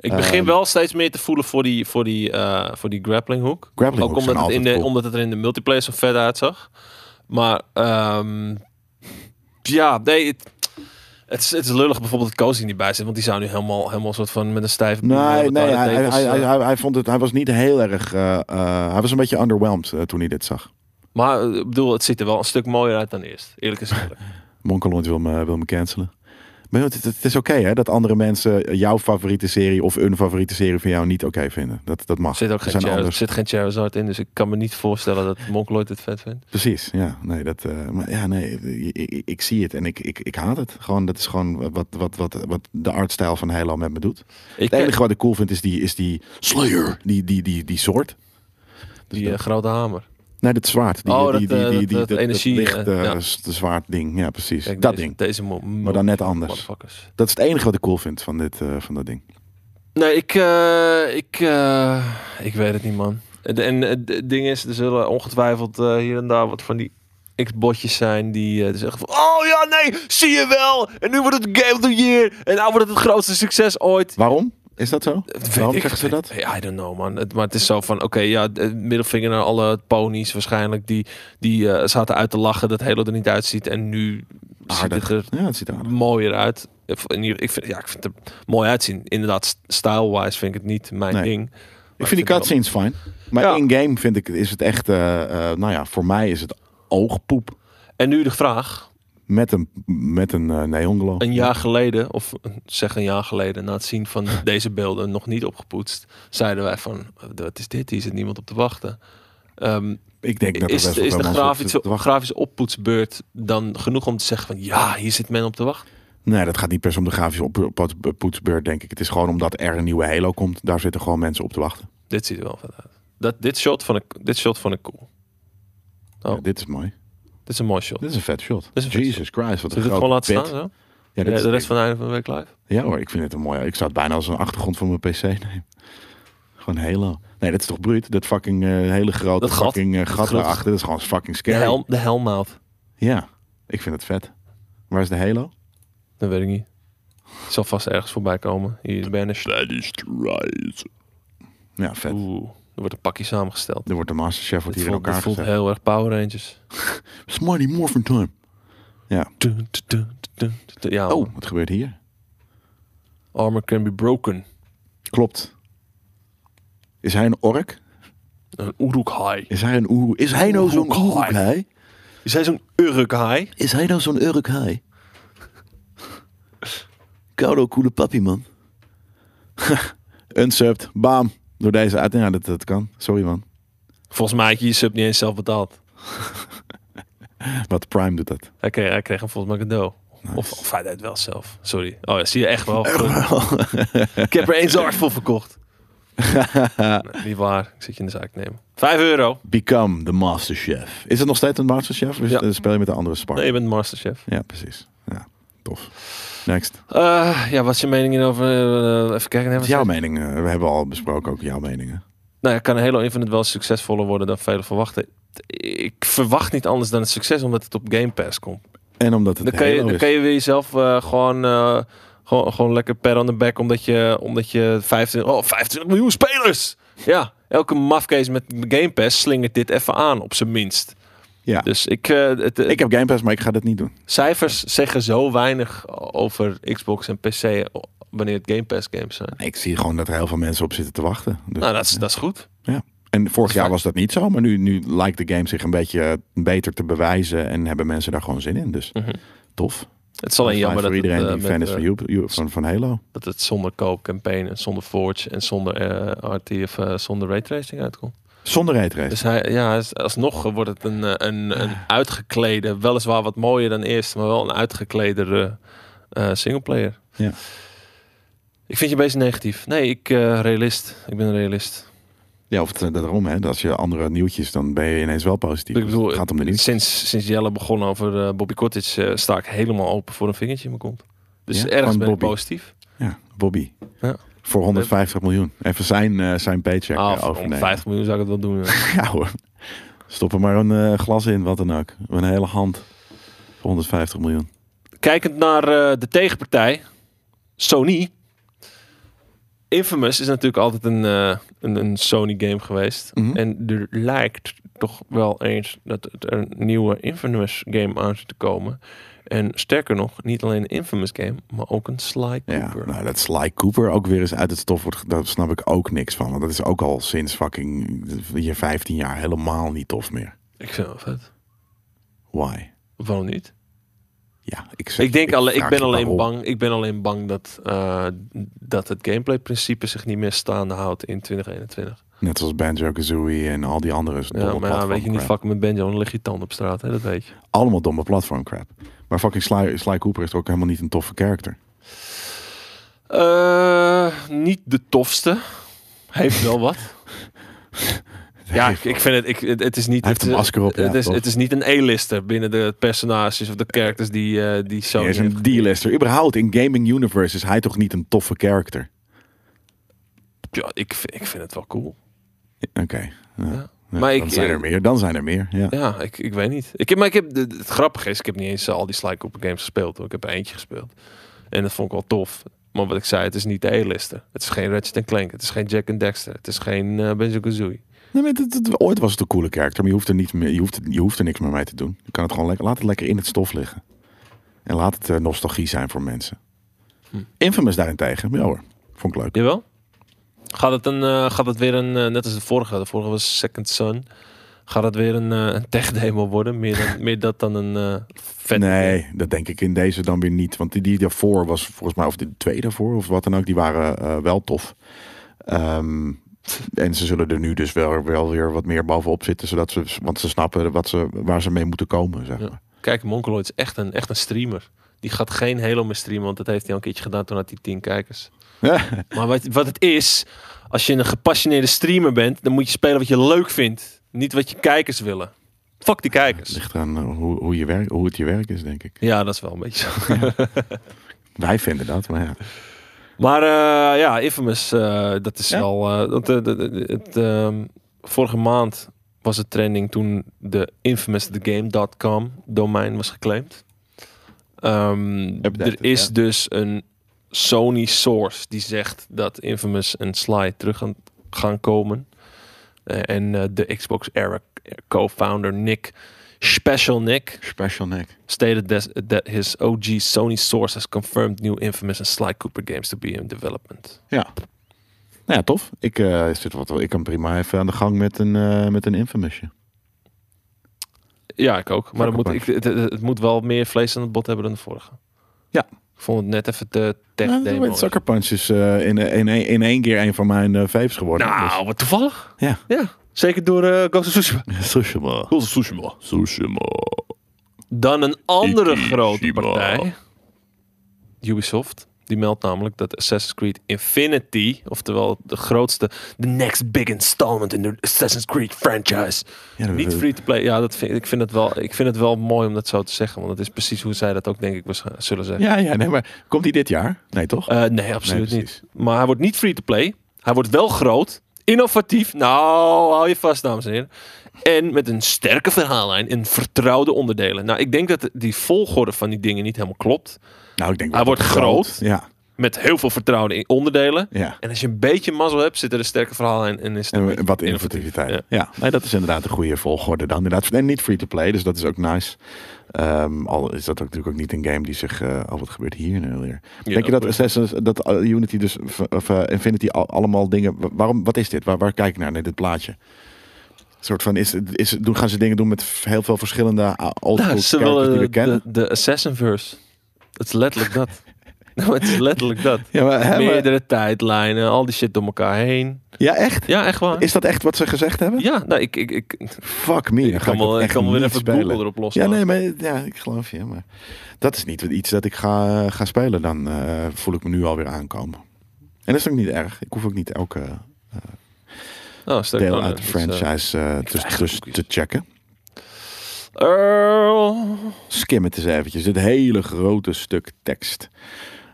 Speaker 2: Ik begin
Speaker 1: Ehm.
Speaker 2: wel steeds meer te voelen voor die, voor die, eh, voor die grappling hook.
Speaker 1: Grappling
Speaker 2: ook
Speaker 1: hooks zijn
Speaker 2: omdat het, in
Speaker 1: altijd
Speaker 2: de,
Speaker 1: cool.
Speaker 2: omdat het er in de multiplayer zo vet uitzag. Maar ehm, ja, nee, het, het, is, het is lullig bijvoorbeeld dat Koos er niet bij zit. Want die zou nu helemaal, helemaal soort van met een stijve...
Speaker 1: Nee,
Speaker 2: met
Speaker 1: nee
Speaker 2: harde
Speaker 1: hij, hij,
Speaker 2: tekels,
Speaker 1: hij,
Speaker 2: eh.
Speaker 1: hij, hij vond het, hij was niet heel erg. eh, eh, hij was een beetje underwhelmed eh, toen hij dit zag.
Speaker 2: Maar eh, ik bedoel, het ziet er wel een stuk mooier uit dan eerst. Eerlijk gezegd.
Speaker 1: Monkelond wil me, wil me cancelen. Maar het, het- het is oké hè, dat andere mensen jouw favoriete serie of een favoriete serie van jou niet oké vinden. Dat, dat
Speaker 2: Er
Speaker 1: mag.
Speaker 2: zit ook
Speaker 1: We
Speaker 2: geen,
Speaker 1: zijn
Speaker 2: Char- er
Speaker 1: anders.
Speaker 2: zit geen Charizard in, dus ik kan me niet voorstellen dat Monkeloid het vet vindt.
Speaker 1: Precies, ja. Nee, dat, eh, maar ja, nee, ik, ik, ik zie het en ik, ik, ik haat het. Gewoon, dat is gewoon wat, wat, wat, wat de artstijl van Halo met me doet.
Speaker 2: Ik
Speaker 1: Het enige wat ik cool vind is die, is die Slayer, die, die, die, die soort. Dus
Speaker 2: die eh,
Speaker 1: dat-
Speaker 2: grote hamer.
Speaker 1: Nee, dat zwaard. Die,
Speaker 2: Oh,
Speaker 1: die,
Speaker 2: dat,
Speaker 1: die,
Speaker 2: eh,
Speaker 1: die,
Speaker 2: dat-
Speaker 1: die-
Speaker 2: dat energie,
Speaker 1: licht,
Speaker 2: eh,
Speaker 1: eh,
Speaker 2: ja.
Speaker 1: s- de zwaard ding. Ja, precies.
Speaker 2: Kijk,
Speaker 1: dat
Speaker 2: deze,
Speaker 1: ding.
Speaker 2: Deze mo-
Speaker 1: Maar dan net anders.
Speaker 2: motherfuckers.
Speaker 1: Dat is het enige wat ik cool vind van, dit, eh, van dat ding.
Speaker 2: Nee, ik, eh, ik, eh, ik weet het niet, man. En- En eh, het ding is, er zullen ongetwijfeld eh, hier en daar wat van die X-botjes zijn die eh, zeggen van... Oh ja, nee, zie je wel! En nu wordt het Game of the Year! En nou wordt het het grootste succes ooit.
Speaker 1: Waarom? Is dat zo?
Speaker 2: Weet
Speaker 1: Waarom
Speaker 2: ik-
Speaker 1: zeggen ze dat?
Speaker 2: Hey, I don't know, man. Het, maar het is zo van, oké, ja, de middelvinger naar alle ponies waarschijnlijk. Die, die eh, zaten uit te lachen dat Halo er niet uitziet. En nu ziet
Speaker 1: Aardig.
Speaker 2: het
Speaker 1: Ja, Ah, dat ziet er aan.
Speaker 2: er mooier uit. Of in ieder- Ik vind, ja, ik vind het er mooi uitzien. Inderdaad, st- style-wise vind ik het niet mijn
Speaker 1: Nee.
Speaker 2: ding.
Speaker 1: Ik
Speaker 2: Maar
Speaker 1: vind die
Speaker 2: het wel-
Speaker 1: cutscenes fijn. Maar
Speaker 2: Ja.
Speaker 1: in-game vind ik, is het echt, eh, eh, nou ja, voor mij is het oogpoep.
Speaker 2: En nu de vraag.
Speaker 1: Met een, met een eh neonglow.
Speaker 2: Een jaar geleden, of zeg een jaar geleden, na het zien van deze beelden nog niet opgepoetst, zeiden wij van, wat is dit? Hier zit niemand op te wachten. Ehm,
Speaker 1: Ik denk dat er
Speaker 2: is,
Speaker 1: best wel
Speaker 2: is de
Speaker 1: veel mensen op
Speaker 2: grafische,
Speaker 1: zitten te wachten.
Speaker 2: grafische oppoetsbeurt dan genoeg om te zeggen van ja, hier zit men op te wachten?
Speaker 1: Nee, dat gaat niet per se om de grafische op, op- poetsbeurt, denk ik. Het is gewoon omdat er een nieuwe Halo komt. Daar zitten gewoon mensen op te wachten.
Speaker 2: Dit ziet er wel van uit. Dat, dit, shot vond ik, dit shot vond ik cool. Oh.
Speaker 1: Ja, dit is mooi.
Speaker 2: Dit is een mooi shot.
Speaker 1: Dit is een vet shot.
Speaker 2: is een vet
Speaker 1: Jesus Christ, wat
Speaker 2: Zullen we
Speaker 1: een
Speaker 2: dit
Speaker 1: grote
Speaker 2: gewoon laten
Speaker 1: pit.
Speaker 2: staan? Zo?
Speaker 1: Ja, dit
Speaker 2: Ja,
Speaker 1: is-
Speaker 2: de rest van het einde van de week live.
Speaker 1: ja hoor, ik vind het een mooie. Ik zou het bijna als een achtergrond van mijn pc nemen. Gewoon Halo. Nee, dat is toch bruut? Dat fucking eh, hele grote
Speaker 2: Dat gat.
Speaker 1: fucking eh, gat
Speaker 2: grote-
Speaker 1: daarachter. Dat is gewoon fucking
Speaker 2: De,
Speaker 1: scary.
Speaker 2: helm, de helmouth.
Speaker 1: Ja, ik vind het vet. Waar is de Halo?
Speaker 2: Dat weet ik niet. Het zal vast ergens voorbij komen. Hier is Banish.
Speaker 1: Ja, vet.
Speaker 2: Oeh, er wordt een pakje samengesteld.
Speaker 1: Er wordt de Masterchef wordt
Speaker 2: Dit
Speaker 1: hier in
Speaker 2: voelt, dit
Speaker 1: elkaar
Speaker 2: voelt
Speaker 1: gezet.
Speaker 2: heel erg Power Rangers.
Speaker 1: Smarty Morphin Time.
Speaker 2: Dun, dun, dun, dun, dun. Ja,
Speaker 1: Oh, wat gebeurt hier?
Speaker 2: armor can be broken.
Speaker 1: Klopt. Is hij een ork?
Speaker 2: Een Uruk-hai.
Speaker 1: Is hij een oer? Is hij nou zo'n
Speaker 2: Oeh,
Speaker 1: oerk hij?
Speaker 2: Is hij zo'n Uruk-hai?
Speaker 1: Is hij nou zo'n urk hij? Koude, coole papi, man. Unsubbed. Bam. Door deze uit. Ja, dat, dat kan. Sorry, man.
Speaker 2: Volgens mij had je je sub niet eens zelf betaald.
Speaker 1: Wat Prime doet dat.
Speaker 2: Hij kreeg, hij kreeg hem volgens mij cadeau. Of, of hij deed het wel zelf. Sorry. Oh ja, zie je echt wel. ik heb er één zorg voor verkocht. Nee, niet waar. Ik zit je in de zaak nemen. Vijf euro.
Speaker 1: Become the Masterchef. Is het nog steeds een Masterchef? Of is-
Speaker 2: Ja.
Speaker 1: eh, speel je met de andere spark?
Speaker 2: Nee, je bent masterchef.
Speaker 1: Ja, precies. Ja, tof. Next.
Speaker 2: Eh, ja, wat is je mening hierover? Eh, even kijken.
Speaker 1: Wat
Speaker 2: Nee,
Speaker 1: is jouw mening? eh, We hebben al besproken ook jouw meningen.
Speaker 2: Nou ja, kan Halo Infinite wel succesvoller worden dan velen verwachten? Ik verwacht niet anders dan het succes, omdat het op Game Pass komt.
Speaker 1: En omdat het
Speaker 2: Dan kan, je,
Speaker 1: Halo
Speaker 2: dan
Speaker 1: is. dus.
Speaker 2: kan je weer jezelf eh, gewoon, eh, gewoon, gewoon lekker per on the back. Omdat je, omdat je 25, oh, 25 miljoen spelers. Ja, elke mafcase met Game Pass slingert dit even aan, op zijn minst.
Speaker 1: Ja.
Speaker 2: Dus ik, eh, het,
Speaker 1: Ik heb Game Pass, maar ik ga dat niet doen.
Speaker 2: cijfers zeggen zo weinig over Xbox en PC wanneer het Game Pass games zijn.
Speaker 1: Ik zie gewoon dat er heel veel mensen op zitten te wachten. Dus-
Speaker 2: Nou, dat is, dat is goed.
Speaker 1: en vorig jaar
Speaker 2: fijn.
Speaker 1: was dat niet zo, maar nu, nu lijkt de game zich een beetje eh, beter te bewijzen en hebben mensen daar gewoon zin in. Dus
Speaker 2: Mhm.
Speaker 1: tof.
Speaker 2: Het is alleen
Speaker 1: Fijn
Speaker 2: jammer
Speaker 1: voor
Speaker 2: dat het,
Speaker 1: iedereen
Speaker 2: eh,
Speaker 1: die
Speaker 2: met,
Speaker 1: fan is
Speaker 2: eh,
Speaker 1: van, Joep- Joep- van, van Halo.
Speaker 2: dat het zonder co-campaign en zonder Forge en zonder eh RT of eh, zonder raytracing uitkomt.
Speaker 1: Zonder raytrace.
Speaker 2: Dus hij, ja, hij is- alsnog wordt het een, eh, een, een uitgeklede, weliswaar wat mooier dan eerst, maar wel een uitgeklede eh singleplayer.
Speaker 1: Ja.
Speaker 2: Ik vind je bezig negatief. Nee, ik eh, realist. Ik ben een realist.
Speaker 1: Ja, of het, eh, daarom hè. Als je andere nieuwtjes, dan ben je ineens wel positief.
Speaker 2: Ik bedoel,
Speaker 1: het gaat om de nieuws.
Speaker 2: Sinds, sinds Jelle begon over eh, Bobby Cottage eh, sta ik helemaal open voor een vingertje in mijn kont. Dus
Speaker 1: Ja,
Speaker 2: ergens
Speaker 1: van
Speaker 2: ben ik
Speaker 1: Bobby.
Speaker 2: positief.
Speaker 1: Ja, Bobby.
Speaker 2: Ja.
Speaker 1: Voor 150 miljoen. Even zijn, eh, zijn paycheck
Speaker 2: Ah,
Speaker 1: eh,
Speaker 2: voor
Speaker 1: overnemen.
Speaker 2: 150 miljoen zou ik het wel doen. ja.
Speaker 1: Ja hoor. Stop er maar een eh, glas in, wat dan ook. Een hele hand. Voor 150 miljoen.
Speaker 2: Kijkend naar eh, de tegenpartij, Sony. Infamous is natuurlijk altijd een, eh, een, een Sony game geweest.
Speaker 1: Mhm.
Speaker 2: En er lijkt toch wel eens dat er een nieuwe Infamous game aan zit te komen. En sterker nog, niet alleen een Infamous game, maar ook een Sly
Speaker 1: Ja,
Speaker 2: Cooper.
Speaker 1: nou dat Sly Cooper ook weer eens uit het stof wordt, ge- daar snap ik ook niks van. Want dat is ook al sinds fucking je 15 jaar helemaal niet tof meer.
Speaker 2: Ik vind het wel vet.
Speaker 1: Why?
Speaker 2: Waarom niet?
Speaker 1: Ja, ik, zeg,
Speaker 2: Ik, denk alleen, ik,
Speaker 1: vraag
Speaker 2: ben
Speaker 1: je
Speaker 2: alleen
Speaker 1: waarom.
Speaker 2: bang, ik ben alleen bang dat, eh, dat het gameplayprincipe zich niet meer staande houdt in 2021.
Speaker 1: Net zoals Banjo-Kazooie en al die andere
Speaker 2: Ja,
Speaker 1: domme
Speaker 2: maar ja, weet je niet
Speaker 1: platformcrap.
Speaker 2: fucking met Benjo, dan lig je tanden op straat, hè? dat weet je.
Speaker 1: Allemaal domme platform crap. Maar fucking Sly, Sly Cooper is toch ook helemaal niet een toffe karakter.
Speaker 2: Eh, niet de tofste. Heeft wel wat. ja, ik, ik vind het, ik, het, het is niet...
Speaker 1: Hij heeft
Speaker 2: het, eh,
Speaker 1: een masker op, ja,
Speaker 2: het, is,
Speaker 1: tof.
Speaker 2: het is niet een E-lister binnen de personages of de characters die, eh, die Sony
Speaker 1: Hij is een
Speaker 2: heeft.
Speaker 1: D-lister. Überhaupt, in gaming universe is hij toch niet een toffe karakter?
Speaker 2: Ja, ik, vind- ik vind het wel cool.
Speaker 1: Oké. Ja.
Speaker 2: Ja.
Speaker 1: Ja,
Speaker 2: Maar
Speaker 1: dan
Speaker 2: ik-
Speaker 1: zijn er meer. Dan zijn er meer. Ja.
Speaker 2: Ja, ik, ik weet niet. Ik heb, maar ik heb, de- de- het grappige is, ik heb niet eens eh, al die Sly Cooper games gespeeld. Hoor. Ik heb er eentje gespeeld. En dat vond ik wel tof. Maar wat ik zei, het is niet de E-lister. Het is geen Ratchet Clank. Het is geen Jack and Dexter. Het is geen eh Banjo-Kazooie.
Speaker 1: Nee, maar dit- dit- ooit was het een coole karakter, maar je hoeft, er niet meer, je, hoeft, je hoeft er niks meer mee te doen. Je kan het gewoon lekker, laat het lekker in het stof liggen. En laat het eh, nostalgie zijn voor mensen.
Speaker 2: Hm.
Speaker 1: Infamous daarentegen, ja hoor, vond ik leuk.
Speaker 2: Jawel? Gaat het, een, eh, gaat het weer een, eh, net als de vorige, de vorige was Second Son. Gaat het weer een, eh, een tech demo worden? Meer, dan, meer dat dan een eh vet.
Speaker 1: nee, dat denk ik in deze dan weer niet. Want die, die daarvoor was volgens mij, of de twee daarvoor, of wat dan ook, die waren eh, wel tof. Ehm, en ze zullen er nu dus wel, wel weer wat meer bovenop zitten, zodat ze, want ze snappen wat ze, waar ze mee moeten komen. Zeg
Speaker 2: Ja.
Speaker 1: maar.
Speaker 2: Kijk, Monkeloid is echt een, echt een streamer. Die gaat geen Halo meer streamen, want dat heeft hij al een keertje gedaan. Toen had hij 10 kijkers. Maar wat, wat het is, als je een gepassioneerde streamer bent, dan moet je spelen wat je leuk vindt. Niet wat je kijkers willen. Fuck die kijkers.
Speaker 1: ligt eraan eh, hoe, hoe, je werk, hoe het je werk is, denk ik.
Speaker 2: Ja, dat is wel een beetje zo.
Speaker 1: Wij vinden dat, maar ja.
Speaker 2: Maar eh, ja, Infamous, eh, dat is
Speaker 1: Ja.
Speaker 2: wel... eh, dat, eh, dat- dat- het, ehm, vorige maand was het trending toen de infamousthegame.com domein was geclaimd. Ehm,
Speaker 1: Updated,
Speaker 2: er is
Speaker 1: ja.
Speaker 2: dus een Sony source die zegt dat Infamous en Sly terug gaan, gaan komen. Eh, en eh, de Xbox era eh, co-founder Nick, Special Nick,
Speaker 1: Special neck.
Speaker 2: stated this, that his OG Sony source has confirmed new Infamous and Sly Cooper games to be in development.
Speaker 1: Ja. Nou ja, tof. Ik, eh, zit wat, ik kan prima even aan de gang met een, eh, met een infamousje.
Speaker 2: Ja, ik ook. Maar dat moet, ik,
Speaker 1: Vakkenpakje.
Speaker 2: het, het- het moet wel meer vlees aan het bot hebben dan de vorige.
Speaker 1: Ja.
Speaker 2: Ik vond het net even te tech
Speaker 1: Nou,
Speaker 2: demo.
Speaker 1: weet, Sucker Punch is eh, in, in, in, in één keer een van mijn eh, faves geworden.
Speaker 2: Nou, wat toevallig.
Speaker 1: Ja.
Speaker 2: ja. Zeker door eh Ghost of Tsushima.
Speaker 1: Dus. Sushima.
Speaker 2: Ghost of Tsushima.
Speaker 1: Sushima.
Speaker 2: Dan een andere
Speaker 1: Ikishima.
Speaker 2: grote partij. Ubisoft. Die meldt namelijk dat Assassin's Creed Infinity, oftewel de grootste, the next big installment in the Assassin's Creed franchise,
Speaker 1: Ja, dat-
Speaker 2: Niet free to play. Ja, dat vind, ik, vind het wel, ik vind het wel mooi om dat zo te zeggen. Want dat is precies hoe zij dat ook, denk ik, waarsch- zullen zeggen.
Speaker 1: ja, ja, nee, maar komt die dit jaar? Nee, toch?
Speaker 2: Eh, nee, absoluut
Speaker 1: Nee,
Speaker 2: niet.
Speaker 1: precies.
Speaker 2: Maar hij wordt niet free to play. Hij wordt wel groot, innovatief. Nou, hou je vast, dames en heren. En met een sterke verhaallijn en vertrouwde onderdelen. Nou, ik denk dat die volgorde van die dingen niet helemaal klopt.
Speaker 1: nou, ik denk
Speaker 2: hij
Speaker 1: wel
Speaker 2: wordt groot.
Speaker 1: Ja,
Speaker 2: Met heel veel vertrouwde in- onderdelen.
Speaker 1: ja.
Speaker 2: En als je een beetje mazzel hebt, zit er een sterke verhaallijn en is het een
Speaker 1: En
Speaker 2: beetje
Speaker 1: wat
Speaker 2: innovatief.
Speaker 1: innovativiteit.
Speaker 2: Ja.
Speaker 1: Ja, Nee, dat is inderdaad een goede volgorde dan. Inderdaad. En niet free-to-play, dus dat is ook nice. Ehm, al is dat ook natuurlijk ook niet een game die zich... eh al wat gebeurt hier nu alweer?
Speaker 2: Ja,
Speaker 1: Denk je dat
Speaker 2: dat-
Speaker 1: Assassin's, dat eh, Unity dus, of, of, eh, Infinity al- allemaal dingen... wa- Waarom, wat is dit? Waar, waar kijk ik naar? Nee, dit plaatje. Een soort van, is, is, doen, gaan ze dingen doen met f- heel veel verschillende eh, old
Speaker 2: Nou,
Speaker 1: school
Speaker 2: ze
Speaker 1: characters die we
Speaker 2: willen
Speaker 1: kennen?
Speaker 2: de, de Assassin-verse. Het is letterlijk dat. nou, het is letterlijk dat.
Speaker 1: Ja, maar, hè, maar-
Speaker 2: Meerdere tijdlijnen, al die shit door elkaar heen.
Speaker 1: ja, echt?
Speaker 2: Ja, echt waar.
Speaker 1: Is dat echt wat ze gezegd hebben?
Speaker 2: Ja, nou, ik, ik, ik,
Speaker 1: Fuck me, dan
Speaker 2: ik
Speaker 1: ga
Speaker 2: kan
Speaker 1: ik
Speaker 2: wel,
Speaker 1: het
Speaker 2: ik
Speaker 1: echt
Speaker 2: kan wel weer
Speaker 1: niet
Speaker 2: even
Speaker 1: spelen.
Speaker 2: Google erop lossen.
Speaker 1: Ja, nee, maar ja, ik geloof je. Maar dat is niet iets dat ik ga, ga spelen. Dan eh, voel ik me nu alweer aankomen. En dat is ook niet erg. Ik hoef ook niet elke
Speaker 2: Oh, sterk
Speaker 1: deel
Speaker 2: dan,
Speaker 1: uit de
Speaker 2: dus, eh,
Speaker 1: franchise eh, te, te,
Speaker 2: krijg cookies.
Speaker 1: te checken.
Speaker 2: Earl.
Speaker 1: Skim het eens eventjes. Dit hele grote stuk tekst.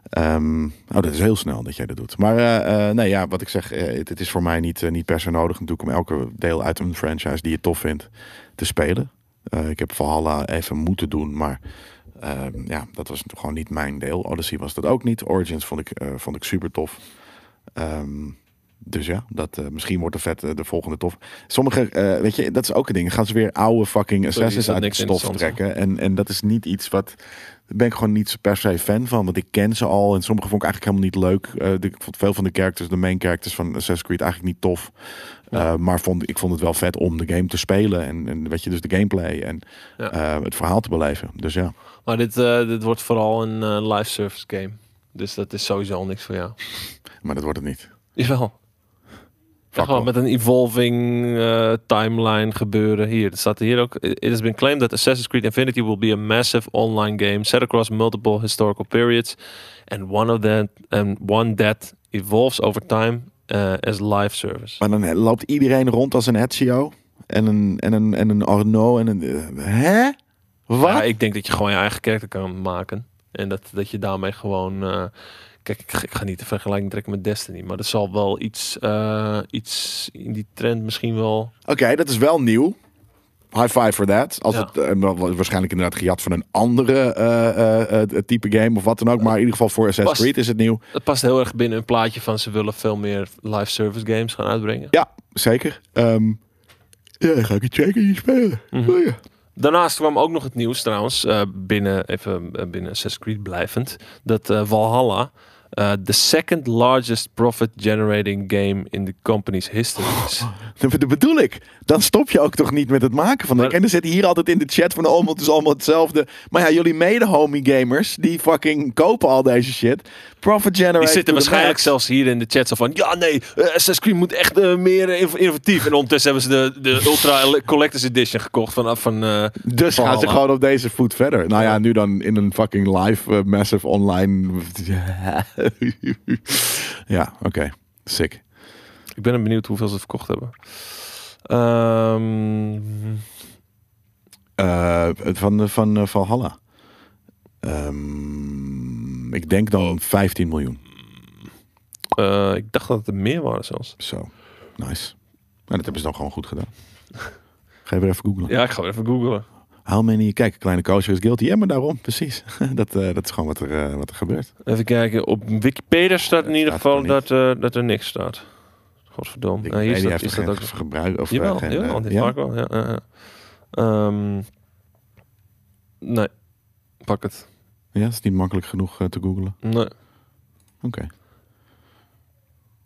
Speaker 1: Ehm, oh, dat is heel snel dat jij dat doet. Maar eh, eh, nee, ja, wat ik zeg, eh, het, het is voor mij niet, eh, niet per se nodig natuurlijk om elke deel uit een franchise die je tof vindt te spelen. Eh, ik heb Valhalla even moeten doen, maar ehm, ja, dat was gewoon niet mijn deel. Odyssey was dat ook niet. Origins vond ik, eh, vond ik super tof. Ehm, dus ja, dat, eh, misschien wordt de, vet, eh, de volgende tof. Sommige, eh, weet je, dat is ook een ding. Gaan ze weer oude fucking Assassins
Speaker 2: zat
Speaker 1: uit de
Speaker 2: niks
Speaker 1: stof
Speaker 2: interessants.
Speaker 1: trekken. En, en dat is niet iets wat... Daar ben ik gewoon niet per se fan van. Want ik ken ze al. En sommige vond ik eigenlijk helemaal niet leuk. Eh, de- ik vond veel van de characters, de main characters van Assassin's Creed eigenlijk niet tof. Eh, maar vond, ik vond het wel vet om de game te spelen. En, en weet je, dus de gameplay en
Speaker 2: Ja.
Speaker 1: eh, het verhaal te beleven. Dus ja.
Speaker 2: Maar dit, eh, dit wordt vooral een eh, live service game. Dus dat is sowieso niks voor jou.
Speaker 1: Maar dat wordt het niet.
Speaker 2: Jawel.
Speaker 1: Fuck
Speaker 2: Echt wel,
Speaker 1: off.
Speaker 2: met een evolving eh, timeline gebeuren hier. Er staat hier ook. It has been claimed that Assassin's Creed Infinity will be a massive online game set across multiple historical periods, and one of that and one that evolves over time eh, as live service.
Speaker 1: Maar dan eh, loopt iedereen rond als een Ezio. En een, en een, en een Arno. En een... eh, hè? Wat?
Speaker 2: Ja, ik denk dat je gewoon je eigen karakter kan maken en dat dat je daarmee gewoon. eh, Kijk, ik ga, ik ga niet de vergelijking trekken met Destiny, maar er zal wel iets, eh, iets in die trend misschien wel.
Speaker 1: Oké, dat is wel nieuw. high five for that. Als
Speaker 2: Ja.
Speaker 1: het, eh, wa- wa- waarschijnlijk inderdaad gejat van een andere eh, eh, eh, type game of wat dan ook. Maar in ieder geval voor Assassin's
Speaker 2: Past-
Speaker 1: Creed is het nieuw.
Speaker 2: Het past heel erg binnen een plaatje van ze willen veel meer live service games gaan uitbrengen.
Speaker 1: Ja, zeker. Ehm, ja, dan ga ik het checken hier spelen.
Speaker 2: Mhm.
Speaker 1: Oh ja.
Speaker 2: Daarnaast kwam ook nog het nieuws trouwens, eh, binnen, even eh, binnen Assassin's Creed blijvend, dat eh, Valhalla eh, de second largest profit generating game in the company's history is.
Speaker 1: Dat dat bedoel ik. Dan stop je ook toch niet met het maken van. de-
Speaker 2: Maar-
Speaker 1: en dan zit hier altijd in de chat van allemaal, het is allemaal hetzelfde. Maar ja, jullie mede-homie gamers, die fucking kopen al deze shit. Profit generator.
Speaker 2: Die zitten
Speaker 1: to the
Speaker 2: waarschijnlijk
Speaker 1: max.
Speaker 2: zelfs hier in de chat zo van, ja nee, eh, Assassin's Creed moet echt eh, meer eh, inno- innovatief. En ondertussen hebben ze de, de Ultra Ele- Collector's Edition gekocht vanaf van... eh,
Speaker 1: Dus
Speaker 2: Valhalla.
Speaker 1: gaan ze gewoon op deze voet verder. Nou ja, nu dan in een fucking live, eh, massive online. ja, oké. Sick.
Speaker 2: Ik ben benieuwd hoeveel ze verkocht hebben. Ehm,
Speaker 1: Eh, het van, eh, van eh, Valhalla. Ehm, ik denk
Speaker 2: Oh.
Speaker 1: dan 15 miljoen.
Speaker 2: eh, ik dacht dat het er meer waren zelfs.
Speaker 1: Zo. Nice. Nou, dat hebben ze dan gewoon goed gedaan. Ga je weer even googlen.
Speaker 2: Ja, ik ga weer even googlen.
Speaker 1: How many... Kijk, Kleine Koosje is guilty. Ja, maar daarom. Precies. dat, eh, dat is gewoon wat er, eh, wat er gebeurt.
Speaker 2: Even kijken, op Wikipedia staat in
Speaker 1: Het
Speaker 2: ieder
Speaker 1: staat
Speaker 2: geval
Speaker 1: er niet.
Speaker 2: dat, eh, dat er niks staat. Godverdomme. Eh,
Speaker 1: Wikipedia
Speaker 2: hier staat,
Speaker 1: heeft
Speaker 2: hier
Speaker 1: er
Speaker 2: staat
Speaker 1: geen
Speaker 2: ook...
Speaker 1: gebruik... Of, eh,
Speaker 2: Jawel,
Speaker 1: geen, eh,
Speaker 2: jawel, dit
Speaker 1: ja?
Speaker 2: vaak wel. Ja, ja, ja. Ehm, nee, pak het.
Speaker 1: Ja, dat is niet makkelijk genoeg eh, te googlen.
Speaker 2: Nee.
Speaker 1: Oké.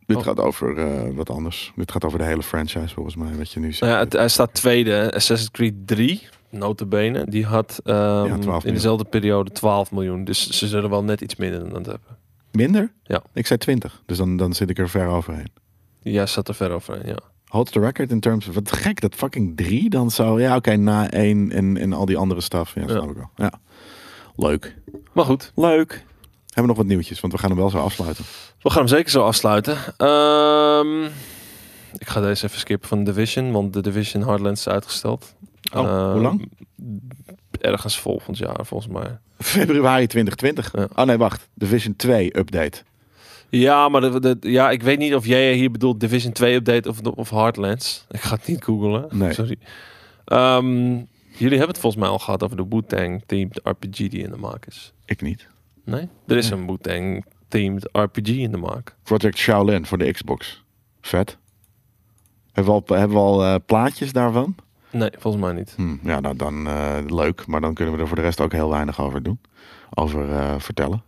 Speaker 1: Dit
Speaker 2: Oh.
Speaker 1: gaat over eh, wat anders. Dit gaat over de hele franchise, volgens mij, wat je nu zegt.
Speaker 2: Nou ja, het, hij staat tweede, hè. Assassin's Creed 3, notabene. Die had ehm,
Speaker 1: 12
Speaker 2: in
Speaker 1: miljoen.
Speaker 2: dezelfde periode 12 miljoen. Dus ze zullen wel net iets minder dan dat hebben.
Speaker 1: Minder?
Speaker 2: Ja.
Speaker 1: Ik zei 20, dus dan, dan zit ik er ver overheen.
Speaker 2: Ja, zat er ver overheen, ja.
Speaker 1: Holds the record in terms of... Wat gek, dat fucking drie dan zo... Ja, oké, na één en, en al die andere staf. Ja,
Speaker 2: Ja.
Speaker 1: snap ik wel. Ja. Leuk.
Speaker 2: Maar goed,
Speaker 1: Leuk. Hebben we nog wat nieuwtjes, want we gaan hem wel zo afsluiten.
Speaker 2: we gaan hem zeker zo afsluiten. Ehm, ik ga deze even skippen van Division, want de Division Hardlands is uitgesteld.
Speaker 1: Oh,
Speaker 2: Ehm,
Speaker 1: hoe lang?
Speaker 2: Ergens volgend jaar, volgens mij.
Speaker 1: Februari 2020.
Speaker 2: Ja.
Speaker 1: Oh nee, wacht. Division 2 update.
Speaker 2: Ja, maar dat- dat- ja, ik weet niet of jij hier bedoelt Division 2 update of, of Heartlands. Ik ga het niet googlen.
Speaker 1: Nee.
Speaker 2: Sorry. Ehm, jullie hebben het volgens mij al gehad over de Wu-Tang themed RPG die in de maak is.
Speaker 1: Ik niet.
Speaker 2: Nee? Er is een Wu-Tang themed RPG in de maak.
Speaker 1: Project Shaolin voor de Xbox. Vet. Hebben we al, hebben we al eh, plaatjes daarvan?
Speaker 2: Nee, volgens mij niet.
Speaker 1: Hm, ja, nou dan eh, leuk. Maar dan kunnen we er voor de rest ook heel weinig over doen. Over eh, vertellen.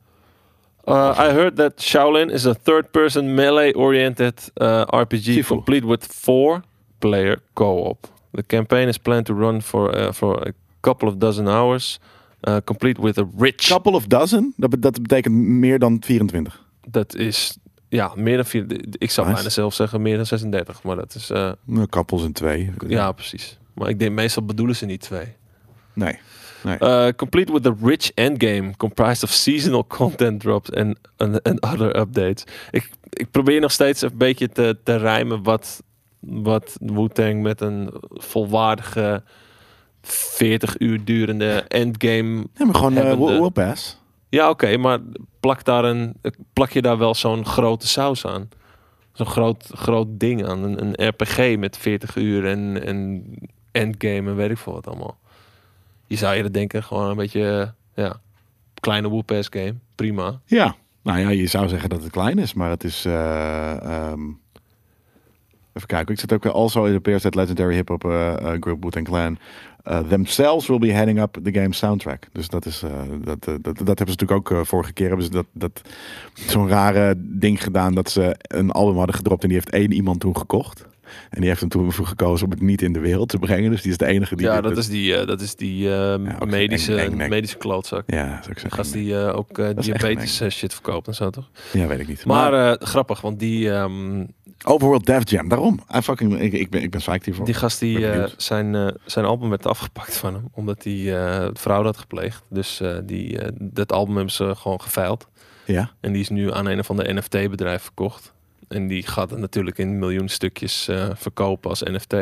Speaker 2: Uh, I heard that Shaolin is a third-person melee-oriented uh, RPG
Speaker 1: Sifu.
Speaker 2: complete with four-player co-op. The campaign is planned to run for uh, for a couple of dozen hours, uh, complete with a rich.
Speaker 1: Couple of dozen, dat, be- dat betekent meer dan 24.
Speaker 2: dat is ja meer dan vier. Ik zou
Speaker 1: Nice.
Speaker 2: bijna zelf zeggen meer dan 36, maar dat is eh,
Speaker 1: Nou, Kappels en twee.
Speaker 2: ja precies. Maar ik denk meestal bedoelen ze niet twee.
Speaker 1: Nee.
Speaker 2: Uh, complete with a rich endgame comprised of seasonal content drops and, and, and other updates. Ik, ik probeer nog steeds een beetje te, te rijmen wat, wat Wu-Tang met een volwaardige 40 uur durende endgame...
Speaker 1: Ja, maar gewoon uh,
Speaker 2: Hebben de-
Speaker 1: Will Pass.
Speaker 2: Ja, oké, maar plak, daar een, plak je daar wel zo'n grote saus aan? Zo'n groot, groot ding aan. Een, een RPG met 40 uur en, en endgame en weet ik veel wat allemaal. Je zou eerder denken, gewoon een beetje, eh, ja, kleine Whoopass game. Prima.
Speaker 1: Ja. Nou ja, je zou zeggen dat het klein is, maar het is... eh, ehm, even kijken. Ik zit ook... eh, Also it appears that legendary hip-hop eh, eh, group Wu-Tang Clan... eh, themselves will be heading up the game soundtrack. Dus dat is... eh, dat, eh, dat, dat hebben ze natuurlijk ook eh, vorige keer. Hebben ze dat, dat zo'n rare ding gedaan dat ze een album hadden gedropt... en die heeft één iemand toen gekocht. En die heeft hem toen voor gekozen om het niet in de wereld te brengen. Dus die is de enige die...
Speaker 2: ja,
Speaker 1: dit-
Speaker 2: dat is die, eh, dat is die eh,
Speaker 1: ook
Speaker 2: medische,
Speaker 1: eng- eng nek.
Speaker 2: medische klootzak.
Speaker 1: Ja, zou ik zeggen.
Speaker 2: Gast die eh, ook eh,
Speaker 1: is echt
Speaker 2: diabetes eh, shit verkoopt en zo, toch?
Speaker 1: Ja, weet ik niet.
Speaker 2: Maar, eh, grappig, want die, ehm,
Speaker 1: Overworld Dev Jam, daarom. I fucking, ik, ik ben, ik ben psyched hiervoor.
Speaker 2: Die gast die
Speaker 1: Oh, ben
Speaker 2: eh,
Speaker 1: benieuwd.
Speaker 2: zijn, eh, zijn album werd afgepakt van hem, omdat hij eh, fraude had gepleegd. Dus eh, die, eh, dat album hebben ze gewoon geveild.
Speaker 1: Ja.
Speaker 2: En die is nu aan een van de NFT-bedrijven verkocht. En die gaat het natuurlijk in miljoen stukjes eh, verkopen als NFT.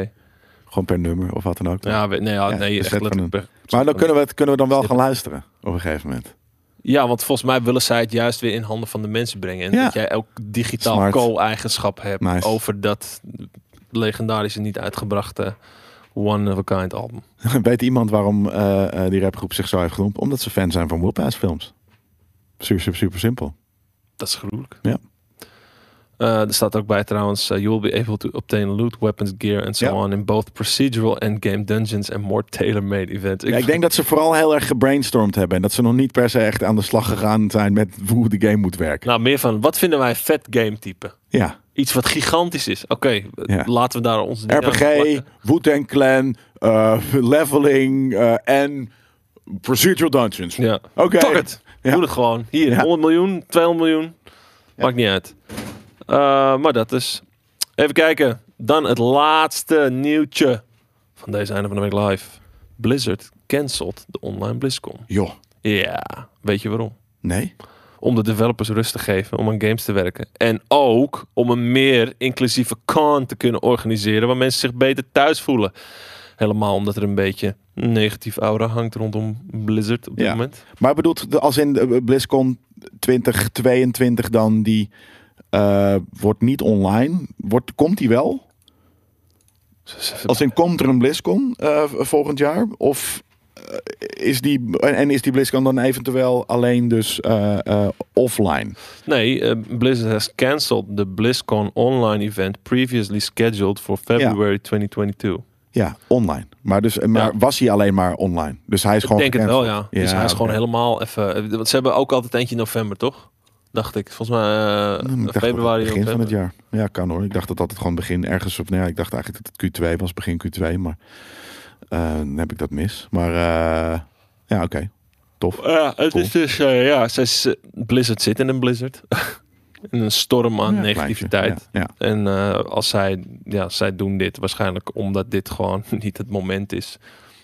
Speaker 1: Gewoon per nummer of wat dan ook.
Speaker 2: Ja, we- nee, ja,
Speaker 1: Ja,
Speaker 2: nee
Speaker 1: dus
Speaker 2: echt
Speaker 1: dat
Speaker 2: letterlijk per-
Speaker 1: maar dan kunnen we, het, kunnen we dan wel
Speaker 2: Snippet.
Speaker 1: gaan luisteren op een gegeven moment.
Speaker 2: Ja, want volgens mij willen zij het juist weer in handen van de mensen brengen. En
Speaker 1: Ja.
Speaker 2: dat jij ook digitaal
Speaker 1: Smart.
Speaker 2: co-eigenschap hebt
Speaker 1: Nice.
Speaker 2: over dat legendarische, niet uitgebrachte One of a Kind album.
Speaker 1: Weet iemand waarom eh, eh, die rapgroep zich zo heeft genoemd? Omdat ze fan zijn van Whoopass films. Super, super, super simpel.
Speaker 2: Dat is gruwelijk.
Speaker 1: Ja.
Speaker 2: Eh, er staat ook bij trouwens, eh, you will be able to obtain loot, weapons, gear and so
Speaker 1: Ja.
Speaker 2: on in both procedural and game dungeons and more tailor-made events.
Speaker 1: Ik, ja, ik denk dat ze vooral heel erg gebrainstormd hebben. En dat ze nog niet per se echt aan de slag gegaan zijn met hoe de game moet werken.
Speaker 2: Nou, meer van, wat vinden wij een vet game type?
Speaker 1: Ja,
Speaker 2: Iets wat gigantisch is. Oké, eh,
Speaker 1: Ja.
Speaker 2: laten we daar ons niet aan
Speaker 1: RPG,
Speaker 2: plakken.
Speaker 1: Wu-Tang Clan, eh, leveling eh, en procedural dungeons.
Speaker 2: Ja.
Speaker 1: Oké.
Speaker 2: Fuck it.
Speaker 1: Ja.
Speaker 2: Doe het gewoon. Hier,
Speaker 1: Ja.
Speaker 2: 100 miljoen, 200 miljoen. Maakt niet uit. Eh, maar dat is. Even kijken. Dan het laatste nieuwtje van deze einde van de week live. Blizzard cancelt de online BlizzCon.
Speaker 1: Joh,
Speaker 2: Ja, weet je waarom?
Speaker 1: nee.
Speaker 2: Om de developers rust te geven om aan games te werken. En ook om een meer inclusieve con te kunnen organiseren waar mensen zich beter thuis voelen. Helemaal omdat er een beetje een negatief aura hangt rondom Blizzard op dit
Speaker 1: Ja.
Speaker 2: moment.
Speaker 1: Maar bedoelt de- als in eh, BlizzCon 2022 dan die eh, wordt niet online? Wordt, komt die wel?
Speaker 2: Ze- ze-
Speaker 1: Als in komt er een BlizzCon eh, v- volgend jaar? Of eh, is die, en, en is die BlizzCon dan eventueel alleen dus eh, eh, offline?
Speaker 2: Nee, eh, Blizzard has cancelled the BlizzCon online event previously scheduled for February 2022.
Speaker 1: Ja, online. Maar, dus, eh, maar
Speaker 2: Ja.
Speaker 1: was hij alleen maar online? Dus hij is
Speaker 2: Ik
Speaker 1: gewoon
Speaker 2: denk het wel,
Speaker 1: gecanceld.
Speaker 2: ja. Dus hij is gewoon
Speaker 1: oké.
Speaker 2: helemaal even... eh, Want ze hebben ook altijd eindje november, toch? Dacht ik. Volgens mij eh,
Speaker 1: Hmm, ik dacht
Speaker 2: februari.
Speaker 1: februari, begin van
Speaker 2: november.
Speaker 1: het jaar. Ja, kan hoor. Ik dacht dat dat het gewoon begin ergens op. Nou ja, ik dacht eigenlijk dat het Q2 was, begin Q2, maar eh, dan heb ik dat mis. Maar eh, ja, oké. Tof.
Speaker 2: Ja, het
Speaker 1: Cool.
Speaker 2: is dus... eh, ja, ze is, eh, Blizzard zit in een blizzard. in een storm aan
Speaker 1: Ja,
Speaker 2: negativiteit.
Speaker 1: kleintje. Ja,
Speaker 2: En eh, als zij, ja, zij doen dit waarschijnlijk omdat dit gewoon niet het moment is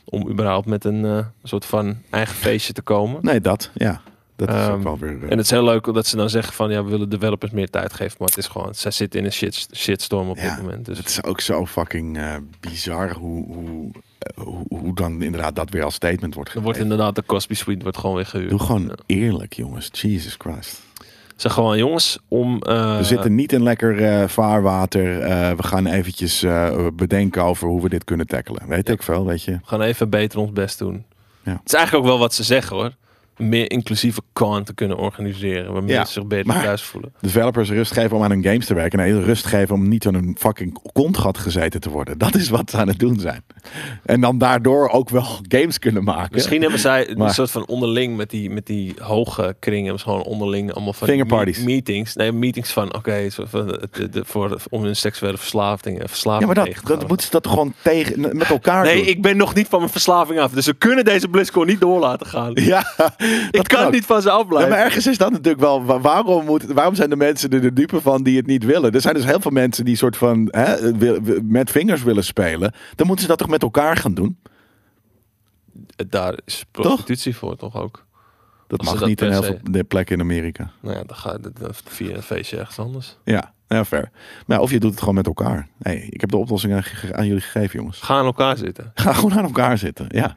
Speaker 2: om überhaupt met een eh, soort van eigen feestje te komen.
Speaker 1: ja. Nee, dat. Ja. Dat is ook
Speaker 2: Ehm,
Speaker 1: wel weer... eh,
Speaker 2: En het is heel leuk dat ze dan zeggen van ja, we willen developers meer tijd geven. Maar het is gewoon, zij zitten in een shit, shitstorm op
Speaker 1: Ja,
Speaker 2: dit moment. Dus
Speaker 1: Het is ook zo fucking eh, bizar hoe, hoe, eh, hoe, hoe dan inderdaad dat weer als statement wordt
Speaker 2: er
Speaker 1: gegeven.
Speaker 2: wordt inderdaad de Cosby Suite wordt gewoon weer gehuurd.
Speaker 1: Doe gewoon
Speaker 2: Ja.
Speaker 1: eerlijk, jongens. Jesus Christ.
Speaker 2: Zeg gewoon jongens, om... eh,
Speaker 1: We zitten niet in lekker eh, vaarwater. Eh, we gaan eventjes eh, bedenken over hoe we dit kunnen tackelen. Weet ik veel, weet je.
Speaker 2: We gaan even beter ons best doen.
Speaker 1: Ja.
Speaker 2: Het is eigenlijk ook wel wat ze zeggen hoor. Meer inclusieve con te kunnen organiseren. Waar mensen zich beter
Speaker 1: maar-
Speaker 2: thuis voelen.
Speaker 1: developers rust geven om aan hun games te werken. Nee, rust geven om niet aan hun fucking kontgat gezeten te worden. Dat is wat ze aan het doen zijn. En dan daardoor ook wel games kunnen maken.
Speaker 2: Misschien hebben zij een
Speaker 1: Maar-
Speaker 2: soort van onderling met die, met die hoge kringen. hebben ze gewoon onderling allemaal van die
Speaker 1: Fingerparties.
Speaker 2: me- meetings. Nee, meetings van oké, zo van, eh, de- de- voor, om hun seksuele verslaving, eh, verslaving
Speaker 1: Ja, maar dat,
Speaker 2: tegen te
Speaker 1: dat
Speaker 2: gaan.
Speaker 1: moeten ze dat gewoon tegen, met elkaar
Speaker 2: Nee,
Speaker 1: doen.
Speaker 2: ik ben nog niet van mijn verslaving af. Dus we kunnen deze BlizzCon niet door laten gaan.
Speaker 1: Ja,
Speaker 2: ik
Speaker 1: dat
Speaker 2: kan
Speaker 1: ook.
Speaker 2: niet van ze
Speaker 1: Ja,
Speaker 2: afblijven.
Speaker 1: maar ergens is dat natuurlijk wel. wa- Waarom, moet, waarom zijn de mensen er de dupe van die het niet willen? Er zijn dus heel veel mensen die soort van hè, wil- wil- met vingers willen spelen. Dan moeten ze dat toch met elkaar gaan doen?
Speaker 2: Eh, Daar is prostitutie voor toch ook?
Speaker 1: Dat
Speaker 2: Als ze
Speaker 1: mag
Speaker 2: dat
Speaker 1: niet in
Speaker 2: per
Speaker 1: heel
Speaker 2: se-
Speaker 1: veel plekken in Amerika.
Speaker 2: Nou ja, dan ga je dan via een feestje ergens anders.
Speaker 1: Ja, ja fair. Maar ja, of je doet het gewoon met elkaar. Hey, ik heb de oplossing aan, ge- aan jullie gegeven, jongens.
Speaker 2: Ga aan elkaar zitten.
Speaker 1: Ga gewoon aan elkaar zitten. Ja.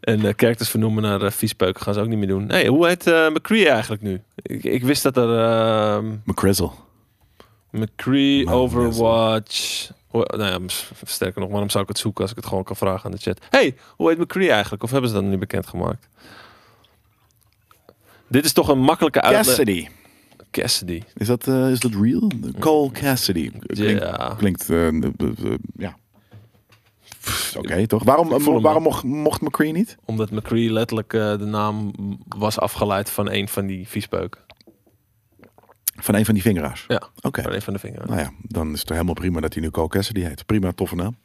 Speaker 2: En eh kerktes vernoemen naar eh, viespeuken gaan ze ook niet meer doen. Nee, hoe heet eh McCree eigenlijk nu? Ik, ik wist dat er... ehm,
Speaker 1: McCrizzle.
Speaker 2: McCree,
Speaker 1: Man,
Speaker 2: Overwatch. Hoe- nou ja, s- sterker nog, waarom zou ik het zoeken als ik het gewoon kan vragen aan de chat? hey, hoe heet McCree eigenlijk? Of hebben ze dat nu bekendgemaakt? Dit is toch een makkelijke uitleg.
Speaker 1: Cassidy.
Speaker 2: Cassidy.
Speaker 1: Is dat, eh, is dat real? Cole Cassidy. Klinkt,
Speaker 2: Ja.
Speaker 1: klinkt eh, eh, eh, ja. Is Oké, toch? Waarom,
Speaker 2: Ik voel hem,
Speaker 1: waarom mocht, mocht McCree niet?
Speaker 2: Omdat McCree letterlijk eh, de naam was afgeleid van een van die viespeuken.
Speaker 1: Van een van die vingeraars?
Speaker 2: Ja.
Speaker 1: Oké.
Speaker 2: Van een van de vingers.
Speaker 1: Nou ja, dan is het helemaal prima dat hij nu Cole Cassidy heet. Prima, toffe naam.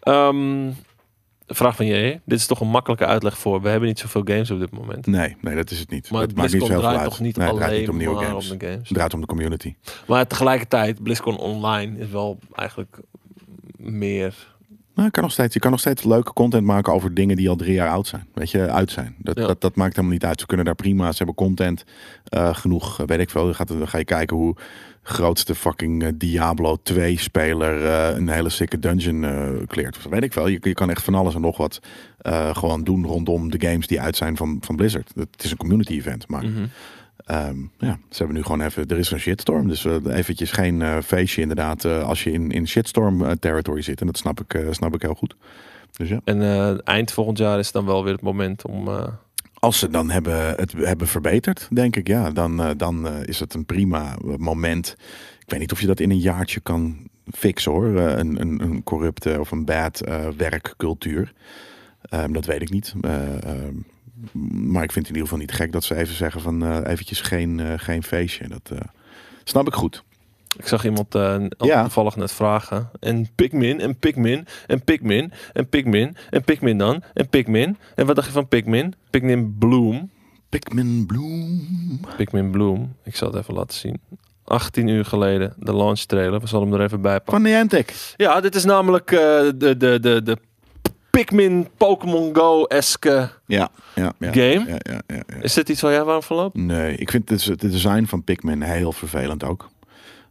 Speaker 2: Ehm, vraag van jij. Dit is toch een makkelijke uitleg voor. We hebben niet zoveel games op dit moment.
Speaker 1: Nee, nee, dat is het niet.
Speaker 2: Maar
Speaker 1: dat maakt niet
Speaker 2: BlizzCon
Speaker 1: zoveel
Speaker 2: draait
Speaker 1: uit.
Speaker 2: toch niet
Speaker 1: nee, het
Speaker 2: alleen
Speaker 1: draait niet om nieuwe
Speaker 2: maar
Speaker 1: games.
Speaker 2: om de games.
Speaker 1: Het draait om de community.
Speaker 2: Maar tegelijkertijd, BlizzCon Online is wel eigenlijk meer...
Speaker 1: Nou, kan nog steeds, je kan nog steeds leuke content maken over dingen die al drie jaar oud zijn. Weet je, uit zijn. Dat,
Speaker 2: Ja.
Speaker 1: dat, dat maakt helemaal niet uit. Ze kunnen daar prima. Ze hebben content eh, genoeg. eh, weet ik veel. Dan, gaat, dan ga je kijken hoe grootste fucking eh, Diablo 2 speler eh, een hele sikke dungeon eh kleert. Of Weet ik veel. Je, je kan echt van alles en nog wat
Speaker 2: Mhm.
Speaker 1: eh, gewoon doen rondom de games die uit zijn van, van Blizzard. Het is een community event. Maar Ehm, ja, ze hebben nu gewoon even, er is een shitstorm. Dus eh, eventjes geen eh, feestje inderdaad eh, als je in, in shitstorm eh, territory zit. En dat snap ik, eh, snap ik heel goed. Dus ja.
Speaker 2: En eh, eind volgend jaar is dan wel weer het moment om... eh,
Speaker 1: Als ze dan hebben, het hebben verbeterd, denk ik, ja, dan, eh, dan eh, is het een prima eh, moment. Ik weet niet of je dat in een jaartje kan fixen hoor. Eh, een, een, een corrupte of een bad eh, werkcultuur. Ehm, dat weet ik niet. Eh, ehm, maar ik vind het in ieder geval niet gek dat ze even zeggen van eh, eventjes geen, eh, geen feestje. Dat eh, snap ik goed.
Speaker 2: Ik zag iemand eh
Speaker 1: Ja.
Speaker 2: toevallig net vragen. En Pikmin, en Pikmin, en Pikmin, en Pikmin, en Pikmin dan, en Pikmin. En wat dacht je van Pikmin? Pikmin Bloom.
Speaker 1: Pikmin Bloom.
Speaker 2: Pikmin Bloom. Ik zal het even laten zien. 18 uur geleden, de launch trailer. We zullen hem er even bij pakken.
Speaker 1: Van Niantic.
Speaker 2: Ja, dit is namelijk eh, de, de, de, de Pikmin Pokémon Go-eske
Speaker 1: Ja, ja, ja.
Speaker 2: game.
Speaker 1: Ja, ja, ja, ja.
Speaker 2: Is dit iets waar jij warm van loopt?
Speaker 1: Nee, ik vind het, het design van Pikmin heel vervelend ook.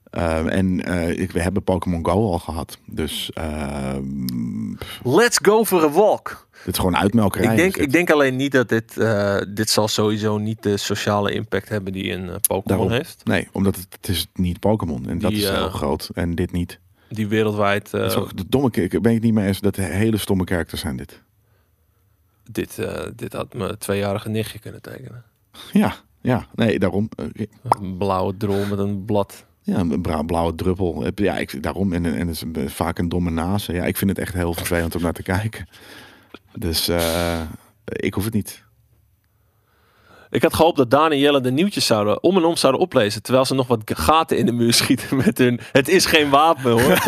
Speaker 1: Ehm, en eh, ik, we hebben Pokémon Go al gehad. Dus ehm, pff,
Speaker 2: Let's go for a walk.
Speaker 1: het is gewoon uitmelkerij.
Speaker 2: Ik denk,
Speaker 1: Dus het-
Speaker 2: ik denk alleen niet dat dit... eh, dit zal sowieso niet de sociale impact hebben die een eh, Pokémon
Speaker 1: Daarom.
Speaker 2: heeft.
Speaker 1: Nee, omdat het, het is niet Pokémon. En dat
Speaker 2: Die,
Speaker 1: is heel
Speaker 2: eh,
Speaker 1: groot. En dit niet.
Speaker 2: Die wereldwijd... eh,
Speaker 1: Het is ook de domme, ik ben ik het niet mee eens dat de hele stomme characters zijn dit.
Speaker 2: dit, eh, dit had mijn tweejarige nichtje kunnen tekenen.
Speaker 1: Ja, ja. Nee, daarom. eh,
Speaker 2: Een blauwe drol met een blad.
Speaker 1: Ja, een bra- blauwe druppel. Heb- Ja, ik, daarom. En, en het is een- vaak een domme nase. Ja, ik vind het echt heel vervelend om naar te kijken. Dus eh, ik hoef het niet.
Speaker 2: Ik had gehoopt dat Daan en Jelle de nieuwtjes zouden om en om zouden oplezen. Terwijl ze nog wat gaten in de muur schieten met hun... Het is geen wapen hoor.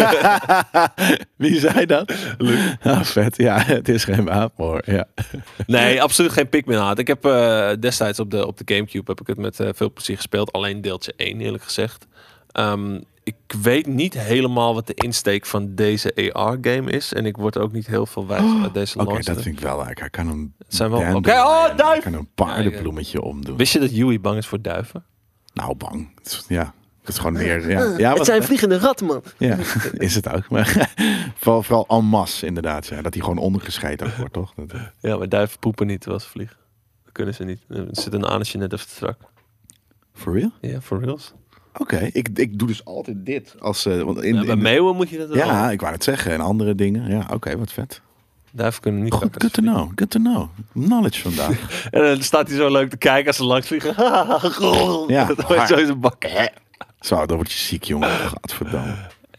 Speaker 1: Wie zei dat? Luc. Ah, vet. Ja, het is geen wapen hoor. Ja.
Speaker 2: nee, absoluut geen Pikmin haat. Ik heb eh, destijds op de, op de Gamecube heb ik het met eh, veel plezier gespeeld. Alleen deeltje 1 eerlijk gezegd. Ehm, ik weet niet helemaal wat de insteek van deze AR game is. En ik word ook niet heel veel wijs uit deze
Speaker 1: Oké,
Speaker 2: launch.
Speaker 1: dat vind ik wel leuk. Hij kan een
Speaker 2: Zijn we-
Speaker 1: dandelion-
Speaker 2: Oké, oh, duif!
Speaker 1: Hij kan een paardenbloemetje omdoen.
Speaker 2: Wist je dat Yui bang is voor duiven?
Speaker 1: Nou, bang. Het is- Ja, het is gewoon meer... Ja, ja, wat-
Speaker 2: vliegende ratten man.
Speaker 1: ja is het ook. Maar vooral, vooral en masse inderdaad. Ja, dat hij gewoon ondergescheten wordt, toch? Dat,
Speaker 2: Ja, maar duiven poepen niet terwijl ze vliegen. Dat kunnen ze niet. Er zit een anusje net even strak.
Speaker 1: for real?
Speaker 2: Ja, for reals.
Speaker 1: Oké, ik, ik doe dus altijd dit. Als, eh, want in,
Speaker 2: Ja, bij
Speaker 1: in de-
Speaker 2: meeuwen moet je dat wel.
Speaker 1: ja, ik wou het zeggen. En andere dingen. Ja, oké, wat vet.
Speaker 2: Duiven kunnen niet
Speaker 1: Goed,
Speaker 2: kakken.
Speaker 1: good to know. Good to know. Knowledge vandaag.
Speaker 2: En dan staat hij zo leuk te kijken als ze langs vliegen.
Speaker 1: Ja.
Speaker 2: ja, dat hoor je zo in zijn bak.
Speaker 1: Zo, dan word je ziek, jongen. Gadverdamme.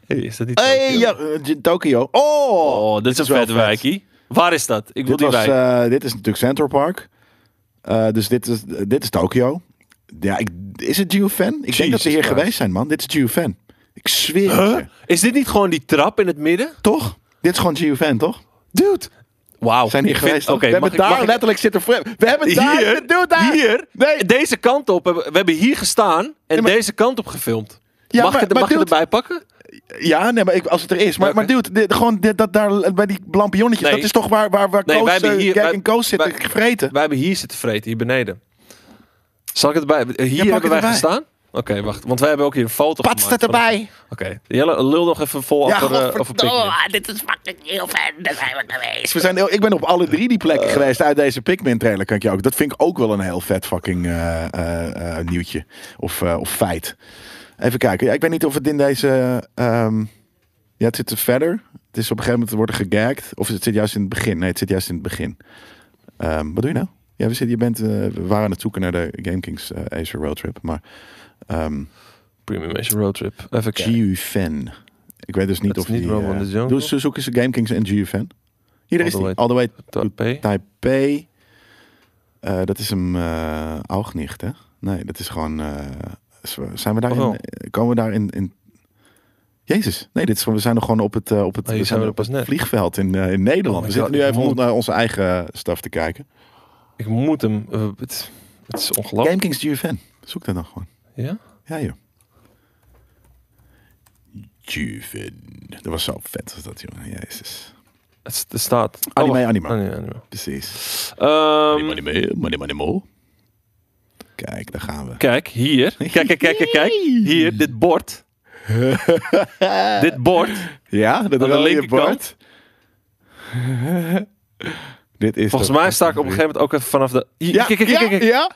Speaker 2: Hey, is dat niet
Speaker 1: Hey,
Speaker 2: Tokio?
Speaker 1: ja, eh, Tokio. Oh!
Speaker 2: Oh, dit is een
Speaker 1: wel
Speaker 2: vet
Speaker 1: vet.
Speaker 2: wijkie. Waar is dat? Ik wil
Speaker 1: Dit,
Speaker 2: die
Speaker 1: was,
Speaker 2: wijk.
Speaker 1: eh, dit is natuurlijk Central Park. Eh, dus dit is, dit is Tokio. Ja, ik, is het Geofan? Ik denk dat ze hier
Speaker 2: Christ.
Speaker 1: geweest zijn, man. Dit is Geofan. Ik zweer het
Speaker 2: Huh?
Speaker 1: je.
Speaker 2: Is dit niet gewoon die trap in het midden?
Speaker 1: Toch? Dit is gewoon Geofan, toch?
Speaker 2: Dude. Wauw.
Speaker 1: We zijn hier
Speaker 2: Ik vind-
Speaker 1: geweest. toch?
Speaker 2: Oké,
Speaker 1: we
Speaker 2: mag
Speaker 1: hebben
Speaker 2: ik- mag
Speaker 1: daar
Speaker 2: ik-
Speaker 1: letterlijk zitten... fri- We hebben daar...
Speaker 2: Hier?
Speaker 1: Doe daar!
Speaker 2: Hier?
Speaker 1: Nee,
Speaker 2: Deze kant op. hebben- We hebben hier gestaan en
Speaker 1: Ja, maar-
Speaker 2: deze kant op gefilmd.
Speaker 1: Ja,
Speaker 2: mag
Speaker 1: maar-
Speaker 2: ik, het-
Speaker 1: maar
Speaker 2: mag je
Speaker 1: dude-
Speaker 2: erbij pakken?
Speaker 1: Ja, nee, maar ik, als het er is. Maar,
Speaker 2: Oké.
Speaker 1: maar dude, dit- gewoon dit, dat daar bij die lampionnetjes,
Speaker 2: Nee.
Speaker 1: dat is toch waar, waar, waar
Speaker 2: Nee,
Speaker 1: Koos,
Speaker 2: wij hebben
Speaker 1: eh,
Speaker 2: hier-
Speaker 1: Jack
Speaker 2: wij-
Speaker 1: en Koos zitten
Speaker 2: wij-
Speaker 1: gevreten.
Speaker 2: Wij hebben hier zitten vreten, hier beneden. Zal ik het erbij? Hier
Speaker 1: pak
Speaker 2: hebben
Speaker 1: het
Speaker 2: wij
Speaker 1: erbij.
Speaker 2: gestaan? Oké, wacht. Want wij hebben ook hier een foto
Speaker 1: Pat
Speaker 2: gemaakt.
Speaker 1: staat erbij.
Speaker 2: van- Oké. Jelle, lul nog even vol
Speaker 1: Ja,
Speaker 2: over, eh, over Pikmin.
Speaker 4: Oh, dit is fucking heel fijn. Daar zijn we geweest.
Speaker 1: Dus We zijn, heel- ik ben op alle drie die plekken
Speaker 2: Eh.
Speaker 1: geweest uit deze Pikmin trailer, kan ik je ook. Dat vind ik ook wel een heel vet fucking eh, eh, eh, nieuwtje. Of, eh, of feit. Even kijken. Ja, ik weet niet of het in deze... ehm, ja, het zit er verder. Het is op een gegeven moment worden gegagd. Of het zit juist in het begin. Nee, het zit juist in het begin. Ehm, wat doe je nou? Ja, we, zitten, je bent, eh, we waren aan het zoeken naar de Game Kings eh, Asia Road Trip. Maar ehm,
Speaker 2: Premium Nation Roadtrip. Even kijken.
Speaker 1: GU-fan. Ik weet dus niet
Speaker 2: Dat is
Speaker 1: of
Speaker 2: niet
Speaker 1: die...
Speaker 2: Rumble
Speaker 1: eh,
Speaker 2: in the Jungle.
Speaker 1: Dus zoek eens Game Kings en GU-fan. Hier
Speaker 2: All
Speaker 1: is
Speaker 2: the
Speaker 1: die.
Speaker 2: way
Speaker 1: All the way to
Speaker 2: Taipei.
Speaker 1: Taipei. Eh, dat is hem eh ook niet, hè? Nee, dat is gewoon... eh, z- zijn we daar
Speaker 2: Oh,
Speaker 1: in-
Speaker 2: wel.
Speaker 1: eh, Komen we daar in... in... Jezus, nee, dit is gewoon, we zijn nog gewoon op het, eh, op het,
Speaker 2: Oh, hier
Speaker 1: we
Speaker 2: zijn we
Speaker 1: op
Speaker 2: pas
Speaker 1: het
Speaker 2: net.
Speaker 1: vliegveld in, eh, in Nederland.
Speaker 2: Oh my
Speaker 1: we zitten
Speaker 2: God,
Speaker 1: nu
Speaker 2: ik
Speaker 1: even
Speaker 2: moet-
Speaker 1: om naar onze eigen staf te kijken.
Speaker 2: Ik moet hem... eh, het, het is ongelooflijk.
Speaker 1: Game Kings GFN, zoek dat dan gewoon.
Speaker 2: Ja?
Speaker 1: Ja, joh. Juven. Dat was zo vet was dat, jongen. Jezus.
Speaker 2: Het, s- er staat... Oh,
Speaker 1: Anime,
Speaker 2: wacht.
Speaker 1: anime.
Speaker 2: Anime, anime.
Speaker 1: Precies.
Speaker 2: Ehm,
Speaker 1: Money, money, money, money, mo. Kijk, daar gaan we.
Speaker 2: Kijk, hier. Kijk, kijk, kijk, kijk, kijk. Hier, dit bord. dit bord.
Speaker 1: Ja, dat
Speaker 2: Aan de
Speaker 1: rode
Speaker 2: linkerkant.
Speaker 1: bord. Dit is
Speaker 2: Volgens
Speaker 1: toch-
Speaker 2: mij sta ik op een gegeven moment ook even vanaf de... Hier,
Speaker 1: Ja,
Speaker 2: kijk, kijk, kijk,
Speaker 1: ja,
Speaker 2: kijk.
Speaker 1: ja.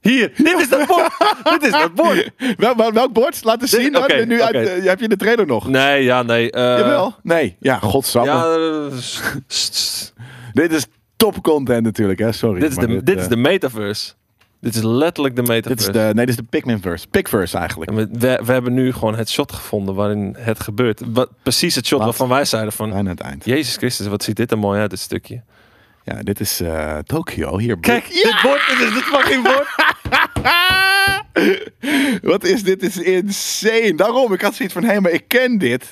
Speaker 2: Hier, dit is dat bord. dit is dat bord.
Speaker 1: Wel, wel- welk bord? Laat eens
Speaker 2: Dit-
Speaker 1: zien. dan.
Speaker 2: oké,
Speaker 1: nu uit,
Speaker 2: oké.
Speaker 1: eh, heb je de trailer nog?
Speaker 2: Nee, ja, nee. eh,
Speaker 1: Jawel. Nee. Ja, godsamme.
Speaker 2: Ja, eh, st- st- st-
Speaker 1: Dit is top content natuurlijk, hè? Sorry.
Speaker 2: dit, is
Speaker 1: maar
Speaker 2: de, dit is
Speaker 1: eh,
Speaker 2: de metaverse. Dit is letterlijk de
Speaker 1: Dit is
Speaker 2: metaverse.
Speaker 1: de, nee, dit is de Pikminverse. Pikverse eigenlijk.
Speaker 2: En we, we, we hebben nu gewoon het shot gevonden waarin het gebeurt. Wat, precies het shot
Speaker 1: Wat?
Speaker 2: waarvan wij zeiden van...
Speaker 1: Bijna het eind.
Speaker 2: Jezus Christus, wat ziet dit er mooi uit, dit stukje.
Speaker 1: Ja, dit is eh Tokio. Hier.
Speaker 2: Kijk, dit bord, dit is dit fucking bord.
Speaker 1: Wat is dit? Dit is insane. Daarom, ik had zoiets van, hé, maar ik ken dit.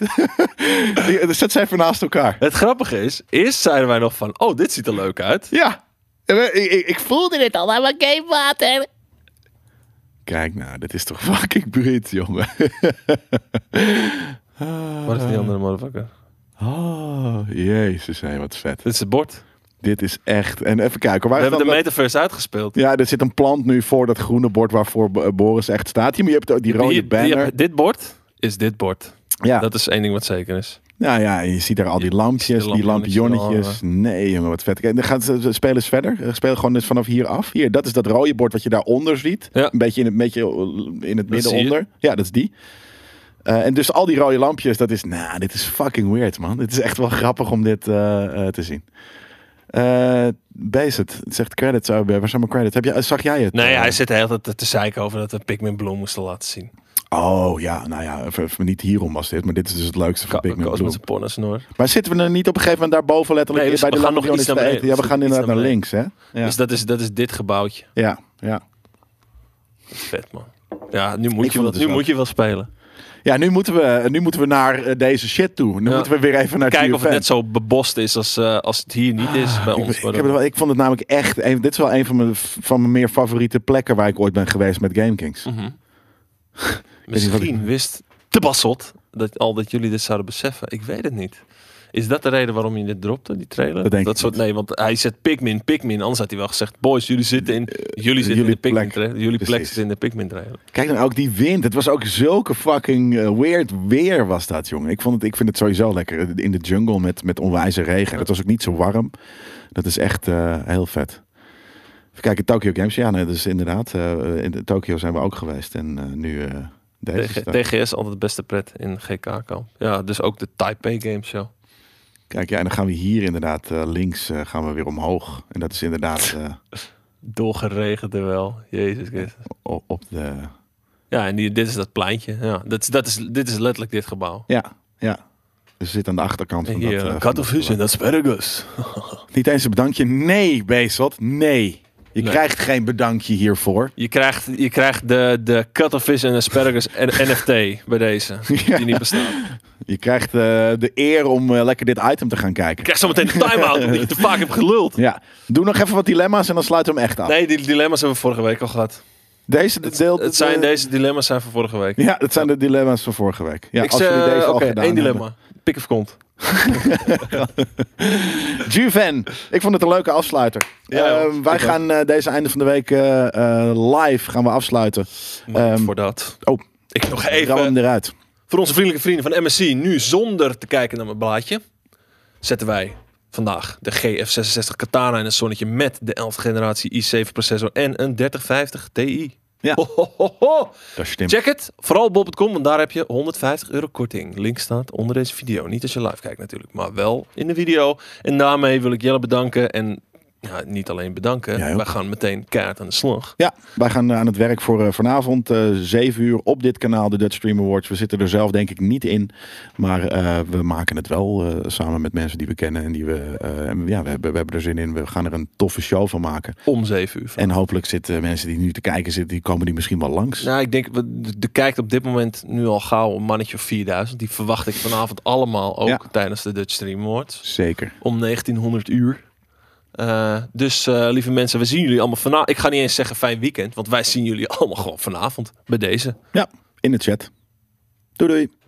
Speaker 1: Die- dus Zet zij even naast elkaar.
Speaker 2: het grappige is, eerst zeiden wij nog van... Oh, dit ziet er leuk uit.
Speaker 1: Ja. En we- Ik, ik, ik voelde dit.
Speaker 4: Dit al aan mijn game water.
Speaker 1: Kijk nou, dit is toch fucking bruut, jongen. Ah,
Speaker 2: Waar is die andere motherfucker?
Speaker 1: Oh, jezus, hé, wat vet.
Speaker 2: Dit is het bord.
Speaker 1: Dit is echt... En even kijken, waar
Speaker 2: We
Speaker 1: is
Speaker 2: hebben de
Speaker 1: dan dat- nou-
Speaker 2: metaverse uitgespeeld.
Speaker 1: Ja, er zit een plant nu voor dat groene bord waarvoor Bo- eh, Boris echt staat. Hier, maar je hebt ook die rode
Speaker 2: Hier-
Speaker 1: banner.
Speaker 2: hier- dit bord is dit bord.
Speaker 1: ja.
Speaker 2: Dat is één ding wat zeker is.
Speaker 1: ja, ja, en je ziet daar al die lampjes,
Speaker 2: de
Speaker 1: die lampionnetjes.
Speaker 2: lampionnetjes
Speaker 1: Nee, jongen, wat vet. En dan gaan ze ze spelen eens verder. Ze spelen gewoon dus vanaf hier af. Hier, dat is dat rode bord wat je daaronder ziet.
Speaker 2: Ja.
Speaker 1: Een beetje in het, beetje eh, in het midden
Speaker 2: zie je.
Speaker 1: onder. Ja, dat is die. Eh, en dus al die rode lampjes, dat is... Nou, dit is fucking weird, man. Dit is echt wel grappig om dit eh, eh, te zien. Eh Base it. Het zegt credits. Oh, waar zijn mijn credits? Heb je, zag jij het?
Speaker 2: Nee,
Speaker 1: eh?
Speaker 2: hij zit de hele tijd te zeiken over dat we Pikmin Bloom moesten laten zien.
Speaker 1: Oh ja, nou ja, even- even niet hierom was dit, maar dit is dus het leukste van Pikmin
Speaker 2: Koos met
Speaker 1: Bloom.
Speaker 2: zijn pornosnor.
Speaker 1: Maar zitten we er niet op een gegeven moment daarboven letterlijk
Speaker 2: Nee, we-
Speaker 1: bij
Speaker 2: we
Speaker 1: de
Speaker 2: gaan nog
Speaker 1: lampionnen
Speaker 2: iets naar
Speaker 1: te
Speaker 2: beneden.
Speaker 1: eten? Ja, we
Speaker 2: We
Speaker 1: gaan
Speaker 2: zitten
Speaker 1: inderdaad naar
Speaker 2: iets
Speaker 1: links, hè? Ja,
Speaker 2: Dus dat is, dat is dit gebouwtje.
Speaker 1: ja. ja.
Speaker 2: Vet man. Ja, nu
Speaker 1: Ik
Speaker 2: moet, je
Speaker 1: vond
Speaker 2: wel,
Speaker 1: het dus
Speaker 2: nu
Speaker 1: ook.
Speaker 2: moet je wel spelen.
Speaker 1: ja nu, moeten we, nu moeten we naar eh, deze shit toe. Nu
Speaker 2: Ja.
Speaker 1: moeten we weer even naar
Speaker 2: Kijken of het
Speaker 1: GFN.
Speaker 2: net zo bebost is als, eh, als het hier niet is bij
Speaker 1: Ah, Ik,
Speaker 2: ons.
Speaker 1: ik,
Speaker 2: maar
Speaker 1: heb het
Speaker 2: dan-
Speaker 1: wel- ik vond het namelijk echt. Een, dit is wel een van mijn, van mijn meer favoriete plekken waar ik ooit ben geweest met GameKings.
Speaker 2: Mhm.
Speaker 1: niet wat ik-
Speaker 2: Misschien wist de Basselt dat, al dat jullie dit zouden beseffen. Ik weet het niet. Is dat de reden waarom je dit dropte, die trailer?
Speaker 1: Dat denk ik
Speaker 2: soort,
Speaker 1: niet.
Speaker 2: nee, want hij zet Pikmin, Pikmin. Anders had hij wel gezegd, boys, jullie zitten in, jullie zitten in
Speaker 1: Eh, jullie
Speaker 2: de Pikmin
Speaker 1: plek.
Speaker 2: trailer. Jullie plek
Speaker 1: Precies.
Speaker 2: zit in de Pikmin trailer.
Speaker 1: Kijk dan ook die wind. Het was ook zulke fucking eh, weird weer was dat, jongen. Ik, vond het, ik vind het sowieso lekker. eh, In de jungle met, met onwijze regen. Het was ook niet zo warm. Dat is echt eh, heel vet. Even kijken, Tokyo Games. Ja, nee, dus inderdaad. eh, in de- Tokyo zijn we ook geweest. En eh, nu eh deze
Speaker 2: TG-
Speaker 1: staat.
Speaker 2: TGS altijd beste pret in GK-kamp. Ja, dus ook de Taipei Game Show.
Speaker 1: Kijk, ja, en dan gaan we hier inderdaad eh, links eh, gaan we weer omhoog. En dat is inderdaad eh,
Speaker 2: Doorgeregend er wel. Jezus Christus.
Speaker 1: o- op de...
Speaker 2: Ja, en die, dit is dat pleintje. Ja, dat, is- dat is, dit is letterlijk dit gebouw.
Speaker 1: Ja, ja. Dus we zitten aan de achterkant van dat... eh, van
Speaker 2: Hier,
Speaker 1: dat
Speaker 2: kattenvis en aspergus.
Speaker 1: Niet eens een bedankje. Nee, Bezot. Nee. Je
Speaker 2: Nee.
Speaker 1: krijgt geen bedankje hiervoor.
Speaker 2: Je krijgt, je krijgt de, de kattenvis en aspergus en NFT bij deze. Die niet bestaat. Je
Speaker 1: Je krijgt eh, de eer om eh, lekker dit item te gaan kijken.
Speaker 2: krijgt zometeen een time-out omdat je te vaak hebt geluld.
Speaker 1: Ja. Doe nog even wat dilemma's en dan sluiten we hem echt af.
Speaker 2: Nee, die dilemma's hebben we vorige week al gehad.
Speaker 1: Deze de- deel.
Speaker 2: Het zijn,
Speaker 1: de-
Speaker 2: deze dilemma's zijn van vorige week.
Speaker 1: Eh, Ja, dat zijn de dilemma's van vorige week. Ja,
Speaker 2: Ik
Speaker 1: als
Speaker 2: zeg, eh,
Speaker 1: jullie deze al
Speaker 2: oké,
Speaker 1: gedaan
Speaker 2: één dilemma. Pik of kont.
Speaker 1: hebben. Juven, ik vond het een leuke afsluiter.
Speaker 2: Ja,
Speaker 1: Eh,
Speaker 2: joh.
Speaker 1: wij
Speaker 2: Ik
Speaker 1: gaan eh, deze einde van de week eh, eh, live gaan we afsluiten.
Speaker 2: Maar
Speaker 1: Ehm,
Speaker 2: voor dat.
Speaker 1: oh.
Speaker 2: Ik nog
Speaker 1: Ram
Speaker 2: even.
Speaker 1: hem eruit.
Speaker 2: Voor onze vriendelijke vrienden van MSC, nu zonder te kijken naar mijn blaadje, zetten wij vandaag de GF66 Katana in een zonnetje met de 11e generatie i7 processor en een 3050 Ti.
Speaker 1: Ja.
Speaker 2: Ho, ho, ho, ho.
Speaker 1: Dat stimmt.
Speaker 2: Check het, vooral bol.com, want daar heb je 150 euro korting. Link staat onder deze video. Niet als je live kijkt natuurlijk, maar wel in de video. En daarmee wil ik Jelle bedanken en ja, niet alleen bedanken,
Speaker 1: Jij ook.
Speaker 2: wij gaan meteen kaart aan de slag.
Speaker 1: Ja, wij gaan eh, aan het werk voor eh, vanavond eh 7 uur op dit kanaal, de Dutch Stream Awards. We zitten er zelf denk ik niet in, maar eh, we maken het wel eh, samen met mensen die we kennen en die we, eh, en ja, we hebben, we hebben er zin in. We gaan er een toffe show van maken.
Speaker 2: Om 7 uur.
Speaker 1: En hopelijk zitten mensen die nu te kijken zitten, die komen die misschien wel langs.
Speaker 2: Nou, ik denk, we- de- de kijkt op dit moment nu al gauw een mannetje of 4000. Die verwacht ik vanavond allemaal ook
Speaker 1: Ja.
Speaker 2: tijdens de Dutch Stream Awards.
Speaker 1: Zeker.
Speaker 2: Om 1900 uur. Eh, dus eh, lieve mensen, we zien jullie allemaal vanavond. Ik ga niet eens zeggen fijn weekend, want wij zien jullie allemaal gewoon vanavond bij deze.
Speaker 1: Ja, in de chat. Doei doei.